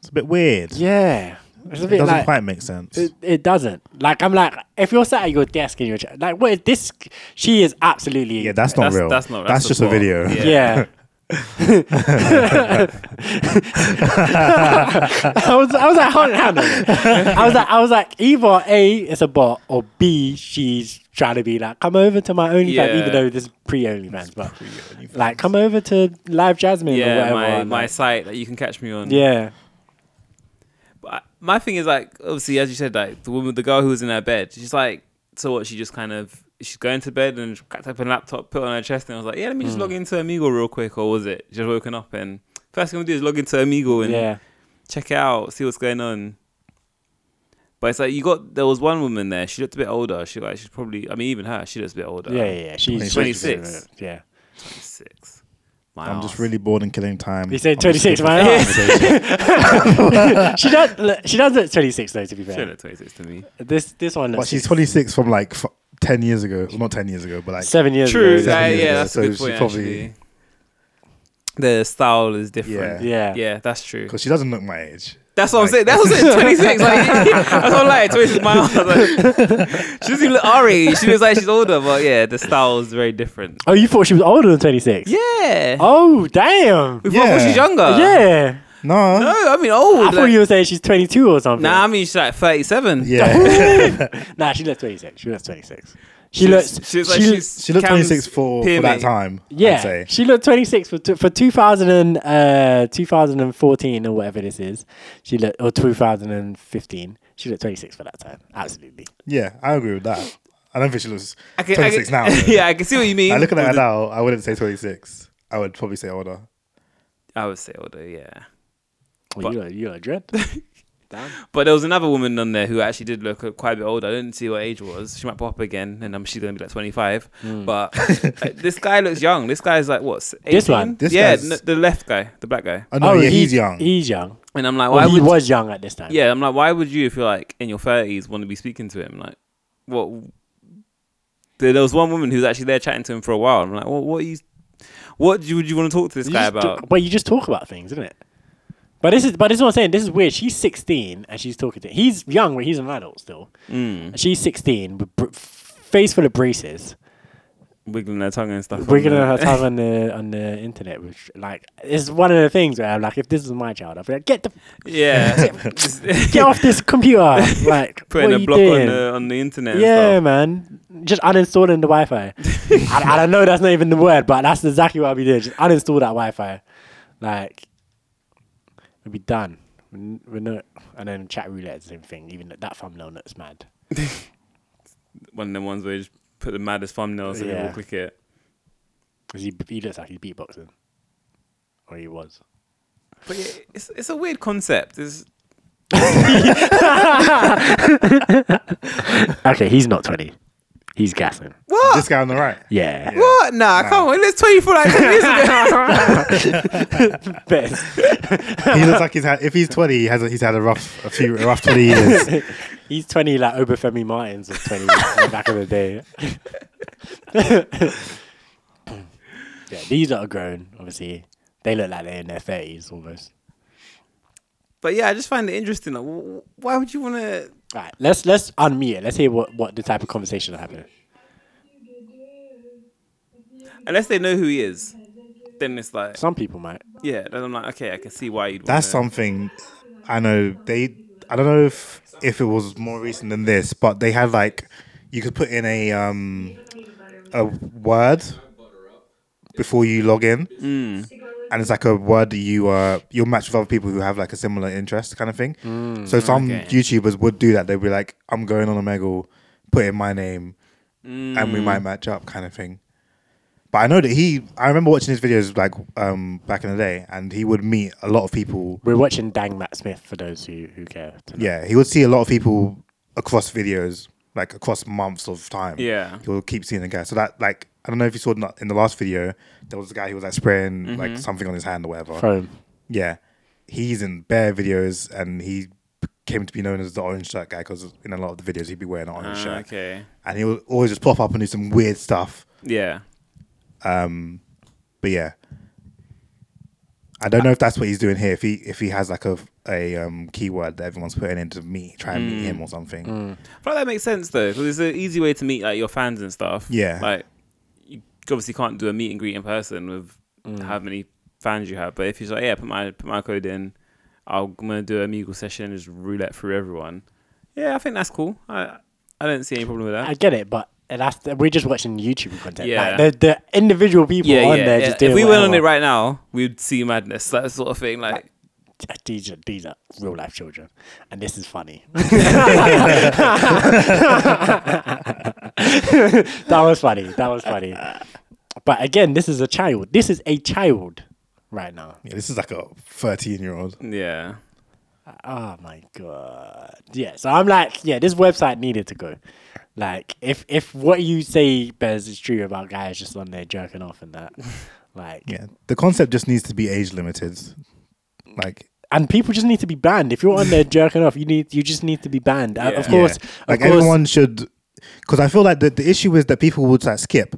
Speaker 4: It's a bit weird.
Speaker 1: Yeah, it's a
Speaker 4: it
Speaker 1: bit
Speaker 4: doesn't
Speaker 1: like.
Speaker 4: quite make sense.
Speaker 1: It, it doesn't. Like I'm like, if you're sat at your desk and you're ch- like, what is this? She is absolutely
Speaker 4: yeah, that's not
Speaker 3: That's-
Speaker 4: real.
Speaker 3: that's
Speaker 4: That's
Speaker 3: not-
Speaker 4: not.
Speaker 3: that's
Speaker 4: That's,
Speaker 3: the
Speaker 4: just a
Speaker 3: plot.
Speaker 4: video.
Speaker 1: yeah.
Speaker 3: Yeah.
Speaker 1: I was I was like, hold on, hold on. I was like, I was like, either A, it's a bot, or B, she's trying to be like, come over to my OnlyFans,
Speaker 3: Yeah.
Speaker 1: even though this is pre OnlyFans, but like, come over to Live Jasmine or
Speaker 3: Yeah,
Speaker 1: whatever.
Speaker 3: my,
Speaker 1: and,
Speaker 3: my
Speaker 1: like,
Speaker 3: site that you can catch me on.
Speaker 1: yeah,
Speaker 3: But I- my thing is like obviously as you said like the woman the girl who was in her bed she's like so what she just kind of she's going to bed and cracked up her laptop put it on her chest and I was like yeah let me
Speaker 4: Hmm.
Speaker 3: just log into Amigo real quick or was it just woken up and first thing I'm gonna do is log into Amigo and
Speaker 1: yeah,
Speaker 3: check it out see what's going on but it's like you got there was one woman there she looked a bit older she like she's probably I mean even her she looks a bit older
Speaker 1: yeah, yeah, yeah. She's
Speaker 3: 26.
Speaker 1: Yeah,
Speaker 3: six my
Speaker 4: I'm just
Speaker 3: arse.
Speaker 4: really bored and killing time.
Speaker 1: you said
Speaker 4: I'm just
Speaker 1: 26,
Speaker 4: here for
Speaker 1: man. (laughs)
Speaker 4: conversation.
Speaker 1: she does. look, She does look 26 though. To be fair,
Speaker 3: she looked 26 to me
Speaker 1: this this one.
Speaker 4: but
Speaker 1: looks
Speaker 4: she's 26 from like f- 10 years ago. Well, not 10 years ago, but like
Speaker 1: seven years ago.
Speaker 3: true yeah,
Speaker 4: Seven years
Speaker 3: yeah
Speaker 4: ago,
Speaker 3: that's a
Speaker 4: so
Speaker 3: good
Speaker 4: she
Speaker 3: point
Speaker 4: probably-
Speaker 3: actually the style is different
Speaker 1: Yeah.
Speaker 3: yeah that's true
Speaker 4: because she doesn't look my age.
Speaker 3: That's what I'm saying. That's what I'm saying. 26. Like, (laughs) that's what I'm like. 26 is my old. Like, (laughs) she doesn't even look our age. She looks like she's older, but yeah, the style is very different.
Speaker 1: Oh, you thought she was older than 26?
Speaker 3: Yeah.
Speaker 1: Oh, damn.
Speaker 3: we thought well,
Speaker 4: yeah.
Speaker 3: she's younger.
Speaker 1: yeah. (laughs)
Speaker 4: No.
Speaker 3: No, I mean old.
Speaker 1: I thought
Speaker 3: Uh, like-
Speaker 1: you were saying she's 22 or something.
Speaker 3: Nah, I mean she's like 37.
Speaker 4: Yeah.
Speaker 1: Nah, she looks 26. She looks 26. She looks.
Speaker 3: She looks like
Speaker 1: she-
Speaker 3: she's.
Speaker 4: she looked
Speaker 3: Cam's
Speaker 4: 26 for,
Speaker 3: peer
Speaker 4: for that
Speaker 3: mate.
Speaker 4: time. I'd
Speaker 1: Yeah,
Speaker 4: say.
Speaker 1: she looked 26 for t- for 2000 and, uh, 2014 or whatever this is. She looked or 2015. She looked 26 for that time. Absolutely.
Speaker 4: Yeah, I agree with that. I don't think she looks
Speaker 3: I can- I
Speaker 4: 26
Speaker 3: can-
Speaker 4: now.
Speaker 3: (laughs)
Speaker 4: though.
Speaker 3: yeah, I can see what you mean.
Speaker 4: I look at
Speaker 3: With
Speaker 4: her
Speaker 3: the-
Speaker 4: now, I wouldn't say 26. I would probably say older.
Speaker 3: I would say older, yeah.
Speaker 1: Well, you are you are dread.
Speaker 4: (laughs)
Speaker 3: But there was another woman on there who actually did look quite a bit older. I didn't see what age it was. She might pop up again, and I'm she's gonna be like 25.
Speaker 1: Hmm. (laughs)
Speaker 3: But like, this guy looks young. This guy's like what? s- 18?
Speaker 1: This one?
Speaker 4: This
Speaker 3: yeah,
Speaker 4: guy's-
Speaker 3: n- the left guy, the black guy.
Speaker 4: Oh, no, yeah, he's young.
Speaker 1: He's young.
Speaker 3: And I'm like, why
Speaker 1: Well, he
Speaker 3: Oh, would?
Speaker 1: was young at this time.
Speaker 3: yeah, I'm like, why would you, if you're like in your 30s, want to be speaking to him? Like, what? There there was one woman who was actually there chatting do him for a while. I'm like, well, what are you? What do you, would you want to talk to this
Speaker 1: You
Speaker 3: guy
Speaker 1: just
Speaker 3: about?
Speaker 1: talk- but you just talk about things, isn't it? But this is but this is what I'm saying. This is weird. She's 16 and she's talking to. He's young, but he's an adult still.
Speaker 3: Mm,
Speaker 1: She's 16 with br- face full of braces,
Speaker 3: wiggling their tongue and stuff.
Speaker 1: wiggling
Speaker 3: on
Speaker 1: her
Speaker 3: the-
Speaker 1: tongue on the on the internet. Which like it's one of the things where I'm like, if this is my child, I'd be like, get the
Speaker 3: (laughs)
Speaker 1: (laughs)
Speaker 3: yeah.
Speaker 1: get off this computer.
Speaker 3: (laughs)
Speaker 1: Like what
Speaker 3: Putting a
Speaker 1: are you
Speaker 3: block on
Speaker 1: doing?
Speaker 3: the on the internet. and
Speaker 1: yeah,
Speaker 3: stuff.
Speaker 1: man. Just uninstalling the (laughs) Wi-Fi. I, I don't know. That's not even the word, but that's exactly what I'll be doing. Just uninstall that Wi-Fi. Like, we'll be done. We're n- We're not. And then chat roulette is the same thing. Even th- that thumbnail looks mad.
Speaker 3: (laughs) one of them ones where you just put the maddest thumbnail so people
Speaker 1: Yeah.
Speaker 3: click it.
Speaker 1: 'Cause he, he looks like he's beatboxing, or he was.
Speaker 3: But yeah, it's it's a weird concept. It's,
Speaker 1: Okay, he's not twenty. He's gassing.
Speaker 3: what?
Speaker 4: This guy on
Speaker 1: (laughs)
Speaker 4: the right.
Speaker 1: Yeah.
Speaker 3: what? Nah, come on. It's 24 like 10 years ago.
Speaker 1: Best.
Speaker 4: He looks like he's had, if he's 20, he has a, he's had a rough, a few, a rough 20 years.
Speaker 1: He's twenty like Obafemi Martins was twenty back in the day. (laughs) yeah, these lot are grown, obviously. They look like they're in their thirties almost.
Speaker 3: (laughs) but yeah, I just find it interesting. Like, wh- wh- why would you want to?
Speaker 1: All right, let's let's unmute it. Let's hear what, what the type of conversation are happening.
Speaker 3: Unless they know who he is, then it's like,
Speaker 1: Some people might.
Speaker 3: yeah. Then I'm like, okay, I can see why you'd.
Speaker 4: That's
Speaker 3: wanna,
Speaker 4: something I know they, I don't know if, if it was more recent than this, but they had like, you could put in a, um, a word before you log in. And it's like a word that you uh you'll match with other people who have like a similar interest kind of thing. so some YouTubers would do that. They'd be like, I'm going on a megal, put in my name, and we might match up kind of thing. But I know that he I remember watching his videos like um back in the day and he would meet a lot of people
Speaker 1: We're watching Dang Matt Smith for those who, who care. to know.
Speaker 4: yeah, he would see a lot of people across videos like across months of time.
Speaker 3: Yeah.
Speaker 4: You'll keep seeing the guy. So that like I don't know if you saw in the- in the last video, there was a guy who was like spraying
Speaker 3: Mm-hmm.
Speaker 4: like something on his hand or whatever.
Speaker 1: Foam.
Speaker 4: Yeah, he's in bare videos, and he came to be known as the orange shirt guy because in a lot of the videos he'd be wearing an orange
Speaker 3: Ah,
Speaker 4: shirt.
Speaker 3: okay.
Speaker 4: And he would always just pop up and do some weird stuff.
Speaker 3: Yeah.
Speaker 4: But yeah, I don't know if that's what he's doing here. If he if he has like a a um, keyword that everyone's putting in to meet, try
Speaker 3: Mm.
Speaker 4: and meet him or something.
Speaker 3: I feel like that makes sense though, because it's an easy way to meet like your fans and stuff.
Speaker 4: Yeah.
Speaker 3: Like you obviously can't do a meet and greet in person with
Speaker 1: Mm.
Speaker 3: how many fans you have, but if you're just like, yeah, put my put my code in, I'll, I'm gonna do a Meagle session and just roulette through everyone. Yeah, I think that's cool. I I don't see any problem with that.
Speaker 1: I get it, but that's we're just watching YouTube content. Like,
Speaker 3: Yeah.
Speaker 1: the, the individual people on there just doing
Speaker 3: If we went on
Speaker 1: whatever.
Speaker 3: it right now, we'd see madness, (laughs) that sort of thing. Like,
Speaker 1: uh, These are, these are real life children, and this is
Speaker 4: (laughs)
Speaker 1: funny. (laughs) that was funny. That was funny. But again, this is a child. This is a child right now.
Speaker 4: Yeah, this is like a thirteen year old.
Speaker 3: yeah,
Speaker 1: Oh my god. Yeah. So I'm like, yeah, this website needed to go. Like, if if what you say, Bez, is true about guys just on there jerking off and
Speaker 4: (laughs)
Speaker 1: that, like,
Speaker 4: Yeah, the concept just needs to be age limited. Like
Speaker 1: and people just need to be banned. If you're on there jerking off, you need you just need to be banned. Uh, of
Speaker 3: Yeah.
Speaker 1: course,
Speaker 4: Yeah.
Speaker 1: of
Speaker 4: like
Speaker 1: course,
Speaker 4: everyone should, because I feel like the, the issue is that people would like, skip,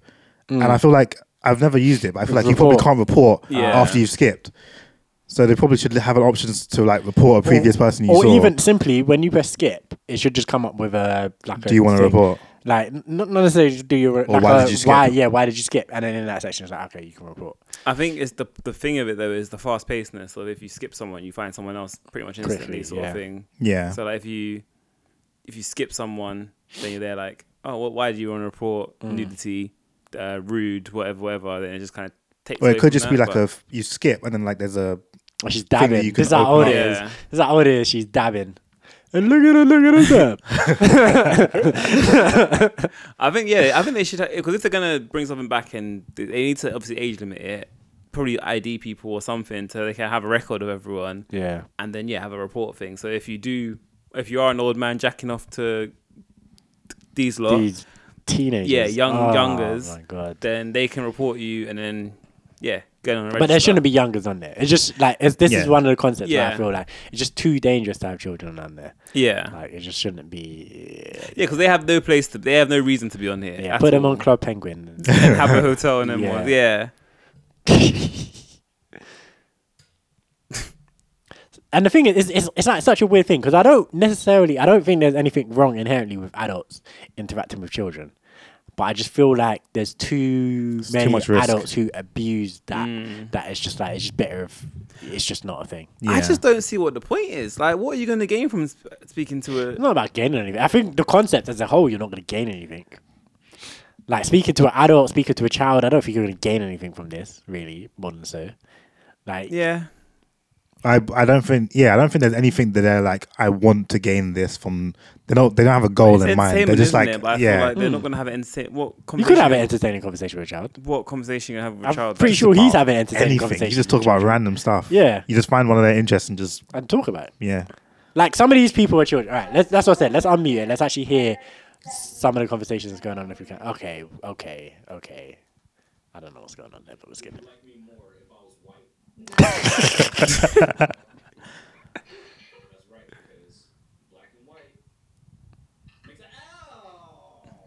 Speaker 4: and I feel like I've never used it, but I feel like you
Speaker 1: Mm. Report.
Speaker 4: probably can't report
Speaker 3: Yeah.
Speaker 4: after you've skipped. So they probably should have an options to like report a previous person you
Speaker 1: or
Speaker 4: saw.
Speaker 1: even simply when you press skip, it should just come up with a like.
Speaker 4: Do you
Speaker 1: want
Speaker 4: want to report?
Speaker 1: Like n- not not necessarily do you re-
Speaker 4: Or
Speaker 1: like
Speaker 4: why
Speaker 1: a
Speaker 4: did you
Speaker 1: why
Speaker 4: skip?
Speaker 1: yeah why did you skip and then in that section it's like okay you can report
Speaker 3: I think it's the the thing of it though is the fast pacedness. Of if you skip someone, you find someone else pretty much instantly,
Speaker 1: Quickly,
Speaker 3: sort
Speaker 1: yeah.
Speaker 3: of thing.
Speaker 4: Yeah.
Speaker 3: So like if you if you skip someone, then you're there like, oh, well, why do you want to report
Speaker 4: Mm.
Speaker 3: nudity, uh, rude, whatever, whatever? Then it just kind of takes.
Speaker 4: Or
Speaker 3: away
Speaker 4: it could
Speaker 3: from
Speaker 4: just be
Speaker 3: that,
Speaker 4: like
Speaker 3: but-
Speaker 4: a f- you skip and then like there's a
Speaker 1: Well, she's
Speaker 4: that
Speaker 1: dabbing
Speaker 4: you
Speaker 1: this is
Speaker 4: can
Speaker 1: how old it
Speaker 4: open
Speaker 3: up.
Speaker 1: is
Speaker 3: Oh, Yeah.
Speaker 1: this is how old it is she's dabbing and look at her look at
Speaker 4: (laughs)
Speaker 1: her dab
Speaker 3: I think yeah, I think
Speaker 4: (laughs)
Speaker 3: they should because if they're gonna bring something back and they need to obviously age limit it, probably ID people or something so they can have a record of everyone.
Speaker 1: yeah
Speaker 3: and then yeah, have a report thing. So if you do, if you are an old man jacking off to these lot,
Speaker 1: these teenagers
Speaker 3: yeah, young
Speaker 1: oh,
Speaker 3: youngers,
Speaker 1: my god
Speaker 3: then they can report you, and then yeah, get on. A
Speaker 1: But there shouldn't be youngers on there. It's just like it's, this is
Speaker 4: Yeah.
Speaker 1: one of the concepts that I
Speaker 3: Yeah.
Speaker 1: feel like it's just too dangerous to have children on there.
Speaker 3: Yeah,
Speaker 1: Like it just shouldn't be.
Speaker 3: yeah, because they have no place to. They have no reason to be on here.
Speaker 1: Yeah,
Speaker 3: at
Speaker 1: put them
Speaker 3: all.
Speaker 1: on Club Penguin.
Speaker 3: And
Speaker 4: (laughs)
Speaker 1: (laughs)
Speaker 3: have a hotel and then
Speaker 1: Yeah.
Speaker 3: one. Yeah,
Speaker 1: and the thing is, it's, it's, it's like such a weird thing because I don't necessarily, I don't think there's anything wrong inherently with adults interacting with children, but I just feel like there's too many
Speaker 4: much risk.
Speaker 1: adults who abuse that. That it's just like it's just better if it's just not a thing.
Speaker 3: I
Speaker 4: Yeah.
Speaker 3: just don't see what the point is. Like, what are you going to gain from sp- speaking to a?
Speaker 1: It's not about gaining anything. I think the concept as a whole, you're not going to gain anything. Like speaking to an adult, speaking to a child, I don't think you're going to gain anything from this, really, more than so. Like,
Speaker 3: Yeah,
Speaker 4: I I don't think yeah I don't think there's anything that they're like I want to gain this from they don't they don't have a goal
Speaker 3: it's
Speaker 4: in mind
Speaker 3: entertainment,
Speaker 4: they're just
Speaker 3: isn't
Speaker 4: like
Speaker 3: it? But I
Speaker 4: yeah
Speaker 3: feel like they're not going to have an entertain. What
Speaker 1: you could have an
Speaker 3: conversation-
Speaker 1: entertaining conversation with a child.
Speaker 3: What conversation you have with a
Speaker 1: I'm
Speaker 3: child?
Speaker 1: pretty
Speaker 3: that's
Speaker 1: sure he's
Speaker 4: about
Speaker 1: having an entertaining
Speaker 4: anything
Speaker 1: conversation.
Speaker 4: you just talk
Speaker 1: with
Speaker 4: about
Speaker 1: children
Speaker 4: random stuff
Speaker 1: Yeah.
Speaker 4: you just find one of their interests and just
Speaker 1: and talk about it.
Speaker 4: yeah
Speaker 1: Like some of these people are children. All right, let's, that's what I said. Let's unmute it. Let's actually hear some of the conversations that's going on if we can. Okay, okay, okay. I don't know what's going on there, but we're skipping.
Speaker 7: That's right, because black and white makes a ow.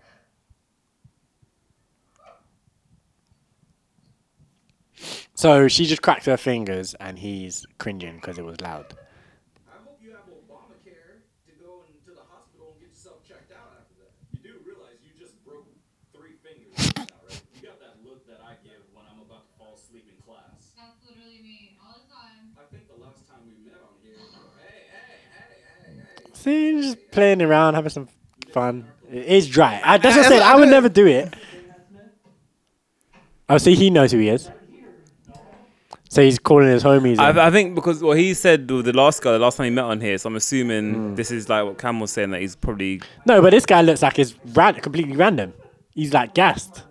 Speaker 1: So she just cracked her fingers, and he's cringing because it was loud.
Speaker 7: I hope you have Obamacare to go into the hospital and get yourself checked out after that. You do realize you just broke three fingers right now, right? You got that look that I give when I'm about to fall asleep in class.
Speaker 8: That's literally me all the time.
Speaker 7: I think the last time we met on here, hey, hey, hey, hey, hey.
Speaker 1: See, he's just playing around, having some fun. It is dry. I, that's what I said. I would never do it. Oh, see, he knows who he is. So he's calling his homies. in.
Speaker 3: I, I think because what he said with the last guy, the last time he met on here, so I'm assuming
Speaker 1: Hmm.
Speaker 3: this is like what Cam was saying that he's probably
Speaker 1: No, but this guy looks like he's ran- completely random. He's like gassed.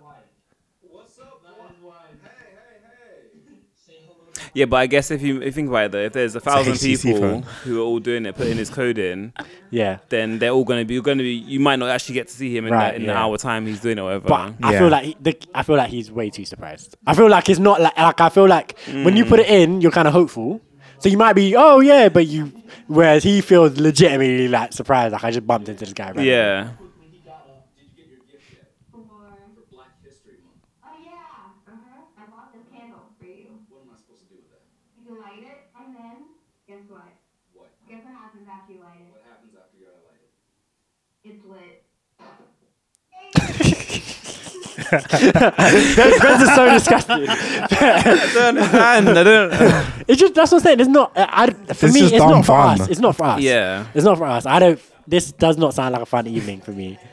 Speaker 7: What's up, man? Hey, hey, hey.
Speaker 3: Yeah, but I guess if you, if you think about it, though, if there's a thousand
Speaker 4: HTC
Speaker 3: people
Speaker 4: phone.
Speaker 3: who are all doing it, putting his code in,
Speaker 1: Yeah.
Speaker 3: then they're all going to be. You're going to be. You might not actually get to see him in,
Speaker 1: Right,
Speaker 3: that, in an
Speaker 1: yeah.
Speaker 3: hour time. He's doing it, or whatever.
Speaker 1: But I
Speaker 4: Yeah.
Speaker 1: feel like he, the, I feel like he's way too surprised. I feel like it's not like like I feel like when you put it in, you're kind of hopeful. So you might be, oh yeah, but you. Whereas he feels legitimately like surprised, like I just bumped into this guy. Right (laughs)
Speaker 3: yeah,
Speaker 7: Black History Month.
Speaker 8: Oh yeah. Uh-huh. I bought this candle for you.
Speaker 7: What am I supposed to do with that?
Speaker 8: You can light it and then guess what?
Speaker 7: What?
Speaker 8: Guess what happens after you light
Speaker 7: What happens after you highlight
Speaker 8: it?
Speaker 7: it?
Speaker 8: It's lit.
Speaker 1: Those friends are so disgusting.
Speaker 3: I don't understand. I don't.
Speaker 1: It's just that's what I'm saying. It's not. I, I- for
Speaker 4: It's
Speaker 1: me,
Speaker 4: just
Speaker 1: it's
Speaker 4: dumb
Speaker 1: not for
Speaker 4: fun.
Speaker 1: us. It's not for us.
Speaker 3: Yeah.
Speaker 1: It's not for us. I don't. This does not sound like a fun evening for me. (laughs)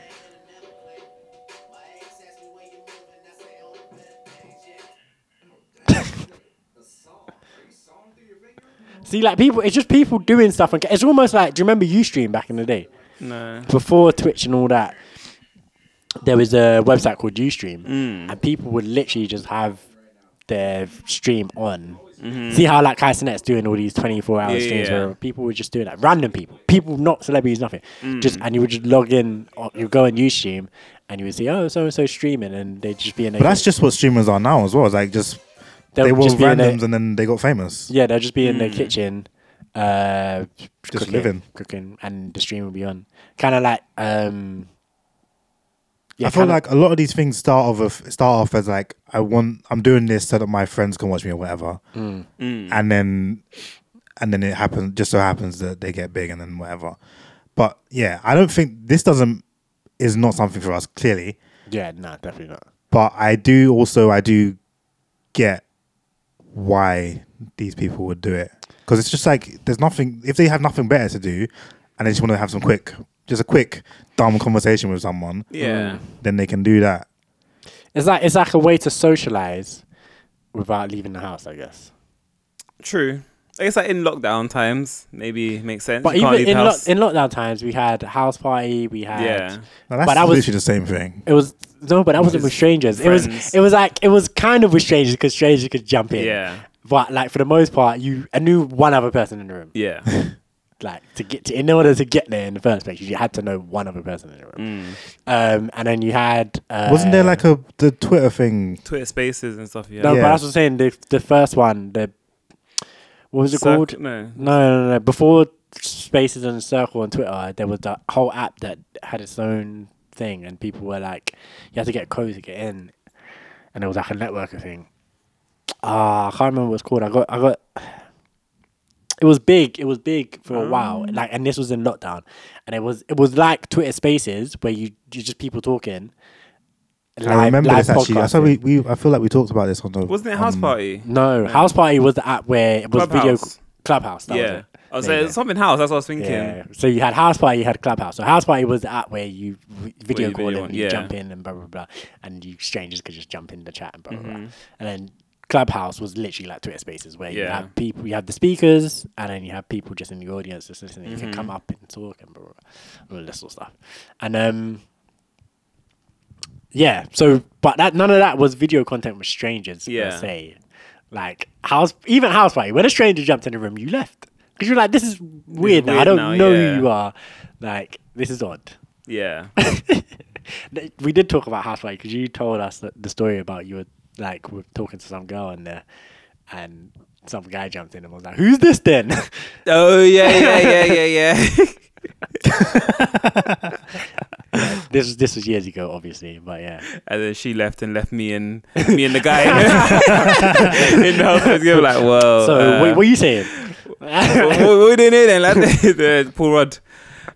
Speaker 1: See, like people, it's just people doing stuff. And it's almost like, do you remember UStream back in the day?
Speaker 3: No.
Speaker 1: before Twitch and all that, there was a website called Ustream,
Speaker 3: Mm.
Speaker 1: and people would literally just have their stream on. See how like Kai Sinet's doing all these twenty four hour
Speaker 3: Mm-hmm. Yeah, yeah,
Speaker 1: streams
Speaker 3: yeah.
Speaker 1: where people were just doing that. Random people, people not celebrities, nothing.
Speaker 3: Mm.
Speaker 1: Just and you would just log in, or you go on Ustream, and you would see oh so and so streaming, and they'd just be in.
Speaker 4: But that's just what streamers are now as well. It's like just they were randoms and then they got famous.
Speaker 1: Yeah, they'll just be
Speaker 3: Mm.
Speaker 1: in the kitchen, uh, cooking,
Speaker 4: living.
Speaker 1: cooking, and the stream will be on. Kind of like, um, yeah,
Speaker 4: I feel
Speaker 1: kinda-
Speaker 4: like a lot of these things start off of, start off as like I want I'm doing this so that my friends can watch me or whatever, and then and then it happens just so happens that they get big and then whatever. But yeah, I don't think this doesn't is not something for us clearly.
Speaker 1: yeah, no, definitely not.
Speaker 4: But I do also I do get why these people would do it because it's just like there's nothing if they have nothing better to do and they just want to have some quick just a quick dumb conversation with someone
Speaker 3: Yeah.
Speaker 4: then they can do that
Speaker 1: It's like it's like a way to socialize without leaving the house, I guess.
Speaker 3: True. I guess like in lockdown times, maybe it makes sense.
Speaker 1: But
Speaker 3: You can't
Speaker 1: even
Speaker 3: leave
Speaker 1: in,
Speaker 3: the
Speaker 1: lo-
Speaker 3: house.
Speaker 1: in lockdown times, we had house party, we had
Speaker 3: yeah,
Speaker 4: Now, that's
Speaker 1: But that was-
Speaker 4: literally the same thing.
Speaker 1: It was no, but that wasn't with strangers. It
Speaker 3: friends.
Speaker 1: was it was like it was kind of with strangers because strangers could jump in.
Speaker 3: Yeah.
Speaker 1: But like for the most part, you I knew one other person in the room. (laughs)
Speaker 3: yeah.
Speaker 1: Like to get to, in order to get there in the first place, you had to know one other person in the
Speaker 3: Mm.
Speaker 1: room. Um, and then you had uh,
Speaker 4: Wasn't there like a the Twitter thing?
Speaker 3: Twitter Spaces and stuff. Yeah.
Speaker 1: no?
Speaker 4: Yeah.
Speaker 1: But I was saying the the first one the what was it
Speaker 3: Circ-
Speaker 1: called?
Speaker 3: No.
Speaker 1: No, no, no. Before Spaces and Circle on Twitter, there was that whole app that had its own thing, and people were like, you had to get a code to get in, and it was like a networker thing. Ah, I can't remember what it's called. I got, I got. It was big. It was big for a
Speaker 4: Oh.
Speaker 1: while. Like, and this was in lockdown, and it was it was like Twitter Spaces where you you just people talking.
Speaker 4: I remember this actually. I
Speaker 1: podcasting.
Speaker 4: saw we, we I feel like we talked about this on the
Speaker 3: Wasn't it
Speaker 1: Um,
Speaker 3: house
Speaker 4: on-
Speaker 3: party?
Speaker 1: No, House Party was the app where it was video
Speaker 3: Clubhouse.
Speaker 1: Clubhouse. That was
Speaker 3: Yeah.
Speaker 1: it.
Speaker 3: I was
Speaker 1: There you
Speaker 3: saying
Speaker 1: go.
Speaker 3: something house. That's what I was thinking.
Speaker 1: Yeah. So you had House Party, you had Clubhouse. So House Party was the app where you v- video
Speaker 3: you
Speaker 1: call
Speaker 3: video
Speaker 1: and
Speaker 3: on,
Speaker 1: you
Speaker 3: yeah.
Speaker 1: jump in and blah blah blah, and you strangers could just jump in the chat and blah blah blah. And then Clubhouse was literally like Twitter Spaces where you
Speaker 3: Mm-hmm. Yeah.
Speaker 1: have people, you have the speakers, and then you have people just in the audience just listening. You can
Speaker 3: Mm-hmm.
Speaker 1: come up and talk and blah blah, blah all this sort of stuff. And um, yeah. So, but that none of that was video content with strangers
Speaker 3: Yeah.
Speaker 1: per se. Like house, even house party. When a stranger jumped in the room, you left because you're like, this is weird. now. I
Speaker 3: weird
Speaker 1: don't
Speaker 3: now,
Speaker 1: know
Speaker 3: yeah.
Speaker 1: who you are. Like this is odd. (laughs)
Speaker 3: Yeah. (laughs)
Speaker 1: Th- We did talk about house party because you told us that the story about you were like were talking to some girl and there, and some guy jumped in and was like, "Who's this then?" (laughs)
Speaker 3: oh yeah, yeah, yeah, yeah, yeah. (laughs)
Speaker 1: this was this was years ago, obviously, but yeah.
Speaker 3: and then she left and left me and me and the
Speaker 1: (laughs)
Speaker 3: guy (laughs) in the house together. Like, whoa.
Speaker 1: So
Speaker 3: uh, oh.
Speaker 1: wait, what are you saying?
Speaker 3: what, what we doing here then? Like, (laughs) the, Paul Rudd.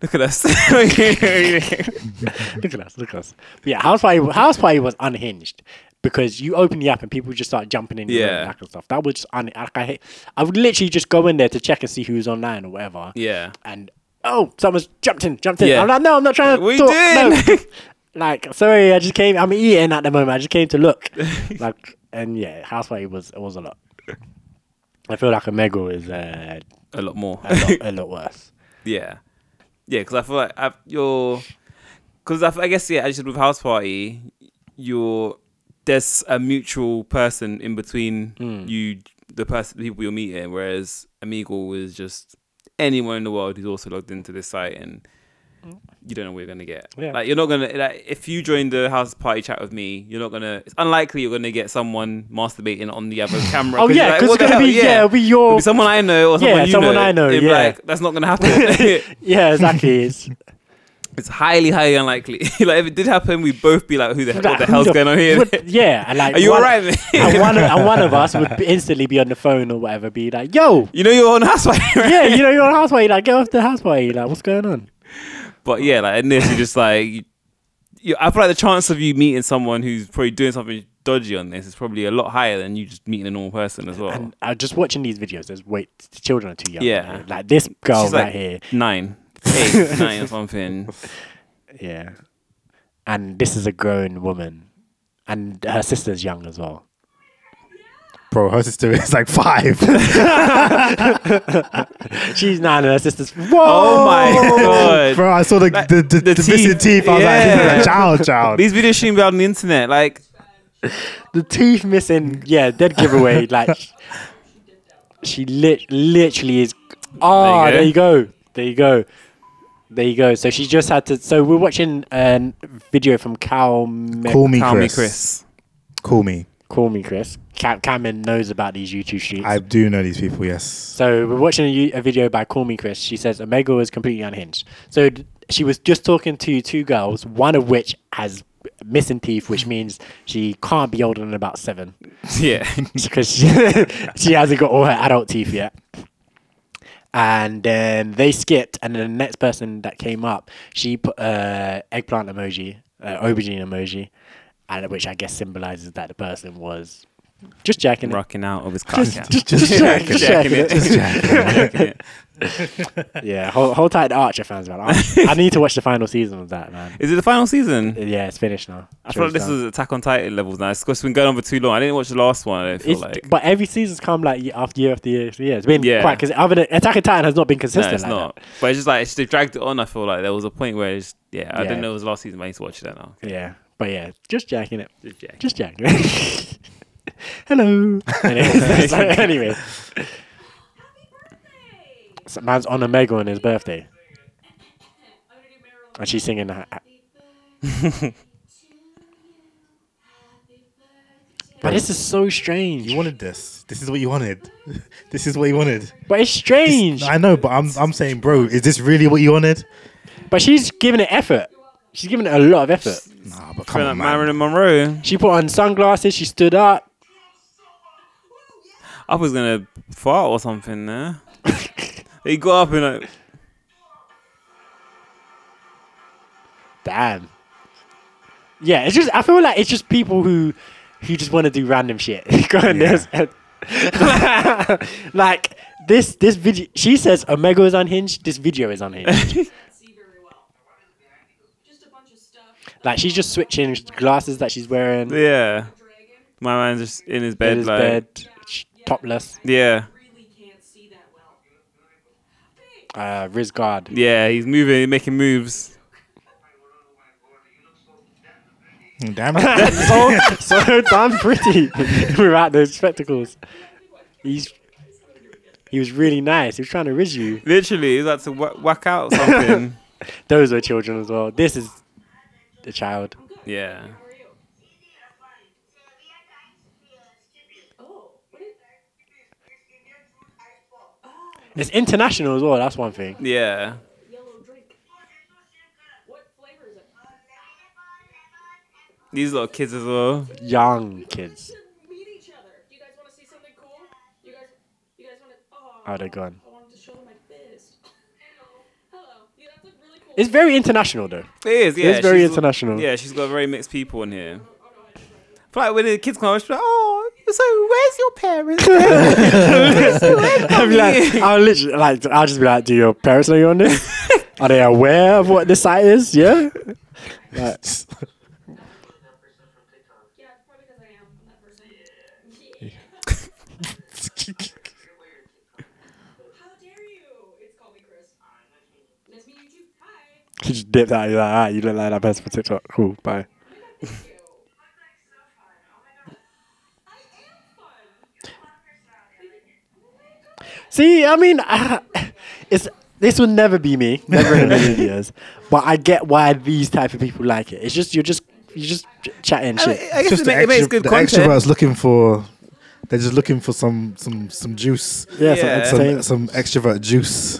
Speaker 3: Look at us.
Speaker 1: (laughs) look at us, look at us. But yeah, House Party, House Party was unhinged because you open the app and people just start jumping in your room
Speaker 3: Yeah.
Speaker 1: and that kind of stuff. That was just un- like I, hate- I would literally just go in there to check and see who's online or whatever.
Speaker 3: (laughs) yeah.
Speaker 1: And oh, someone's jumped in, jumped in.
Speaker 3: Yeah.
Speaker 1: I'm like, no, I'm not trying to.
Speaker 3: What you
Speaker 1: talk,
Speaker 3: (laughs)
Speaker 1: no." like, sorry, I just came. I'm eating at the moment. I just came to
Speaker 3: (laughs)
Speaker 1: look. like, and yeah, House Party was it was a lot. I feel like Omega is uh,
Speaker 3: A lot more. (laughs)
Speaker 1: a, lot, a lot worse.
Speaker 3: Yeah, yeah, because I feel like I've, you're, because I, f- I guess yeah, actually with house party,
Speaker 1: Mm.
Speaker 3: you're there's a mutual person in between you, the person the people you're meeting. Whereas Amigo is just anyone in the world who's also logged into this site and you don't know what you're gonna get.
Speaker 1: Yeah.
Speaker 3: Like you're not gonna like if you join the house party chat with me, you're not gonna. It's unlikely you're gonna get someone masturbating on
Speaker 1: (laughs)
Speaker 3: the other camera.
Speaker 1: Oh,
Speaker 3: you're
Speaker 1: yeah,
Speaker 3: like,
Speaker 1: 'cause
Speaker 3: what
Speaker 1: it's
Speaker 3: the
Speaker 1: gonna
Speaker 3: hell?
Speaker 1: be- yeah, it'll be your-
Speaker 3: It'll someone I know or
Speaker 1: Yeah,
Speaker 3: someone you
Speaker 1: someone
Speaker 3: know.
Speaker 1: I know,
Speaker 3: It'll be
Speaker 1: yeah.
Speaker 3: like, that's not
Speaker 1: (laughs)
Speaker 3: gonna happen. (laughs)
Speaker 1: Yeah, exactly. It's
Speaker 3: It's highly, highly unlikely. (laughs) like if it did happen, we'd both be like, "Who the, (laughs) what
Speaker 1: like,
Speaker 3: the
Speaker 1: who
Speaker 3: hell's going on here?
Speaker 1: what- yeah, and like
Speaker 3: Are you
Speaker 1: one-
Speaker 3: alright, mate?
Speaker 1: And one, of, and one of us would be- instantly be on the phone or whatever, be like, "Yo,
Speaker 3: (laughs) you know you're on housewife, right?
Speaker 1: yeah, you know you're on a house party. Like, get off the house party. Like, what's going on?"
Speaker 3: But yeah, like in this, you just like, you, you, I feel like the chance of you meeting someone who's probably doing something dodgy on this is probably a lot higher than you just meeting a normal person as well.
Speaker 1: And uh, just watching these videos, there's wait, the children are too young.
Speaker 3: Yeah.
Speaker 1: man. like this girl
Speaker 3: She's
Speaker 1: oh, right
Speaker 3: like
Speaker 1: here.
Speaker 3: nine,
Speaker 1: (laughs)
Speaker 3: eight, nine or something.
Speaker 1: Yeah, and this is a grown woman, and her sister's young as well.
Speaker 4: Bro, her (laughs) sister is
Speaker 3: (laughs)
Speaker 4: like five.
Speaker 1: She's nine, and her sister's whoa.
Speaker 3: (laughs) Oh my god!
Speaker 4: Bro, I saw the
Speaker 3: Like,
Speaker 4: the, the,
Speaker 3: the
Speaker 4: the, missing
Speaker 3: teeth.
Speaker 4: teeth. I was like, this (laughs)
Speaker 3: Yeah.
Speaker 4: is a child, child.
Speaker 3: These videos shouldn't be out on the
Speaker 1: (laughs)
Speaker 3: internet. Like,
Speaker 1: the teeth missing. Yeah, dead
Speaker 3: (laughs)
Speaker 1: giveaway. like she lit literally is. Ah,
Speaker 3: There
Speaker 1: there
Speaker 3: you
Speaker 1: you go. There you go. There you go. So she just had to. So we're watching a video from Cal. Me-
Speaker 4: Call me
Speaker 3: tell me,
Speaker 4: Chris.
Speaker 3: Chris.
Speaker 4: Call me.
Speaker 1: Call me Chris. Cam- Cameron knows about these YouTube shoots.
Speaker 4: I do know these people. Yes.
Speaker 1: So we're watching a, you- a video by Call Me Chris. She says Omega was completely unhinged. So d- she was just talking to two girls, one of which has missing teeth, which means she can't be older than about (laughs) seven.
Speaker 3: Yeah,
Speaker 1: because she, (laughs) she hasn't got all her adult teeth yet. And then they skipped, and then the next person that came up, she put uh, eggplant emoji, uh, aubergine emoji, and which I guess symbolizes that the person was just jacking it.
Speaker 3: (laughs) rocking out of his car.
Speaker 1: Just, just, jack- just jacking it. (laughs)
Speaker 3: (laughs)
Speaker 1: Yeah, hold, hold tight, to Archer fans, man. Archer- I need to watch the final season of that, man.
Speaker 3: Is it the final season?
Speaker 1: Yeah, it's finished now.
Speaker 3: I feel like this is Attack on Titan levels now. It's 'cause it's been going on for too long. I didn't watch the last one. I don't feel
Speaker 1: It's,
Speaker 3: like.
Speaker 1: but every season's come like year after year after year. after year. It's been
Speaker 3: Yeah.
Speaker 1: quite because other than Attack on Titan has not been
Speaker 3: no,
Speaker 1: consistent.
Speaker 3: it's
Speaker 1: like that.
Speaker 3: not. But it's just like it's, they dragged it on. I feel like there was a point where it's yeah. I
Speaker 1: Yeah.
Speaker 3: didn't know it was last season. But I need to watch that now.
Speaker 1: Yeah, but yeah, just jacking it.
Speaker 3: Just jacking
Speaker 1: Just jacking it. (laughs)
Speaker 3: (laughs)
Speaker 1: Hello. anyway, (laughs) so anyway, so man's on Omega on his birthday, and she's singing. that. but this is so strange.
Speaker 4: You wanted this. This is what you wanted. (laughs) this is what you wanted.
Speaker 1: but it's strange.
Speaker 4: I know, but I'm I'm saying, bro, is this really what you wanted?
Speaker 1: but she's giving it effort. She's giving it a lot of effort.
Speaker 4: Nah, but
Speaker 3: Feel
Speaker 4: come
Speaker 3: like
Speaker 4: on, man.
Speaker 3: Marilyn Monroe.
Speaker 1: She put on sunglasses. She stood up.
Speaker 3: I was gonna fart or
Speaker 1: (laughs)
Speaker 3: something there. he got up and like
Speaker 1: Damn. Yeah, it's just I feel like it's just people who who just want to do random shit. (laughs) Go on,
Speaker 4: Yeah.
Speaker 1: there's- like this this video she says Omega is unhinged, this video is
Speaker 3: (laughs)
Speaker 1: unhinged.
Speaker 9: see very well. Just a bunch of stuff.
Speaker 1: like she's just switching glasses that she's wearing
Speaker 3: yeah.
Speaker 9: Dragon
Speaker 3: My man's just in his bed
Speaker 1: in his
Speaker 3: like
Speaker 1: bed, sh- topless.
Speaker 3: yeah.
Speaker 9: really can't see that well.
Speaker 1: Uh Riz guard.
Speaker 3: (laughs) Yeah, he's moving, making moves.
Speaker 4: Damn it.
Speaker 1: so (laughs) so damn pretty (laughs) without those spectacles. He's he was really nice. He was trying to riz you.
Speaker 3: Literally, he's like to wh- whack
Speaker 1: (laughs)
Speaker 3: out something.
Speaker 1: Those are children as well. This is a child.
Speaker 3: yeah.
Speaker 9: Oh, what is that?
Speaker 1: It's international as well. That's one thing.
Speaker 3: Yeah.
Speaker 9: Yellow drink. What flavor is it?
Speaker 3: These little kids as well.
Speaker 1: Young kids.
Speaker 9: To meet each other. Do you guys want to see something cool? You guys, you guys want to? Oh,
Speaker 1: Oh, they're gone.
Speaker 9: I wanted to show them my fist. (laughs) Hello. Yeah, that's a really cool.
Speaker 1: It's very international
Speaker 9: (laughs)
Speaker 1: though.
Speaker 3: It is, yeah.
Speaker 1: is very
Speaker 3: she's-
Speaker 1: international.
Speaker 3: Yeah, she's got very mixed people in here. But like when the kids come, up, she's like, "Oh, so where's your parents?"
Speaker 1: I'll, be like, I'll literally like I'll just be like, do your parents know you're on
Speaker 9: (laughs)
Speaker 1: this? Are they aware of what this site is? Yeah. Like,
Speaker 3: (laughs)
Speaker 4: (laughs)
Speaker 9: Yeah, it's probably because I am. I'm that person. (laughs) How dare you? It's called me Chris. Nice to meet you too. Hi.
Speaker 1: she just dipped out. You're like, ah, you look like that person for TikTok. Cool. Bye.
Speaker 9: Thank you. I am fun. Thank you
Speaker 1: See, I mean, (laughs) it's this will never be me, never in a million years. But I get why these type of people like it. It's just you're just you're just ch- chatting
Speaker 3: I,
Speaker 1: shit.
Speaker 3: I guess
Speaker 4: Just
Speaker 3: it,
Speaker 4: the,
Speaker 3: ma- it makes
Speaker 4: extra,
Speaker 3: good
Speaker 4: the
Speaker 3: content.
Speaker 4: extroverts looking for. They're just looking for some some some juice.
Speaker 1: yeah,
Speaker 3: yeah.
Speaker 1: So,
Speaker 4: Some, some
Speaker 3: (laughs)
Speaker 4: extrovert juice.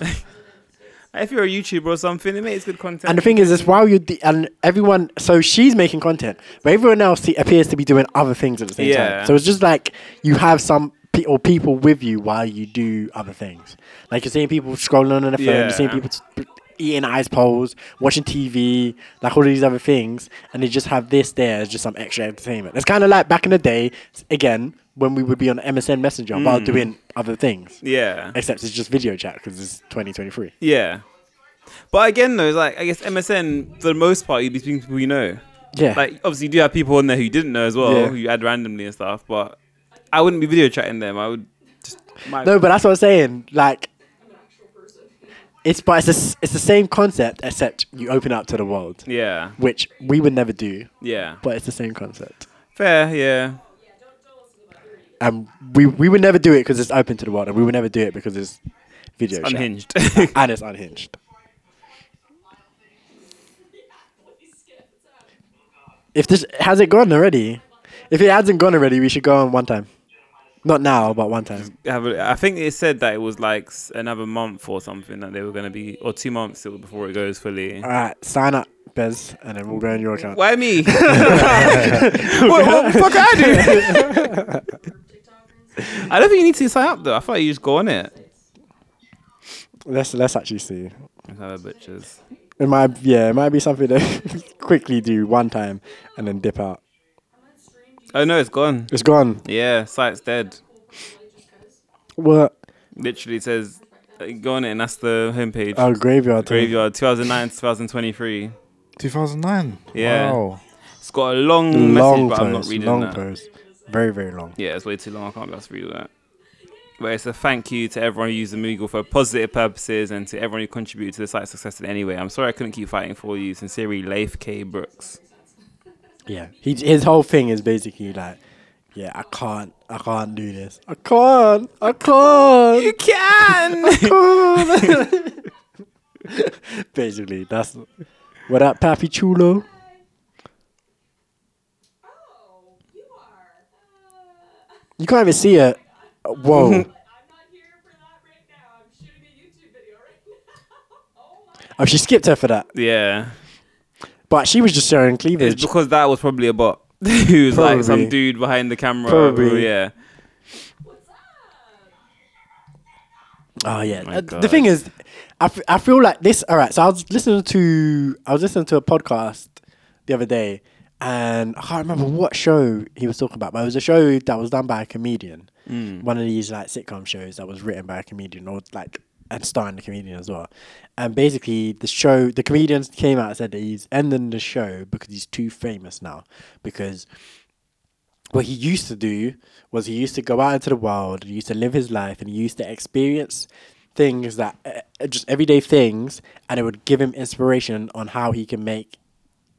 Speaker 3: If you're a YouTuber or something, it makes good content.
Speaker 1: and the thing is, is while you de- and everyone, so she's making content, but everyone else se- appears to be doing other things at the same
Speaker 3: Yeah.
Speaker 1: time. So it's just like you have some pe- or people with you while you do other things. Like you're seeing people scrolling on their phone, you're seeing
Speaker 3: Yeah.
Speaker 1: people s- eating ice poles, watching TV, like all these other things, and they just have this there as just some extra entertainment. It's kind of like back in the day, s- again, when we would be on MSN Messenger while doing other things.
Speaker 3: Mm. yeah,
Speaker 1: Except it's just video chat because it's 2023.
Speaker 3: yeah. But again, though, it's like I guess MSN for the most part, you'd be speaking to people you know.
Speaker 1: Yeah.
Speaker 3: Like obviously, you do have people on there who you didn't know as well,
Speaker 1: Yeah.
Speaker 3: who you add randomly and stuff. But I wouldn't be video chatting them. I would just my,
Speaker 1: No, but that's what I'm saying. Like, it's but it's the s it's the same concept except you open up to the world,
Speaker 3: yeah,
Speaker 1: which we would never do.
Speaker 3: yeah,
Speaker 1: But it's the same concept,
Speaker 3: fair, yeah,
Speaker 1: and we we would never do it because it's open to the world, and we would never do it because it's video chat.
Speaker 3: unhinged.
Speaker 1: (laughs) and it's unhinged. If this has it gone already, if it hasn't gone already, we should go on one time. Not now, but one time.
Speaker 3: Have a- I think it said that it was like s- another month or something that they were going to be, or two months still before it goes fully.
Speaker 1: All right, sign up, Bez, and then we'll go on your account.
Speaker 3: Why (laughs) me? what, what the fuck I do? I don't think you need to sign up though. I thought you just go on it.
Speaker 1: Let's let's actually see.
Speaker 3: Let's have a bitches.
Speaker 1: It might yeah, it might be something that (laughs) quickly do one time and then dip out.
Speaker 3: Oh no, it's gone.
Speaker 1: It's gone.
Speaker 3: Yeah, site's dead.
Speaker 1: What?
Speaker 3: Literally it says uh, go on it, and that's the homepage.
Speaker 1: Oh, graveyard. thing.
Speaker 3: Graveyard 2009 2023.
Speaker 4: 2009.
Speaker 3: Yeah.
Speaker 4: Wow.
Speaker 3: It's got a long,
Speaker 1: Long
Speaker 3: message, but I'm not
Speaker 1: post.
Speaker 3: reading
Speaker 1: Long
Speaker 3: that.
Speaker 1: post. Very very long.
Speaker 3: Yeah, it's way too long. I can't be asked to read all that. But it's a thank you to everyone who used the Moogle for positive purposes and to everyone who contributed to the site's success in any way. I'm sorry I couldn't keep fighting for you. Sincerely, Leif K. Brooks.
Speaker 1: Yeah. He his whole thing is basically like, yeah, I can't, I can't do this. I can't, I can't. You can. (laughs) basically, that's what up, Papi Chulo.
Speaker 9: Oh, you are. Uh,
Speaker 1: You can't even see it. Whoa.
Speaker 9: I'm not here for that right now. I'm shooting a YouTube video right now. (laughs) oh my.
Speaker 1: oh, she skipped her for that.
Speaker 3: (laughs) Yeah.
Speaker 1: But she was just showing
Speaker 3: It's
Speaker 1: cleavage.
Speaker 3: because that was probably a bot. (laughs) Who's like some
Speaker 1: Probably.
Speaker 3: dude behind the camera.
Speaker 1: Probably.
Speaker 3: Yeah.
Speaker 1: Oh yeah.
Speaker 3: My
Speaker 1: Uh, the thing
Speaker 3: God.
Speaker 1: is, I, f- I feel like this. All right. So I was listening to I was listening to a podcast the other day, and I can't remember what show he was talking about, but it was a show that was done by a comedian.
Speaker 3: Mm.
Speaker 1: One of these like sitcom shows that was written by a comedian or like and starring the comedian as well. And basically, the show the comedian came out and said that he's ending the show because he's too famous now because what he used to do was he used to go out into the world, he used to live his life, and he used to experience things that uh, just everyday things, and it would give him inspiration on how he can make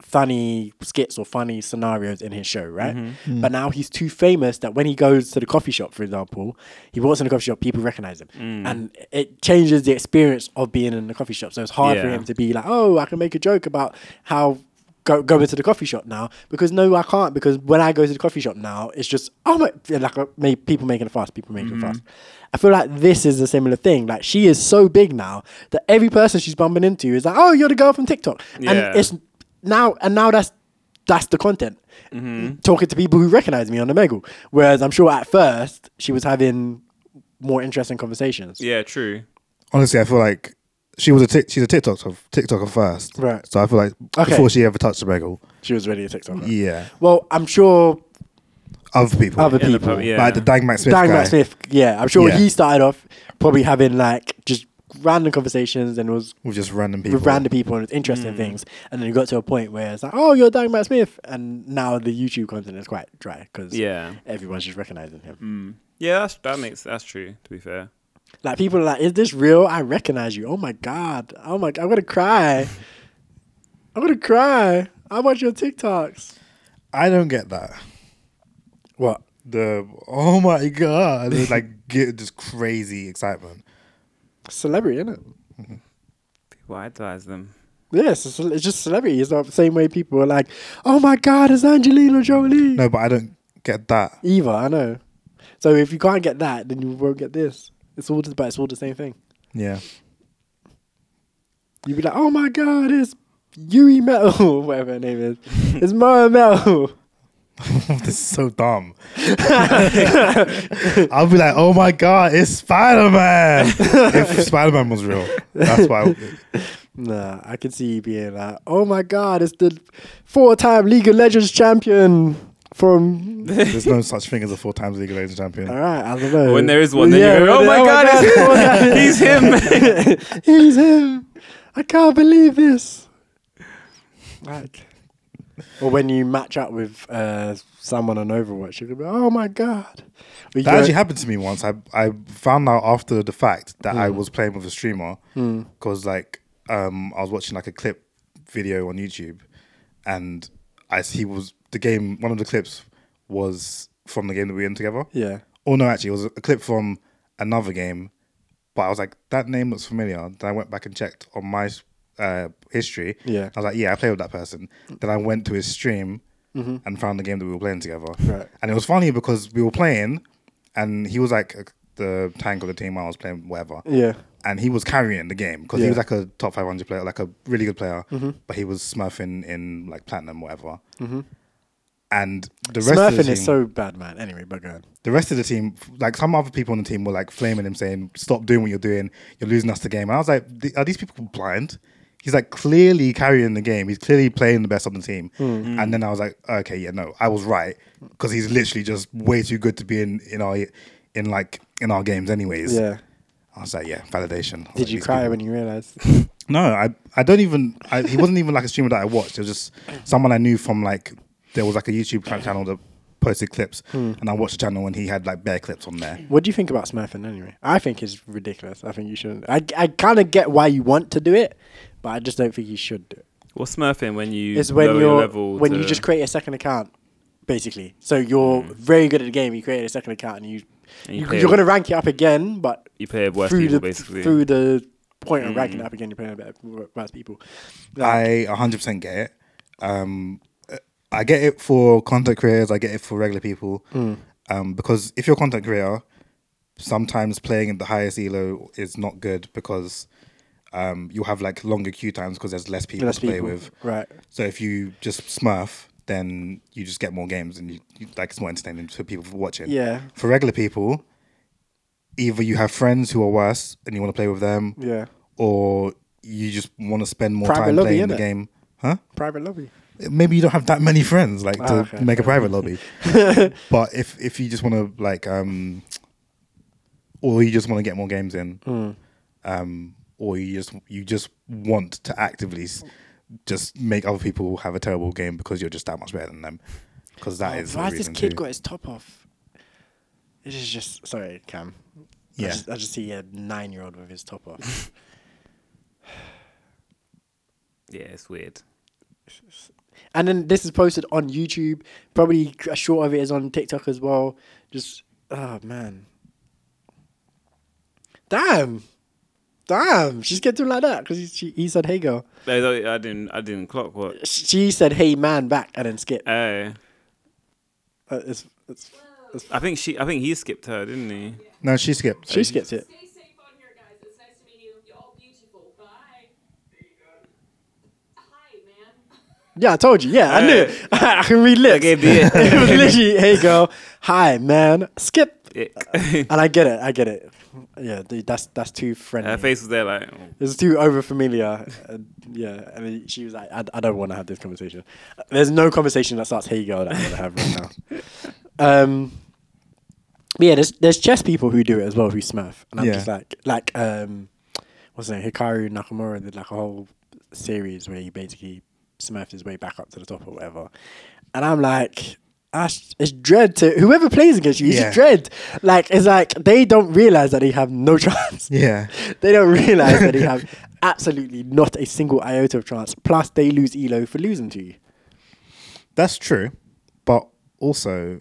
Speaker 1: funny skits or funny scenarios in his show, right? But now he's too famous that when he goes to the coffee shop, for example, he walks in the coffee shop, people recognize him, and it changes the experience of being in the coffee shop. So it's hard for
Speaker 3: Yeah.
Speaker 1: him to be like, oh, I can make a joke about how go go into the coffee shop now because no, I can't because when I go to the coffee shop now, it's just oh my, yeah, like uh, ma- people making a fuss, people making a fuss. I feel like this is a similar thing. Like she is so big now that every person she's bumping into is like, oh, you're the girl from TikTok,
Speaker 3: Yeah.
Speaker 1: and it's now and now that's that's the content.
Speaker 3: Mm-hmm.
Speaker 1: Talking to people who recognize me on the Meggle, whereas I'm sure at first she was having more interesting conversations.
Speaker 3: Yeah, true.
Speaker 4: Honestly, I feel like she was a tic- she's a TikToker TikToker first.
Speaker 1: Right.
Speaker 4: So I feel like
Speaker 1: Okay.
Speaker 4: before she ever touched the bagel,
Speaker 1: She was really a TikToker.
Speaker 4: yeah,
Speaker 1: Well, I'm sure
Speaker 4: other people,
Speaker 1: other
Speaker 3: In the
Speaker 1: people.
Speaker 3: pub- yeah.
Speaker 4: like the Dang Mac Smith
Speaker 1: Dang
Speaker 4: guy.
Speaker 1: Matt Smith. Yeah, I'm sure
Speaker 4: Yeah.
Speaker 1: he started off probably having like just random conversations and was
Speaker 4: with just random people.
Speaker 1: with random people and
Speaker 3: Mm.
Speaker 1: interesting things, and then you got to a point where it's like, oh, you're Dang Matt Smith, and now the YouTube content is quite dry because
Speaker 3: Yeah.
Speaker 1: everyone's just recognizing him.
Speaker 3: Yeah, that's, that makes that's true. To be fair.
Speaker 1: Like people are like, is this real? I recognize you. Oh my god. Oh my. I'm gonna cry. I'm gonna cry. I watch your TikToks.
Speaker 4: I don't get that.
Speaker 1: What?
Speaker 4: The oh my god, (laughs) like get just crazy excitement.
Speaker 1: Celebrity, isn't it?
Speaker 3: People idolize them.
Speaker 1: Yes, it's, it's just celebrity. It's the same way people are like, "Oh my God, it's Angelina Jolie."
Speaker 4: No, but I don't get that.
Speaker 1: Either I know. So if you can't get that, then you won't get this. It's all, but it's all the same thing.
Speaker 4: Yeah.
Speaker 1: You'd be like, "Oh my God, it's Yui Metal, (laughs) whatever her name is. It's Mara Metal."
Speaker 4: this is so dumb. (laughs) I'll be like, oh my god, it's Spider Man. if Spider Man was real, that's why.
Speaker 1: Nah, I could see you being like, "Oh my God, it's the four-time League of Legends champion
Speaker 3: (laughs)
Speaker 1: from."
Speaker 4: there's no such thing as a four times League of Legends
Speaker 1: All
Speaker 4: champion.
Speaker 1: right, I don't know.
Speaker 3: When there is one, then you go,
Speaker 1: Uh, when there-
Speaker 3: "Oh my God, it's-
Speaker 1: God,
Speaker 3: (laughs) He's him.
Speaker 1: (laughs) He's him. I can't believe this. Like, or when you match up with uh, someone on Overwatch, you could be, oh my god. But
Speaker 4: That
Speaker 1: you're-
Speaker 4: actually happened to me once. I I found out after the fact that I was playing with a streamer because like um I was watching like a clip video on YouTube, and I he was the game. One of the clips was from the game that we were in together.
Speaker 1: Yeah.
Speaker 4: Oh no, actually, it was a clip from another game, but I was like, that name looks familiar. Then I went back and checked on my uh, history.
Speaker 1: Yeah.
Speaker 4: I was like, yeah, I played with that person. Then I went to his stream and found the game that we were playing together.
Speaker 1: Mm-hmm. Right.
Speaker 4: And it was funny because we were playing, and he was like uh, the tank of the team I was playing, whatever.
Speaker 1: Yeah.
Speaker 4: And he was carrying the game because
Speaker 1: Yeah. Mm-hmm.
Speaker 4: he was like a top 500 player, like a really good player, but he was smurfing in like platinum, whatever. And the rest of the
Speaker 1: Smurfing
Speaker 4: team,
Speaker 1: is so bad, man. Anyway, but go on.
Speaker 4: the rest of the team, like some other people on the team, were like flaming him, saying, "Stop doing what you're doing. You're losing us the game." And I was like, "Th- "Are these people blind?" He's like clearly carrying the game. He's clearly playing the best on the team.
Speaker 1: Hmm.
Speaker 4: And then I was like, "Okay, yeah, no, I was right because he's literally just way too good to be in in our in like in our games, anyways."
Speaker 1: Yeah.
Speaker 4: I was like, "Yeah, validation." I was like,
Speaker 1: Did you
Speaker 4: "These
Speaker 1: cry
Speaker 4: people-
Speaker 1: when you realized?
Speaker 4: no, I I don't even. I, he wasn't even like a streamer that I watched. It was just someone I knew from like there was like a YouTube cl- channel that posted clips,
Speaker 1: Hmm.
Speaker 4: and I watched the channel and he had like bare clips on there.
Speaker 1: What do you think about smurfing anyway? I think it's ridiculous. I think you shouldn't. I, I kind of get why you want to do it, but I just don't think you should do it.
Speaker 3: What's smurfing when you
Speaker 1: It's when
Speaker 3: lower
Speaker 1: you're
Speaker 3: your level
Speaker 1: when you
Speaker 3: to- Hmm.
Speaker 1: just create a second account, basically. So you're very good at the game. You create a second account, and you,
Speaker 3: And you
Speaker 1: you,
Speaker 3: play
Speaker 1: you are
Speaker 3: it.
Speaker 1: going to rank it up again, but
Speaker 3: you play with worse
Speaker 1: through the
Speaker 3: people basically. Hmm.
Speaker 1: through the point of ranking it up again, you're playing better worse people. Like,
Speaker 4: I 100% get it. Um, I get it for content creators. I get it for regular people.
Speaker 1: Hmm.
Speaker 4: Um, because if you're a content creator, sometimes playing at the highest elo is not good because um, you'll have like longer queue times because there's less people
Speaker 1: Less
Speaker 4: to play
Speaker 1: people,
Speaker 4: with.
Speaker 1: right.
Speaker 4: So if you just smurf, then you just get more games and you, you like it's more entertaining for people for watching.
Speaker 1: Yeah.
Speaker 4: For regular people, either you have friends who are worse and you want to play with them.
Speaker 1: Yeah.
Speaker 4: Or you just want to spend more
Speaker 1: Private
Speaker 4: time
Speaker 1: lobby,
Speaker 4: playing the
Speaker 1: innit?
Speaker 4: game. Huh?
Speaker 1: private lobby.
Speaker 4: maybe you don't have that many friends like to
Speaker 1: Ah, okay.
Speaker 4: make a
Speaker 1: (laughs)
Speaker 4: private lobby but if if you just want to like um or you just want to get more games in
Speaker 1: Hmm.
Speaker 4: um or you just you just want to actively s- just make other people have a terrible game because you're just that much better than them because that is
Speaker 1: Oh, Why
Speaker 4: the
Speaker 1: has this
Speaker 4: reason
Speaker 1: kid
Speaker 4: too.
Speaker 1: got his top off? This is just sorry, Cam. I
Speaker 4: Yeah.
Speaker 1: just, I just see a nine-year-old with his top off. (laughs)
Speaker 3: yeah, it's weird.
Speaker 1: And then this is posted on YouTube. Probably a short of it is on TikTok as well. Just oh man, damn, damn. She's getting like that because he, she- he said, "Hey girl."
Speaker 3: No, no, I didn't. I didn't clock what.
Speaker 1: She said, "Hey man," back and then skip. Uh,
Speaker 3: Oh,
Speaker 1: it's, it's,
Speaker 3: I think she. I think he skipped her, didn't he?
Speaker 4: no she skipped
Speaker 1: she skipped it.
Speaker 9: Stay safe on here, guys. It's nice to meet you. You're all beautiful. Bye. Hi, man.
Speaker 1: Yeah, I told you. Yeah, I knew. It. (laughs) I can read lips.
Speaker 3: gave the ick.
Speaker 1: (laughs) it was literally, "Hey girl, hi man, skip."
Speaker 3: Ick.
Speaker 1: And I get it. I get it. Yeah, dude, that's that's too friendly.
Speaker 3: (laughs) her face was there like. oh.
Speaker 1: It's too over familiar. Uh, yeah, I mean, she was like, I, I don't want to have this conversation. There's no conversation that starts, hey, girl, that I want to have
Speaker 4: (laughs)
Speaker 1: right now. Um, but yeah, there's there's chess people who do it as well, who smurf. And I'm
Speaker 4: Yeah.
Speaker 1: just like, like, um, what's his name? Hikaru Nakamura did like a whole series where he basically smurfed his way back up to the top or whatever. And I'm like, that's, it's dread to whoever plays against you. It's
Speaker 4: Yeah.
Speaker 1: dread. Like, it's like they don't realize that they have no (laughs) chance
Speaker 4: yeah
Speaker 1: they don't realize that they have absolutely not a single iota of chance. Plus, they lose Elo for losing to you.
Speaker 4: That's true, but also,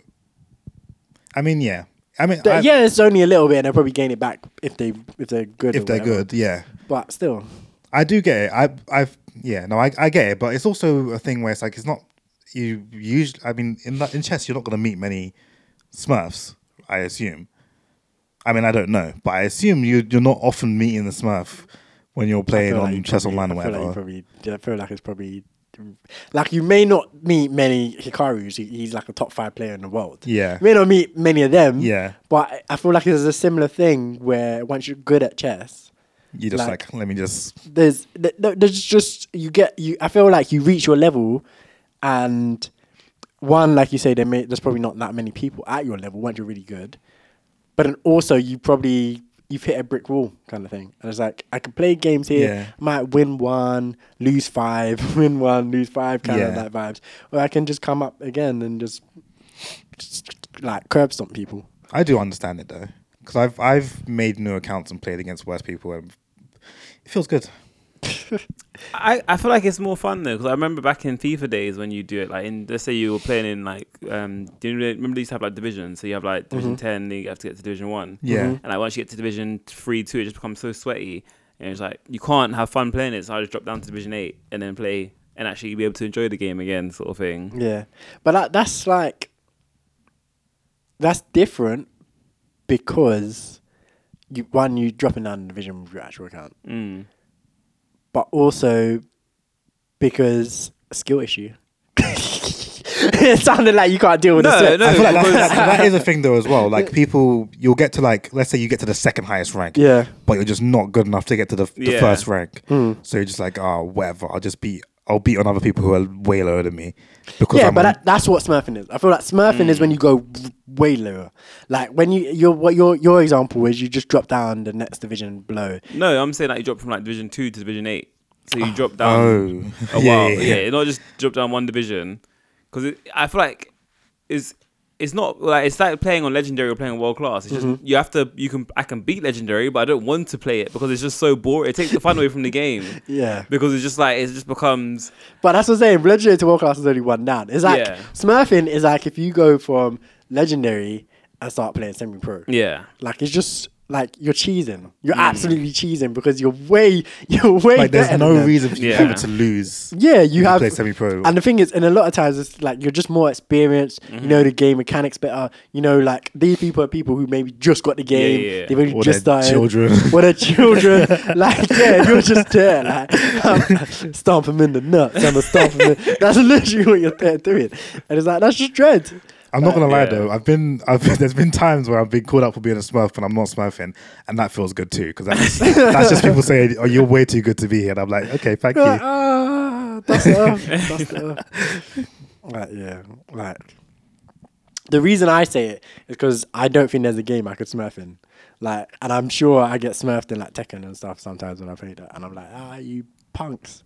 Speaker 4: I mean, yeah, I mean,
Speaker 1: Th-
Speaker 4: I-
Speaker 1: yeah, it's only a little bit, and they'll probably gain it back if they if they're good. or
Speaker 4: if they're
Speaker 1: whatever.
Speaker 4: good, yeah.
Speaker 1: but still,
Speaker 4: I do get it. I, I've, yeah, no, I, I get it. But it's also a thing where it's like it's not you usually. I mean, in that- in chess, you're not going to meet many Smurfs. I assume. I mean, I don't know, but I assume you you're not often meeting the Smurf when you're
Speaker 1: I
Speaker 4: playing
Speaker 1: feel
Speaker 4: on
Speaker 1: like you
Speaker 4: chess
Speaker 1: probably-
Speaker 4: online or
Speaker 1: I feel
Speaker 4: whatever.
Speaker 1: like you probably, yeah, I feel like it's probably like you may not meet many Hikaru's. He, he's like a top five player in the world.
Speaker 4: Yeah.
Speaker 1: you may not meet many of them.
Speaker 4: Yeah.
Speaker 1: but I- I feel like there's a similar thing where once you're good at chess,
Speaker 4: you just
Speaker 1: like-
Speaker 4: like, let me just
Speaker 1: there's th- th- there's just you get you. I feel like you reach your level, and one like you say, there may, there's probably not that many people at your level once you're really good, but then also you probably you've hit a brick wall kind of thing. And it's like I can play games here,
Speaker 4: Yeah.
Speaker 1: might win one, lose five, (laughs) win one, lose five, kind of
Speaker 4: Yeah.
Speaker 1: like vibes. Or I can just come up again and just, just like curb stomp people.
Speaker 4: I do understand it though, because I've I've made new accounts and played against worse people, and it feels good.
Speaker 3: I, I feel like it's more fun though because I remember back in FIFA days when you do it like in let's say you were playing in like um do you re- remember they used to have like divisions so you have like division
Speaker 1: Mm-hmm.
Speaker 3: ten then you have to get to division one
Speaker 4: Yeah.
Speaker 3: and like once you get to division three two it just becomes so sweaty and it's like you can't have fun playing it so I just drop down to division eight and then play and actually be able to enjoy the game again sort of thing
Speaker 1: Yeah, but that, that's like that's different because you one you dropping down in division with your actual account,
Speaker 3: mm.
Speaker 1: but also because skill issue. (laughs) it sounded like you can't deal with the
Speaker 3: No,
Speaker 1: sweat.
Speaker 3: no.
Speaker 4: I feel like that's,
Speaker 3: because-
Speaker 4: that, that is a thing though as
Speaker 1: (laughs)
Speaker 4: well. Like people, you'll get to like, let's say you get to the second highest rank,
Speaker 1: Yeah. Hmm.
Speaker 4: but you're just not good enough to get to the, the
Speaker 3: Yeah.
Speaker 4: first rank. So you're just like, oh, whatever. I'll just beat. I'll beat on other people who are way lower than me. Because
Speaker 1: Yeah,
Speaker 4: I'm
Speaker 1: but
Speaker 4: on-
Speaker 1: that, that's what smurfing is. I feel like smurfing is
Speaker 3: Mm.
Speaker 1: when you go w- way lower. Like when you your what your your example is you just drop down the next division below.
Speaker 3: no I'm saying like you drop from like division two to division eight so you drop down
Speaker 4: oh,
Speaker 3: a
Speaker 4: yeah,
Speaker 3: while.
Speaker 4: yeah,
Speaker 3: Yeah,
Speaker 4: yeah.
Speaker 3: not just drop down one division. Because I feel like it's it's not like it's like playing on legendary or playing world class. It's just you have to you can I can beat legendary, but I don't want to play it because it's just so boring. It takes the fun away from the game.
Speaker 1: Yeah.
Speaker 3: Because it's just like it just becomes
Speaker 1: But that's what I'm saying. Legendary to world class is only one down. It's like
Speaker 3: Yeah.
Speaker 1: Smurfing is like if you go from legendary and start playing semi pro.
Speaker 3: yeah. Mm.
Speaker 1: Like it's just like you're cheesing. You're absolutely cheesing because you're way (laughs) you're way better
Speaker 4: Like there's
Speaker 1: than
Speaker 4: no
Speaker 1: them.
Speaker 4: reason for you
Speaker 3: Yeah.
Speaker 4: ever to lose.
Speaker 1: Yeah, you
Speaker 4: if
Speaker 1: have
Speaker 4: play semi-pro.
Speaker 1: And the thing is, and a lot of times it's like you're just more experienced. You
Speaker 3: Mm-hmm.
Speaker 1: know the game mechanics better. You know, like these people are people who maybe just got the game.
Speaker 3: yeah, yeah.
Speaker 1: They've only
Speaker 4: Or
Speaker 1: just
Speaker 4: they're
Speaker 1: started.
Speaker 4: children.
Speaker 1: (laughs) Or they're
Speaker 4: (laughs)
Speaker 1: children. like yeah, you're just there. Like um, (laughs) stomp them in the nuts. I'm gonna stomp them. In. That's literally what you're there doing. And it's like that's just dread.
Speaker 4: I'm not gonna lie
Speaker 3: yeah.
Speaker 4: though. I've been, I've (laughs) been, there's been times where I've been called out for being a Smurf and I'm not Smurfing, and that feels good too because that's,
Speaker 1: (laughs)
Speaker 4: that's just people saying, "Oh, you're way too good to be here." And I'm like, okay, thank
Speaker 1: You're (laughs) like,
Speaker 4: you.
Speaker 1: ah, dust it (laughs) off, dust it off. Like yeah, like the reason I say it is because I don't think there's a game I could smurf in. Like, and I'm sure I get smurfed in like Tekken and stuff sometimes when I play that, and I'm like, ah, you punks.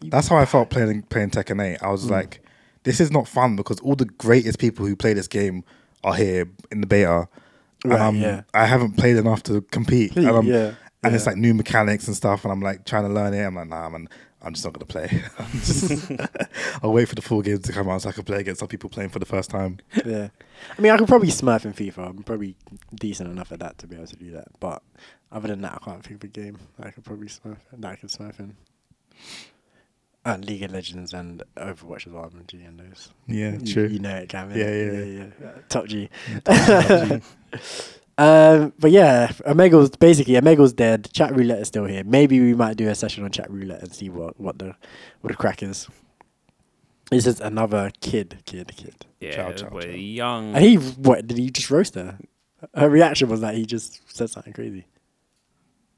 Speaker 4: That's how I felt playing playing Tekken 8. I was
Speaker 1: Hmm.
Speaker 4: like, this is not fun because all the greatest people who play this game are here in the beta. And
Speaker 1: Right,
Speaker 4: I'm,
Speaker 1: yeah.
Speaker 4: I haven't played enough to compete. And, I'm-
Speaker 1: Yeah,
Speaker 4: and it's like new mechanics and stuff, and I'm like trying to learn it. I'm like, nah, man, I'm just not gonna play. (laughs) I'm
Speaker 1: (laughs)
Speaker 4: just- I'll wait for the full game to come out so I can play against some people playing for the first time.
Speaker 1: Yeah, I mean, I could probably smurf in FIFA. I'm probably decent enough at that to be able to do that. But other than that, I can't think of a game that I could probably smurf that I could smurf in. Uh, League of Legends and Overwatch as well. I'm a G in those.
Speaker 4: Yeah,
Speaker 1: You-
Speaker 4: true.
Speaker 1: You, know it, Gavin.
Speaker 4: Yeah, yeah,
Speaker 1: yeah. Uh, Top G. (laughs) um, but yeah, Omega's basically Omega's dead. Chat roulette is still here. Maybe we might do a session on chat roulette and see what what the what the crack is. This is another kid, kid, kid,
Speaker 3: Yeah,
Speaker 4: Ciao, ciao,
Speaker 3: we're
Speaker 4: ciao.
Speaker 3: young.
Speaker 1: and he what did he just roast her? Her reaction was that he just said something crazy.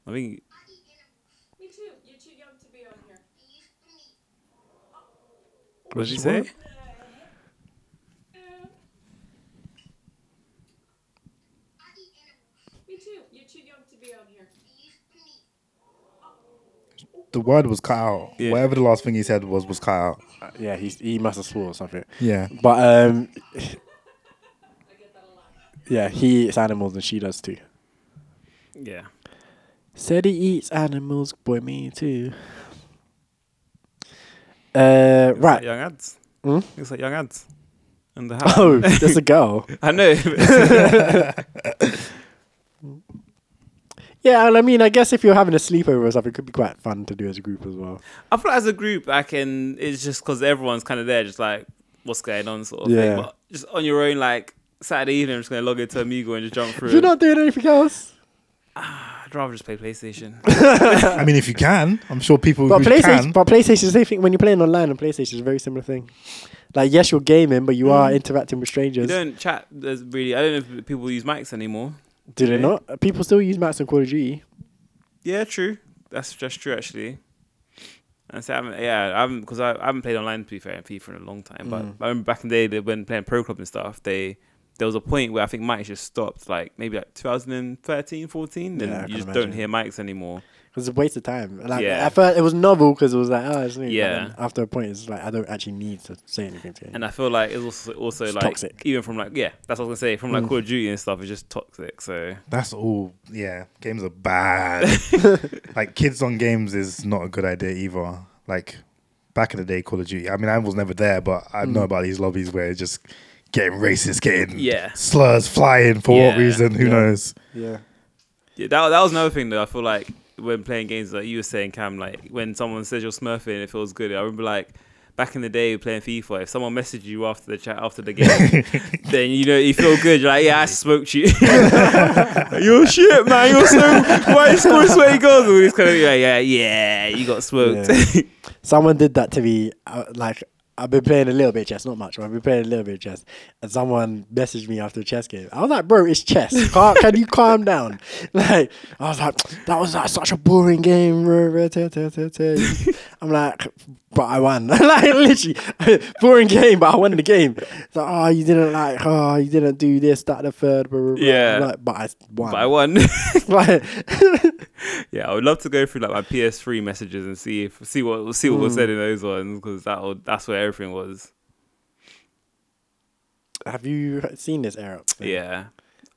Speaker 3: I think
Speaker 9: Me too. You're too young to be on here.
Speaker 3: what did he say?
Speaker 9: Me too. You're too young to be on here.
Speaker 4: The word was cut out.
Speaker 3: Yeah.
Speaker 4: Whatever the last thing he said was was cut out.
Speaker 1: Uh, yeah, he's, he must have swore or something.
Speaker 4: Yeah.
Speaker 1: But um, yeah, he eats animals and she does too.
Speaker 3: Yeah.
Speaker 1: Said he eats animals, boy, me too. Uh,
Speaker 3: Right.
Speaker 1: right.
Speaker 3: young ads.
Speaker 1: Hmm?
Speaker 3: Looks like young ads. And the
Speaker 1: (laughs)
Speaker 3: hat.
Speaker 1: Oh, (laughs) there's a girl.
Speaker 3: (laughs)
Speaker 1: (laughs)
Speaker 3: I know.
Speaker 1: Yeah, and I mean, I guess if you're having a sleepover or something, it could be quite fun to do as a group as well.
Speaker 3: I feel like as a group, I can. It's just because everyone's kind of there, just like what's going on, sort of
Speaker 1: Yeah.
Speaker 3: thing. But just on your own, like Saturday evening, I'm just gonna log into Amigo and just jump through.
Speaker 1: If you're
Speaker 3: it.
Speaker 1: not doing anything else,
Speaker 3: I'd rather just
Speaker 1: (laughs)
Speaker 3: play PlayStation.
Speaker 4: I mean, if you can, I'm sure people
Speaker 1: but
Speaker 4: who
Speaker 1: PlayStation,
Speaker 4: can.
Speaker 1: but PlayStation is the same thing when you're playing online. And PlayStation is a very similar thing. Like, yes, you're gaming, but you are interacting with
Speaker 3: you
Speaker 1: strangers.
Speaker 3: don't chat as really. I don't know if people use mics anymore.
Speaker 1: Do they not? People still use Macs on Call of Duty.
Speaker 3: Yeah, true. That's just true, actually. And so I haven't, yeah, I haven't because I, I haven't played online to be fair in FIFA in a long time. But
Speaker 1: Mm.
Speaker 3: I remember back in the day they, when playing Pro Club and stuff, they there was a point where I think mics just stopped, like maybe like 2013, 14. Then
Speaker 1: Yeah, I
Speaker 3: you
Speaker 1: can
Speaker 3: just
Speaker 1: imagine.
Speaker 3: don't hear mics anymore.
Speaker 1: It was a waste of time. Like,
Speaker 3: Yeah.
Speaker 1: At first, it was novel because it was like, oh, it's new. But
Speaker 3: Yeah.
Speaker 1: then After a point, it's like, I don't actually need to say anything to you.
Speaker 3: And I feel like it's also also
Speaker 1: It's
Speaker 3: like
Speaker 1: toxic. Mm.
Speaker 3: even from like yeah, that's what I was gonna say from like Call of Duty and stuff. It's just toxic. So
Speaker 4: That's all. Yeah, games are bad. like kids on games is not a good idea either. Like back in the day, Call of Duty. I mean, I was never there, but I know about these lobbies where it's just getting racist, getting
Speaker 3: Yeah.
Speaker 4: slurs flying for what
Speaker 3: Yeah.
Speaker 4: reason? Who
Speaker 1: Yeah.
Speaker 4: knows?
Speaker 1: yeah.
Speaker 3: Yeah, that, that was another thing though. I feel like when playing games, like you were saying, Cam, like when someone says you're smurfing, it feels good. I remember like back in the day playing FIFA, if someone messaged you after the chat after the (laughs) game, then you know you feel good. You're like, yeah, I smoked you. (laughs) you're shit, man. You're so (laughs) why you score so many goals? All this kind of yeah, yeah, yeah. You got smoked.
Speaker 1: Yeah. Someone did that to me. Uh, like I've been playing a little bit of chess, not much, but I've been playing a little bit of chess, and someone messaged me after a chess game. I was like, "Bro, it's
Speaker 3: (laughs)
Speaker 1: chess. Can, can you calm down?" (laughs) Like I was like, "That was like such a boring game." (laughs) bro, bro, te- te- te- te." I'm like, "But I won." (laughs) like literally, boring game, but I won the game. It's like, "Oh, you didn't like. Oh, you didn't do this, that, the third. Blah, blah, blah."
Speaker 3: Yeah.
Speaker 1: I'm like, but I won.
Speaker 3: (laughs) But I won.
Speaker 1: (laughs)
Speaker 3: (laughs)
Speaker 1: Like, (laughs)
Speaker 3: yeah, I would love to go through like my PS3 messages and see if see what see what was said in those ones because that would- that's where everything was.
Speaker 1: have you seen this, Eric?
Speaker 3: Yeah.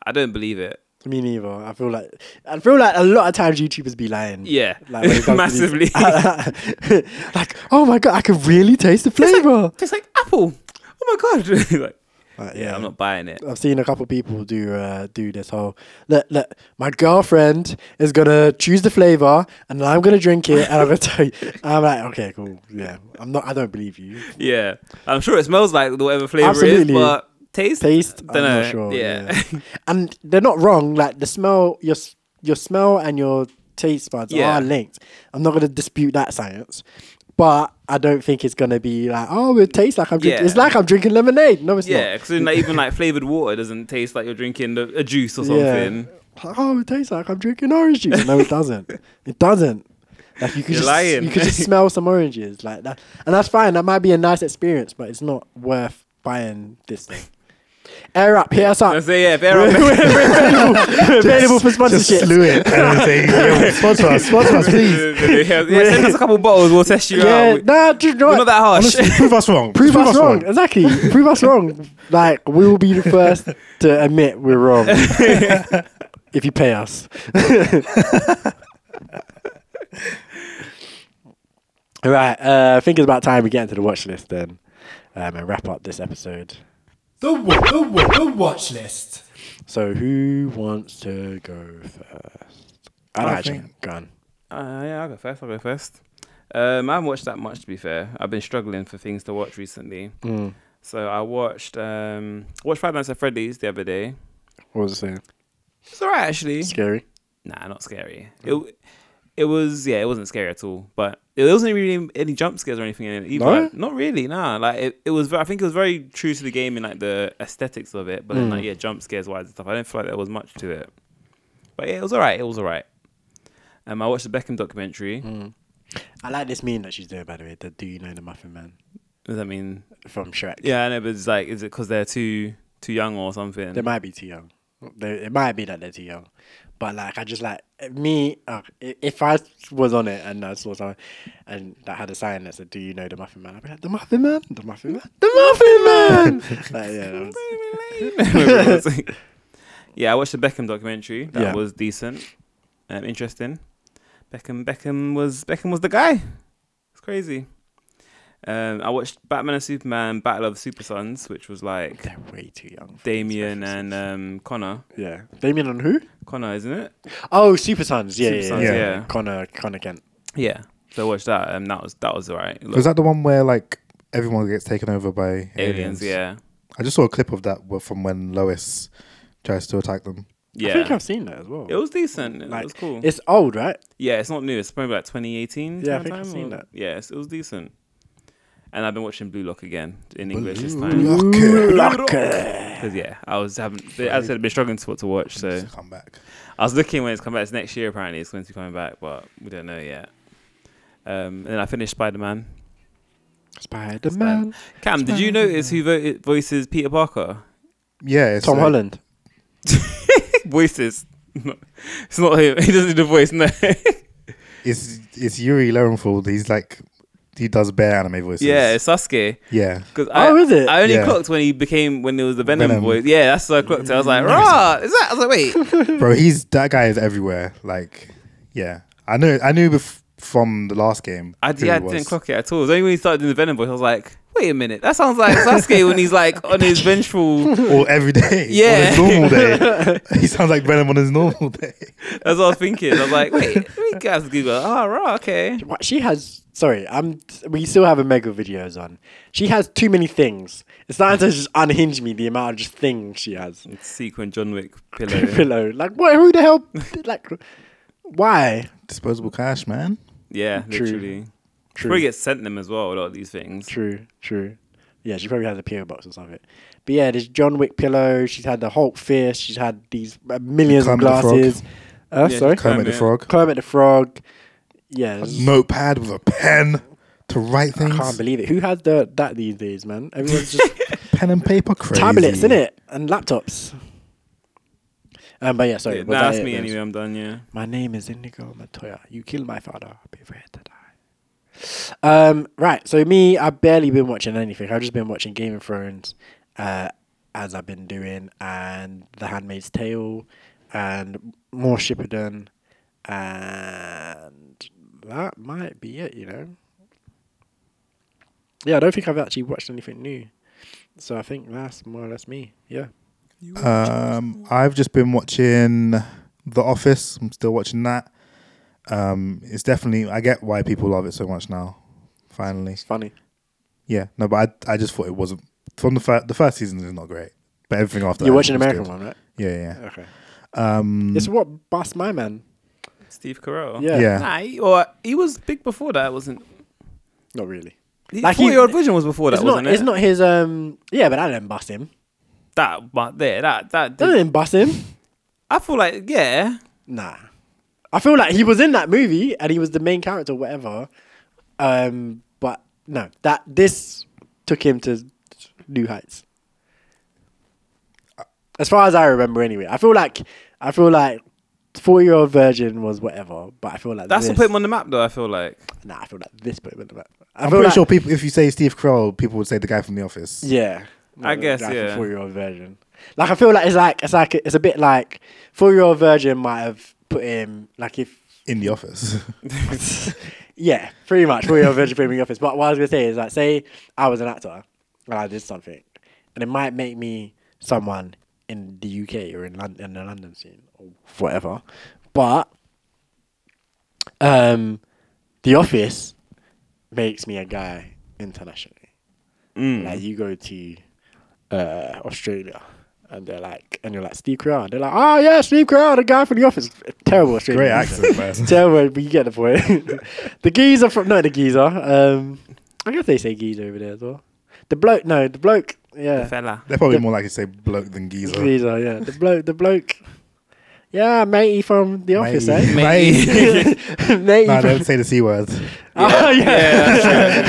Speaker 3: I don't believe it.
Speaker 1: Me neither. I feel like I feel like a lot of times YouTubers be lying.
Speaker 3: Yeah.
Speaker 1: Like, when it comes to
Speaker 3: Massively. (laughs)
Speaker 1: these- (laughs) like, oh my god, I can really taste the flavor.
Speaker 3: It's like Apple. Oh my god. (laughs) like,
Speaker 1: Uh,
Speaker 3: yeah, I'm not buying it.
Speaker 1: I've seen a couple people do uh, do this whole look look. My girlfriend is gonna choose the flavor, and I'm gonna drink it, and I'm gonna (laughs) tell you. And I'm like, okay, cool, yeah. I'm not. I don't believe you.
Speaker 3: Yeah. I'm sure it smells like whatever flavor it
Speaker 1: Absolutely.
Speaker 3: is, but taste
Speaker 1: Taste.
Speaker 3: Dunno.
Speaker 1: I'm not sure.
Speaker 3: (laughs) Yeah.
Speaker 1: and they're not wrong. Like the smell, your s- your smell and your taste buds
Speaker 3: Yeah.
Speaker 1: are linked. I'm not gonna dispute that science, but I don't think it's gonna be like, oh, it tastes like I'm drinking. It's
Speaker 3: Yeah.
Speaker 1: like I'm drinking lemonade. No, it's
Speaker 3: Yeah,
Speaker 1: not.
Speaker 3: because like, even
Speaker 1: (laughs)
Speaker 3: like flavored water doesn't taste like you're drinking a, a juice or something.
Speaker 1: Like, oh, it tastes like I'm drinking orange juice. No, it
Speaker 3: (laughs)
Speaker 1: doesn't. it doesn't. Like you could
Speaker 3: You're
Speaker 1: just
Speaker 3: lying.
Speaker 1: you could
Speaker 3: (laughs)
Speaker 1: just smell some oranges like that, and that's fine. That might be a nice experience, but it's not worth buying this thing. Air up, hit us
Speaker 3: I
Speaker 1: up.
Speaker 3: say
Speaker 1: (laughs)
Speaker 3: yeah, fair
Speaker 1: we're,
Speaker 3: enough.
Speaker 1: we're available, we're (laughs) available for
Speaker 4: Just
Speaker 1: sponsorship.
Speaker 4: slew it and then say, "Yo, sponsor us, sponsor us, please.
Speaker 3: (laughs) yeah, send us a couple bottles. We'll test you
Speaker 1: yeah,
Speaker 3: out. We-
Speaker 1: nah, do you know
Speaker 3: We're
Speaker 1: what?
Speaker 3: not that harsh.
Speaker 4: Honestly, prove us wrong.
Speaker 1: Prove us wrong. Exactly. Prove us wrong. Like, we will be the first to admit we're (laughs) wrong if you pay us. (laughs) right. Uh, I think it's about time we get into the watch list then um, and wrap up this episode.
Speaker 2: The, wa- the, wa- the watch list.
Speaker 1: So, who wants to go first? I don't
Speaker 4: I
Speaker 1: actually.
Speaker 4: think-
Speaker 1: Go on.
Speaker 3: (laughs) Uh, yeah, I'll go first. I'll go first. Um, I haven't watched that much, to be fair. I've been struggling for things to watch recently.
Speaker 1: Hmm.
Speaker 3: So I watched um, watched Five Nights at Freddy's the other day.
Speaker 1: What was I saying?
Speaker 3: It's alright, actually.
Speaker 1: Scary.
Speaker 3: Nah, not scary. It it was yeah, it wasn't scary at all. But it wasn't really any jump scares or anything in it either.
Speaker 1: No?
Speaker 3: Not really, nah. Like it, it was. ve- I think it was very true to the game and like the aesthetics of it. But then like yeah, jump scares wise and stuff. I didn't feel like there was much to it. But yeah, it was alright. It was alright. Um, I watched the Beckham documentary.
Speaker 1: I like this meme that she's doing, by the way. The Do You Know the Muffin Man
Speaker 3: Does that mean?
Speaker 1: from Shrek.
Speaker 3: Yeah, I know. But it's like, is it because they're too too young or something?
Speaker 1: They might be too young. They, it might be that they're too young. But like, I just like me. Uh, i- if I was on it and I saw someone and that had a sign that said, "Do you know the Muffin Man?" I'd be like, "The Muffin Man, the Muffin Man, the Muffin Man." (laughs) like, yeah, that was-
Speaker 3: (laughs)
Speaker 1: (laughs)
Speaker 3: yeah, I watched the Beckham documentary. That
Speaker 1: Yeah.
Speaker 3: was decent, um, interesting. Beckham, Beckham was Beckham was the guy. It's crazy. Um, I watched Batman and Superman: Battle of the Super Sons, which was like
Speaker 1: They're way too young. for these
Speaker 3: Damien
Speaker 1: references.
Speaker 3: and um, Connor.
Speaker 1: yeah, Damien and who?
Speaker 3: Connor, isn't it?
Speaker 1: Oh, Super Sons. Yeah,
Speaker 3: Super
Speaker 1: yeah,
Speaker 3: Sons,
Speaker 1: yeah.
Speaker 3: yeah.
Speaker 1: Connor, Connor Kent.
Speaker 3: Yeah. So I watched that, and that was that was alright. It
Speaker 4: Was
Speaker 3: looked-
Speaker 4: that the one where like everyone gets taken over by
Speaker 3: aliens?
Speaker 4: aliens?
Speaker 3: Yeah.
Speaker 4: I just saw a clip of that wa- from when Lois tries to attack them.
Speaker 3: Yeah.
Speaker 1: I think I've seen that as well.
Speaker 3: it was decent. It
Speaker 1: Like,
Speaker 3: was cool.
Speaker 1: It's old, right?
Speaker 3: Yeah, it's not new. It's probably like 2018.
Speaker 1: Yeah, I
Speaker 3: kind of
Speaker 1: think I've
Speaker 3: time,
Speaker 1: seen
Speaker 3: or-
Speaker 1: that.
Speaker 3: Yeah, it's, it was decent. And I've been watching Blue Lock again in English this time
Speaker 4: Locker.
Speaker 3: because yeah, I was having as I said, I've been struggling to what to watch. So
Speaker 4: Come back.
Speaker 3: I was looking when it's coming back. It's next year apparently. It's going to be coming back, but we don't know yet. Um, and then I finished Spider Man.
Speaker 1: Spider Man.
Speaker 3: Cam, did you notice who vo- voices Peter Parker? (laughs)
Speaker 4: Yeah, it's
Speaker 1: Tom
Speaker 4: like-
Speaker 1: Holland.
Speaker 3: voices. (laughs) it's not him. (laughs) He doesn't do the voice. No.
Speaker 4: It's it's Yuri Lowenfeld. He's like he does bear anime voices.
Speaker 3: yeah, it's Sasuke.
Speaker 4: yeah.
Speaker 3: Cause I,
Speaker 1: Oh, is it?
Speaker 3: I only
Speaker 4: Yeah.
Speaker 3: clocked when he became when there was the Venom,
Speaker 4: Venom.
Speaker 3: voice. Yeah, that's what I clocked. I was like, rah, is that? I was
Speaker 1: (laughs)
Speaker 3: like, wait.
Speaker 4: Bro, he's that guy is everywhere. Like, yeah, I knew I knew bef- from the last game.
Speaker 3: I,
Speaker 4: who
Speaker 3: yeah, I
Speaker 4: it was.
Speaker 3: didn't clock (laughs) it at all. It was only when he started doing the Venom voice, I was like, wait a minute, that sounds like
Speaker 1: (laughs)
Speaker 3: Sasuke when he's like on his vengeful.
Speaker 4: Or every day.
Speaker 3: (laughs) Yeah.
Speaker 4: On his normal
Speaker 3: (laughs)
Speaker 4: day. he sounds like Venom on his normal day.
Speaker 3: That's what I was thinking. I was like, wait, we guys Google. Oh, rah, okay.
Speaker 1: What she has. Sorry, I'm. We still have a mega videos on. She has too many things. It's starting to just unhinge me. The amount of just things she has.
Speaker 3: Sequin John Wick
Speaker 1: (laughs)
Speaker 3: pillow.
Speaker 1: Pillow. Like what? Who the hell? Like why?
Speaker 4: Disposable cash, man.
Speaker 3: yeah,
Speaker 1: True.
Speaker 3: literally.
Speaker 1: True.
Speaker 3: Probably gets sent them as well. A lot of these things.
Speaker 1: True, true. Yeah, she probably has a PO box or something. But yeah, there's John Wick pillow. She's had the Hulk fist. She's had these uh, millions of
Speaker 4: Kermit the Frog.
Speaker 1: glasses. Uh,
Speaker 3: Yeah,
Speaker 1: sorry,
Speaker 4: Kermit the
Speaker 3: Kermit.
Speaker 4: Frog.
Speaker 1: Kermit the Frog. Yeah, there's-
Speaker 4: Notepad with a pen to write
Speaker 1: I
Speaker 4: things.
Speaker 1: can't believe it. Who has the that these days, man? Everyone's just
Speaker 4: pen and paper, crazy.
Speaker 1: tablets, in it, and laptops. Um, but yeah, sorry.
Speaker 3: Yeah,
Speaker 1: was
Speaker 3: nah,
Speaker 1: that
Speaker 3: that's
Speaker 1: it?
Speaker 3: me
Speaker 1: That was-
Speaker 3: anyway. I'm done. Yeah.
Speaker 1: My name is Indigo Matoya. You killed my father. I'll be afraid to die. Um, right. So me, I've barely been watching anything. I've just been watching Game of Thrones, uh, as I've been doing, and The Handmaid's Tale, and more Shippuden, and that might be it. You know. Yeah, I don't think I've actually watched anything new. So I think that's more or less me. Yeah.
Speaker 4: Um, I've just been watching The Office. I'm still watching that. Um, it's definitely. I get why people love it so much now. Finally,
Speaker 1: It's funny.
Speaker 4: yeah. No, but I, I just thought it wasn't from the first. The first season is not great, but everything after
Speaker 1: You're
Speaker 4: that
Speaker 1: watching
Speaker 4: was
Speaker 1: American
Speaker 4: good.
Speaker 1: one, right?
Speaker 4: Yeah, yeah. yeah.
Speaker 1: Okay.
Speaker 4: Um,
Speaker 1: It's what bust my man.
Speaker 3: Steve Carell.
Speaker 1: Yeah.
Speaker 4: Yeah.
Speaker 3: Nah, he, or he was big before that, wasn't?
Speaker 1: Not really. Like
Speaker 3: Like
Speaker 1: he-
Speaker 3: Forty Year Old Vision was before that,
Speaker 1: it's
Speaker 3: wasn't
Speaker 1: not.
Speaker 3: it?
Speaker 1: It's not his. Um. Yeah, but I didn't bust him.
Speaker 3: that, but there, that, that.
Speaker 1: I
Speaker 3: did-
Speaker 1: didn't bust him.
Speaker 3: I feel like yeah,
Speaker 1: Nah. I feel like he was in that movie and he was the main character, whatever. Um. But no, that this took him to new heights. As far as I remember, anyway, I feel like I feel like four-year-old virgin was whatever, but I feel like
Speaker 3: that's
Speaker 1: this,
Speaker 3: what put him on the map though. I feel like
Speaker 1: Nah, I feel like this put him on the map. I
Speaker 4: I'm
Speaker 1: feel
Speaker 4: pretty
Speaker 1: like-
Speaker 4: sure people. If you say Steve Carell, people would say the guy from The Office.
Speaker 1: Yeah,
Speaker 3: I guess,
Speaker 1: like
Speaker 3: yeah.
Speaker 1: four year old version. Like I feel like it's like it's like it's a bit like four year old version might have put him like if
Speaker 4: In The
Speaker 1: (laughs)
Speaker 4: Office. (laughs)
Speaker 1: yeah pretty much (laughs) four year old version put him in the office. But what I was gonna say is like say I was an actor and I did something and it might make me someone in the UK or in London in the London scene or whatever, but um, The Office makes me a guy internationally.
Speaker 4: Mm.
Speaker 1: Like you go to uh, Australia and they're like, and you're like Steve Carell. They're like, oh yeah, Steve Carell, the guy from The Office. Terrible Australian
Speaker 4: Great accent, man.
Speaker 1: accent. Terrible, but you get the point. (laughs) the geezer from no, the geezer. Um, I guess they say geezer over there as well. The bloke, no, the bloke, yeah,
Speaker 3: fella.
Speaker 4: They're probably more likely to say bloke than geezer.
Speaker 1: geezer, yeah, the bloke, the bloke. Yeah, matey from The Office,
Speaker 4: Matey.
Speaker 1: eh?
Speaker 4: Matey.
Speaker 1: (laughs)
Speaker 3: (laughs)
Speaker 1: matey
Speaker 4: no,
Speaker 1: from-
Speaker 4: don't say the c word.
Speaker 1: Oh yeah.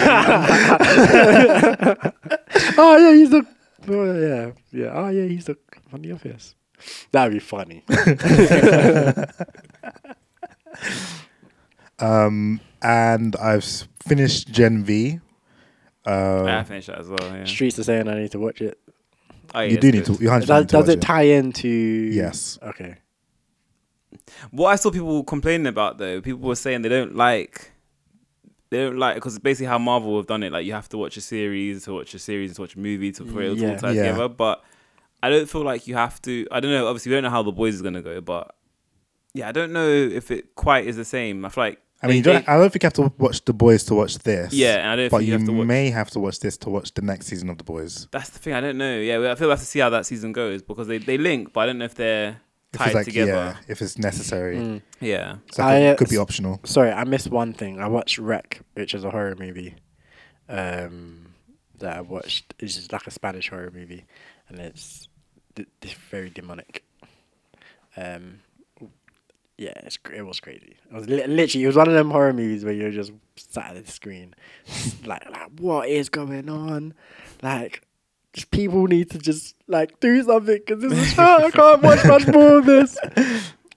Speaker 1: (laughs) oh yeah, he's the. Oh, yeah, yeah. Oh yeah, he's the on the office. That'd be funny.
Speaker 4: Um, and I've s- finished Gen V.
Speaker 3: Yeah, I
Speaker 4: Uh,
Speaker 3: finished that as well. Yeah.
Speaker 1: Streets are saying I need to watch it.
Speaker 3: Oh, yeah,
Speaker 4: you
Speaker 3: it's
Speaker 4: do need to.
Speaker 3: good.
Speaker 4: You 100%
Speaker 1: Does,
Speaker 4: need to
Speaker 1: does
Speaker 4: watch
Speaker 1: it tie into?
Speaker 4: Yes.
Speaker 1: Okay.
Speaker 3: What I saw people complaining about though, people were saying they don't like they don't like because it's basically how Marvel have done it. Like you have to watch a series to watch a series to watch a movie to for it to
Speaker 1: Yeah.
Speaker 3: all tie
Speaker 4: Yeah.
Speaker 3: together. But I don't feel like you have to. I don't know. Obviously, we don't know how the boys is gonna go, but yeah, I don't know if it quite is the same. I feel like
Speaker 4: I mean, you
Speaker 3: they-
Speaker 4: don't, I don't think you have to watch The Boys to watch this.
Speaker 3: Yeah, and I don't
Speaker 4: but
Speaker 3: think you
Speaker 4: you,
Speaker 3: have to watch-
Speaker 4: may have to watch this to watch the next season of The Boys.
Speaker 3: that's the thing. I don't know. Yeah, I feel we have to see how that season goes because they they link, but I don't know if they're
Speaker 4: If
Speaker 3: tied
Speaker 4: it's like, yeah,
Speaker 3: together.
Speaker 4: if it's necessary,
Speaker 3: Yeah.
Speaker 4: so I think
Speaker 1: I, uh,
Speaker 4: it could be
Speaker 1: s-
Speaker 4: optional.
Speaker 1: Sorry, I missed one thing. I watched Wreck, which is a horror movie. Um, that I watched It's just like a Spanish horror movie, and it's d- d- very demonic. Um, yeah, it's cra- it was crazy. It was li- literally it was one of them horror movies where you're just sat at the screen, s- like like what is going on, like. Just people need to just like do something because this is "Ah, I can't watch much more of this. (laughs)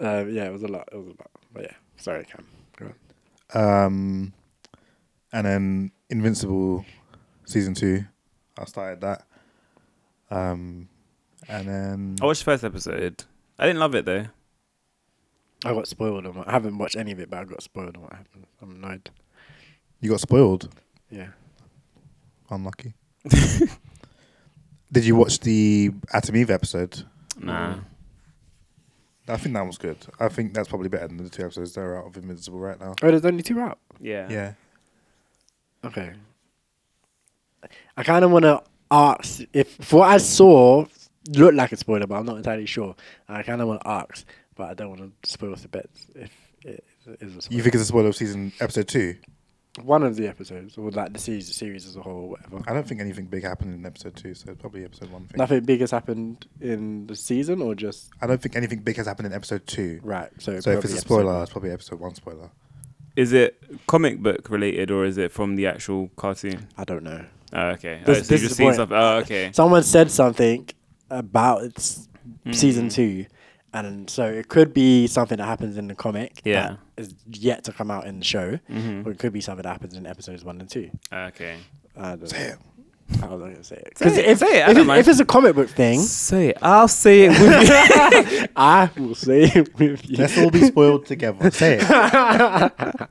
Speaker 1: Um, yeah, it was a lot. It was a lot. But yeah, sorry, Cam. Go on.
Speaker 4: Um, and then Invincible season two, I started that. Um, and then
Speaker 3: I watched the first episode. I didn't love it though.
Speaker 1: I got spoiled on what I haven't watched any of it, but I got spoiled on what happened. I'm annoyed.
Speaker 4: you got spoiled.
Speaker 1: Yeah.
Speaker 3: (laughs)
Speaker 4: Unlucky. Did you watch the Atom Eve episode?
Speaker 3: Nah.
Speaker 4: I think that was good. I think that's probably better than the two episodes that are out of Invincible right now.
Speaker 1: Oh, there's only two out.
Speaker 3: Yeah.
Speaker 4: Yeah.
Speaker 1: Okay. I kind of want to ask if, if what I saw looked like a spoiler, but I'm not entirely sure. And I kind of want to ask, but I don't want to spoil the bits if it is a spoiler.
Speaker 4: You think it's a spoiler of season episode two?
Speaker 1: one of the episodes, or like the series, the series as a whole, or whatever.
Speaker 4: I don't think anything big happened in episode two, so it's probably episode one thing.
Speaker 1: Nothing big has happened in the season, or just
Speaker 4: I don't think anything big has happened in episode two.
Speaker 1: right. So,
Speaker 4: So if it's
Speaker 1: probably episode
Speaker 4: a spoiler,
Speaker 1: one.
Speaker 4: it's probably episode one spoiler.
Speaker 3: Is it comic book related or is it from the actual cartoon?
Speaker 1: I don't know.
Speaker 3: Oh, okay.
Speaker 1: This-
Speaker 3: oh, so
Speaker 1: this
Speaker 3: you
Speaker 1: is
Speaker 3: just
Speaker 1: the
Speaker 3: seen
Speaker 1: point.
Speaker 3: stuff. Oh, okay.
Speaker 1: someone said something about it's
Speaker 3: Hmm.
Speaker 1: season two, and so it could be something that happens in the comic
Speaker 3: Yeah.
Speaker 1: that is yet to come out in the show,
Speaker 3: Mhm.
Speaker 1: or it could be something that happens in episodes one and two.
Speaker 3: Okay.
Speaker 1: I don't know. I was not gonna say it
Speaker 3: Say
Speaker 1: because
Speaker 3: it,
Speaker 1: if,
Speaker 3: say it, I
Speaker 1: if,
Speaker 3: don't
Speaker 1: it,
Speaker 3: mind.
Speaker 1: if it's a comic book thing,
Speaker 3: Say it. I'll say it with you.
Speaker 1: (laughs) I will say it with you.
Speaker 4: (laughs) Let's all be spoiled together. Say it.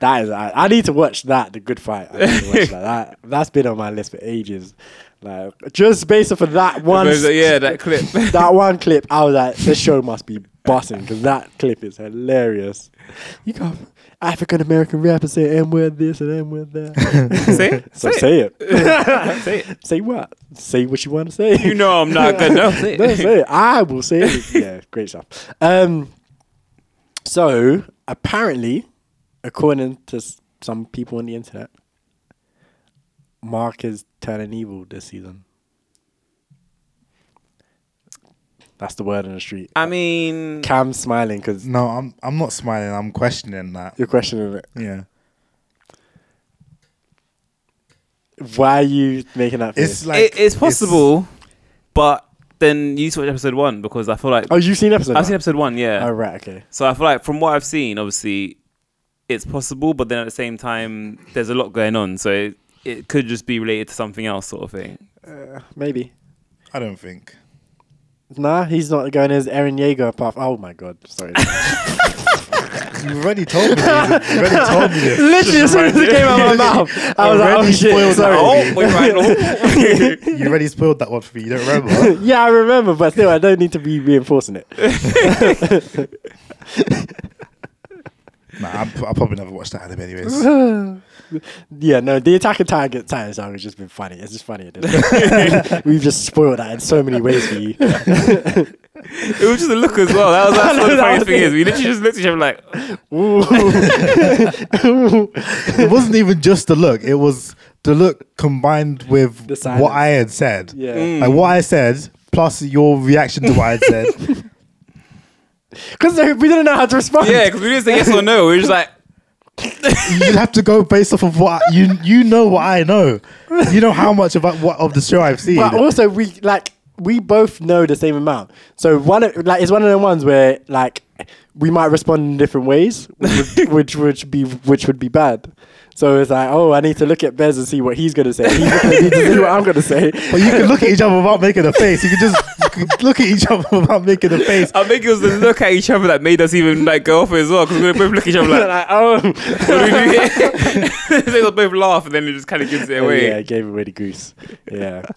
Speaker 1: That is, I, I need to watch that. The Good Fight. I need to watch
Speaker 3: (laughs)
Speaker 1: that. that. That's been on my list for ages. Like just based off of that one,
Speaker 3: uh, yeah,
Speaker 1: (laughs)
Speaker 3: that clip.
Speaker 1: that
Speaker 3: (laughs)
Speaker 1: one clip, I was like, this show must be busting because that clip is hilarious. You got African American rappers say M word this and M word
Speaker 3: (laughs)
Speaker 1: that.
Speaker 3: say it.
Speaker 1: so say it.
Speaker 3: Say it. (laughs)
Speaker 1: say what? Say what you want to say.
Speaker 3: You know I'm not good. No, say it. (laughs)
Speaker 1: No, say it. I will say it. Yeah, great stuff. Um, so apparently, according to s- some people on the internet, Mark is turning evil this season. That's the word on the street.
Speaker 3: I mean,
Speaker 1: Cam's smiling because
Speaker 4: (laughs)
Speaker 3: Mm.
Speaker 4: No, I'm I'm not smiling. I'm questioning that.
Speaker 1: you're questioning it.
Speaker 4: Yeah.
Speaker 1: Why are you making that face?
Speaker 4: It's like
Speaker 3: it, it's possible, but then you watch episode one because I feel like
Speaker 1: oh, you've seen episode.
Speaker 3: I've seen
Speaker 1: one?
Speaker 3: episode one. Yeah.
Speaker 1: Oh right, okay.
Speaker 3: So I feel like from what I've seen, obviously, it's possible, but then at the same time, there's a lot going on, so it, it could just be related to something else, sort of thing.
Speaker 1: Maybe.
Speaker 4: I don't think.
Speaker 1: Nah, he's not going as Aaron Yeager path. Oh my god,
Speaker 3: (laughs)
Speaker 1: sorry.
Speaker 4: You've already told me. You've already told me this.
Speaker 1: Literally, as soon as it came out of my mouth, I was like, oh
Speaker 4: Already
Speaker 1: shit,
Speaker 4: spoiled
Speaker 1: sorry.
Speaker 3: Oh, (laughs) wait, right. oh.
Speaker 4: You already spoiled that one for me. You don't remember.
Speaker 1: yeah, I remember, but still, I don't need to be reinforcing it.
Speaker 4: (laughs) nah, I'm, I'll probably never watch that anime anyways.
Speaker 1: Yeah, no, the Attack on Titan, Titan song has just been funny. It's just funny. at this point. We've just spoiled that in so many ways for you.
Speaker 3: It was just a look as well. That was that's
Speaker 1: (laughs)
Speaker 3: what the
Speaker 1: that
Speaker 3: funniest
Speaker 1: was
Speaker 3: thing
Speaker 1: it.
Speaker 3: is. We literally just looked at each other like,
Speaker 4: it wasn't even just the look. It was the look combined with
Speaker 1: The silence.
Speaker 4: what I had said.
Speaker 1: Yeah.
Speaker 4: Like what I said plus your reaction to what I had said.
Speaker 1: (laughs) Because we didn't know how to respond.
Speaker 3: yeah, because we didn't say yes or no. We were just like,
Speaker 4: you have to go based off of what I- you you know what I know. You know how much about what of the show I've seen.
Speaker 1: But also, we like we both know the same amount. So one, of, like, it's one of the ones where like we might respond in different ways, which would, which would be which would be bad. So it's like, oh, I need to look at Bez and see what he's gonna say. He's gonna need to see what I'm gonna say.
Speaker 4: But you can look at each other without making a face. You can just you can look at each other without making a face.
Speaker 3: I think it was the look at each other that made us even like go off as well because we were both look at each other
Speaker 1: (laughs)
Speaker 3: like,
Speaker 1: like, oh,
Speaker 3: what do we do here? (laughs) they will both laugh and then it just kind of gives it away.
Speaker 1: Oh, yeah, I gave away the goose. Yeah. (laughs)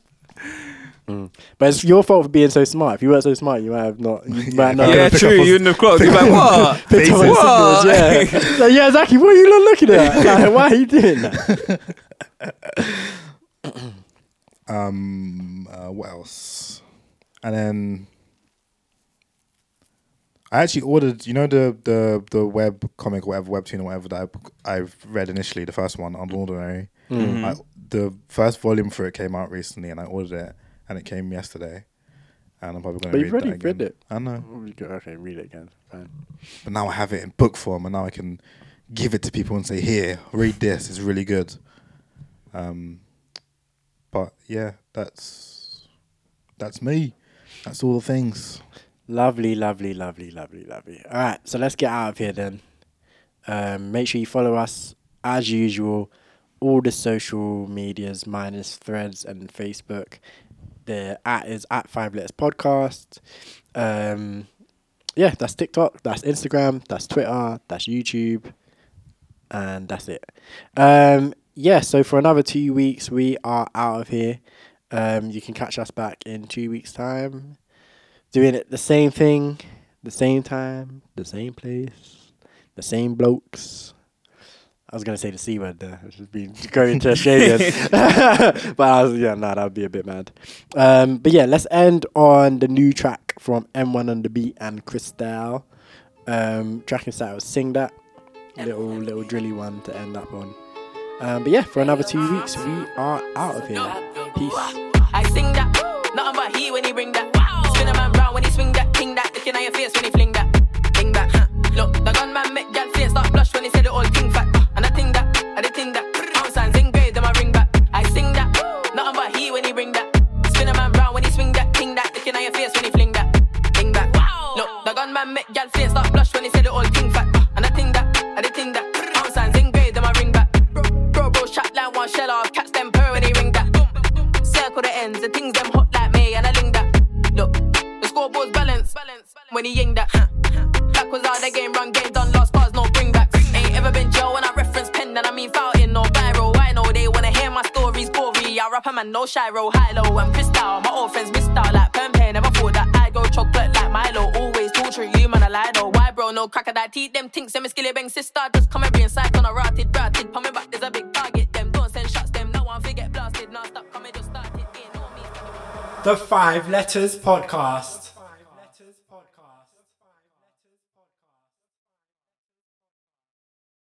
Speaker 1: Mm. But it's your fault for being so smart. If you weren't so smart, you might have not. (laughs) You might not.
Speaker 3: Yeah,
Speaker 1: have
Speaker 4: pick
Speaker 3: true.
Speaker 4: up on-
Speaker 3: You in the clock.
Speaker 1: (laughs)
Speaker 3: You're like, what?
Speaker 1: picked up on
Speaker 3: What? (laughs)
Speaker 1: signals, (laughs) yeah. Like, yeah, Zaki, what are you not looking at? Like, why are you doing (laughs) that?
Speaker 4: Um, uh, what else? And then I actually ordered, you know, the the the web comic, whatever webtoon or whatever that I, I've read initially, the first one, Unordinary. I, the first volume for it came out recently, and I ordered it, and it came yesterday. And I'm probably going
Speaker 1: But
Speaker 4: to
Speaker 1: you've
Speaker 4: read
Speaker 1: already
Speaker 4: that
Speaker 1: read
Speaker 4: again.
Speaker 1: it.
Speaker 4: I know,
Speaker 1: Oh Okay, read it again. Fine.
Speaker 4: but now I have it in book form, and now I can give it to people and say, "Here, read this. It's really good." Um, but yeah, that's that's me. That's all the things.
Speaker 1: Lovely, lovely, lovely, lovely, lovely. All right, so let's get out of here then. Um, make sure you follow us as usual, all the social medias minus threads and Facebook. The at is at Five Letters Podcast. Um, yeah, that's TikTok, that's Instagram, that's Twitter, that's YouTube, and that's it. Um, yeah, so for another two weeks, we are out of here. Um, you can catch us back in two weeks' time doing it the same thing, the same time, the same place, the same blokes. I was gonna say the c word there, I should be (laughs) going to Australian, (laughs) but I was, yeah, no, that'd be a bit mad. Um, but yeah, let's end on the new track from M1 on the Beat and Cristal. Um, track inside was Sing That, little little drilly one to end up on. Um, but yeah, for another two weeks, we are out of here. Peace.
Speaker 5: I sing that. Nothing but he when he bring that. Spin a man round when he swing that. King that. Looking at your face when he fling that. Fling that. Huh. Look, the gunman make gal face start blush when he say the old king fat. And I think that. I did think that. Bounce and zing grave, then I ring back. I sing that. Nothing but he when he bring that. Spin a man round when he swing that. King that. Looking at your face when he fling that. Fling that. Look, the gunman make gal face start blush when he say the old king fat. uh, And I think that. I did think that. Bounce and zing grave, then I ring back. Bro, bro, bro, shot line one shell off. Catch them purr when he ring that. Circle the ends, the things them hot like me, and I link that. Look, the scoreboard's balance, balance, when he ying that. (laughs) Back was out the game, run game done, lost bars, no bring backs. Ain't ever been Joe when I reference pen, and I mean fountain or viral. I know they wanna hear my stories, gory. I rap a man, no Shiro, high low, I'm crystal. My old friends missed out like pen pen. Never thought that I'd go chocolate like Milo. Always torture you, man, I lie though. Why, bro? No crocodile teeth, them tinks, them skilly bang sister. Just come every inside on a rotted, rotted. Pumping back, there's a big target. Them don't send shots, them no one forget blasted. Now stop coming, just start it. Ain't no me.
Speaker 2: The Five Letters Podcast.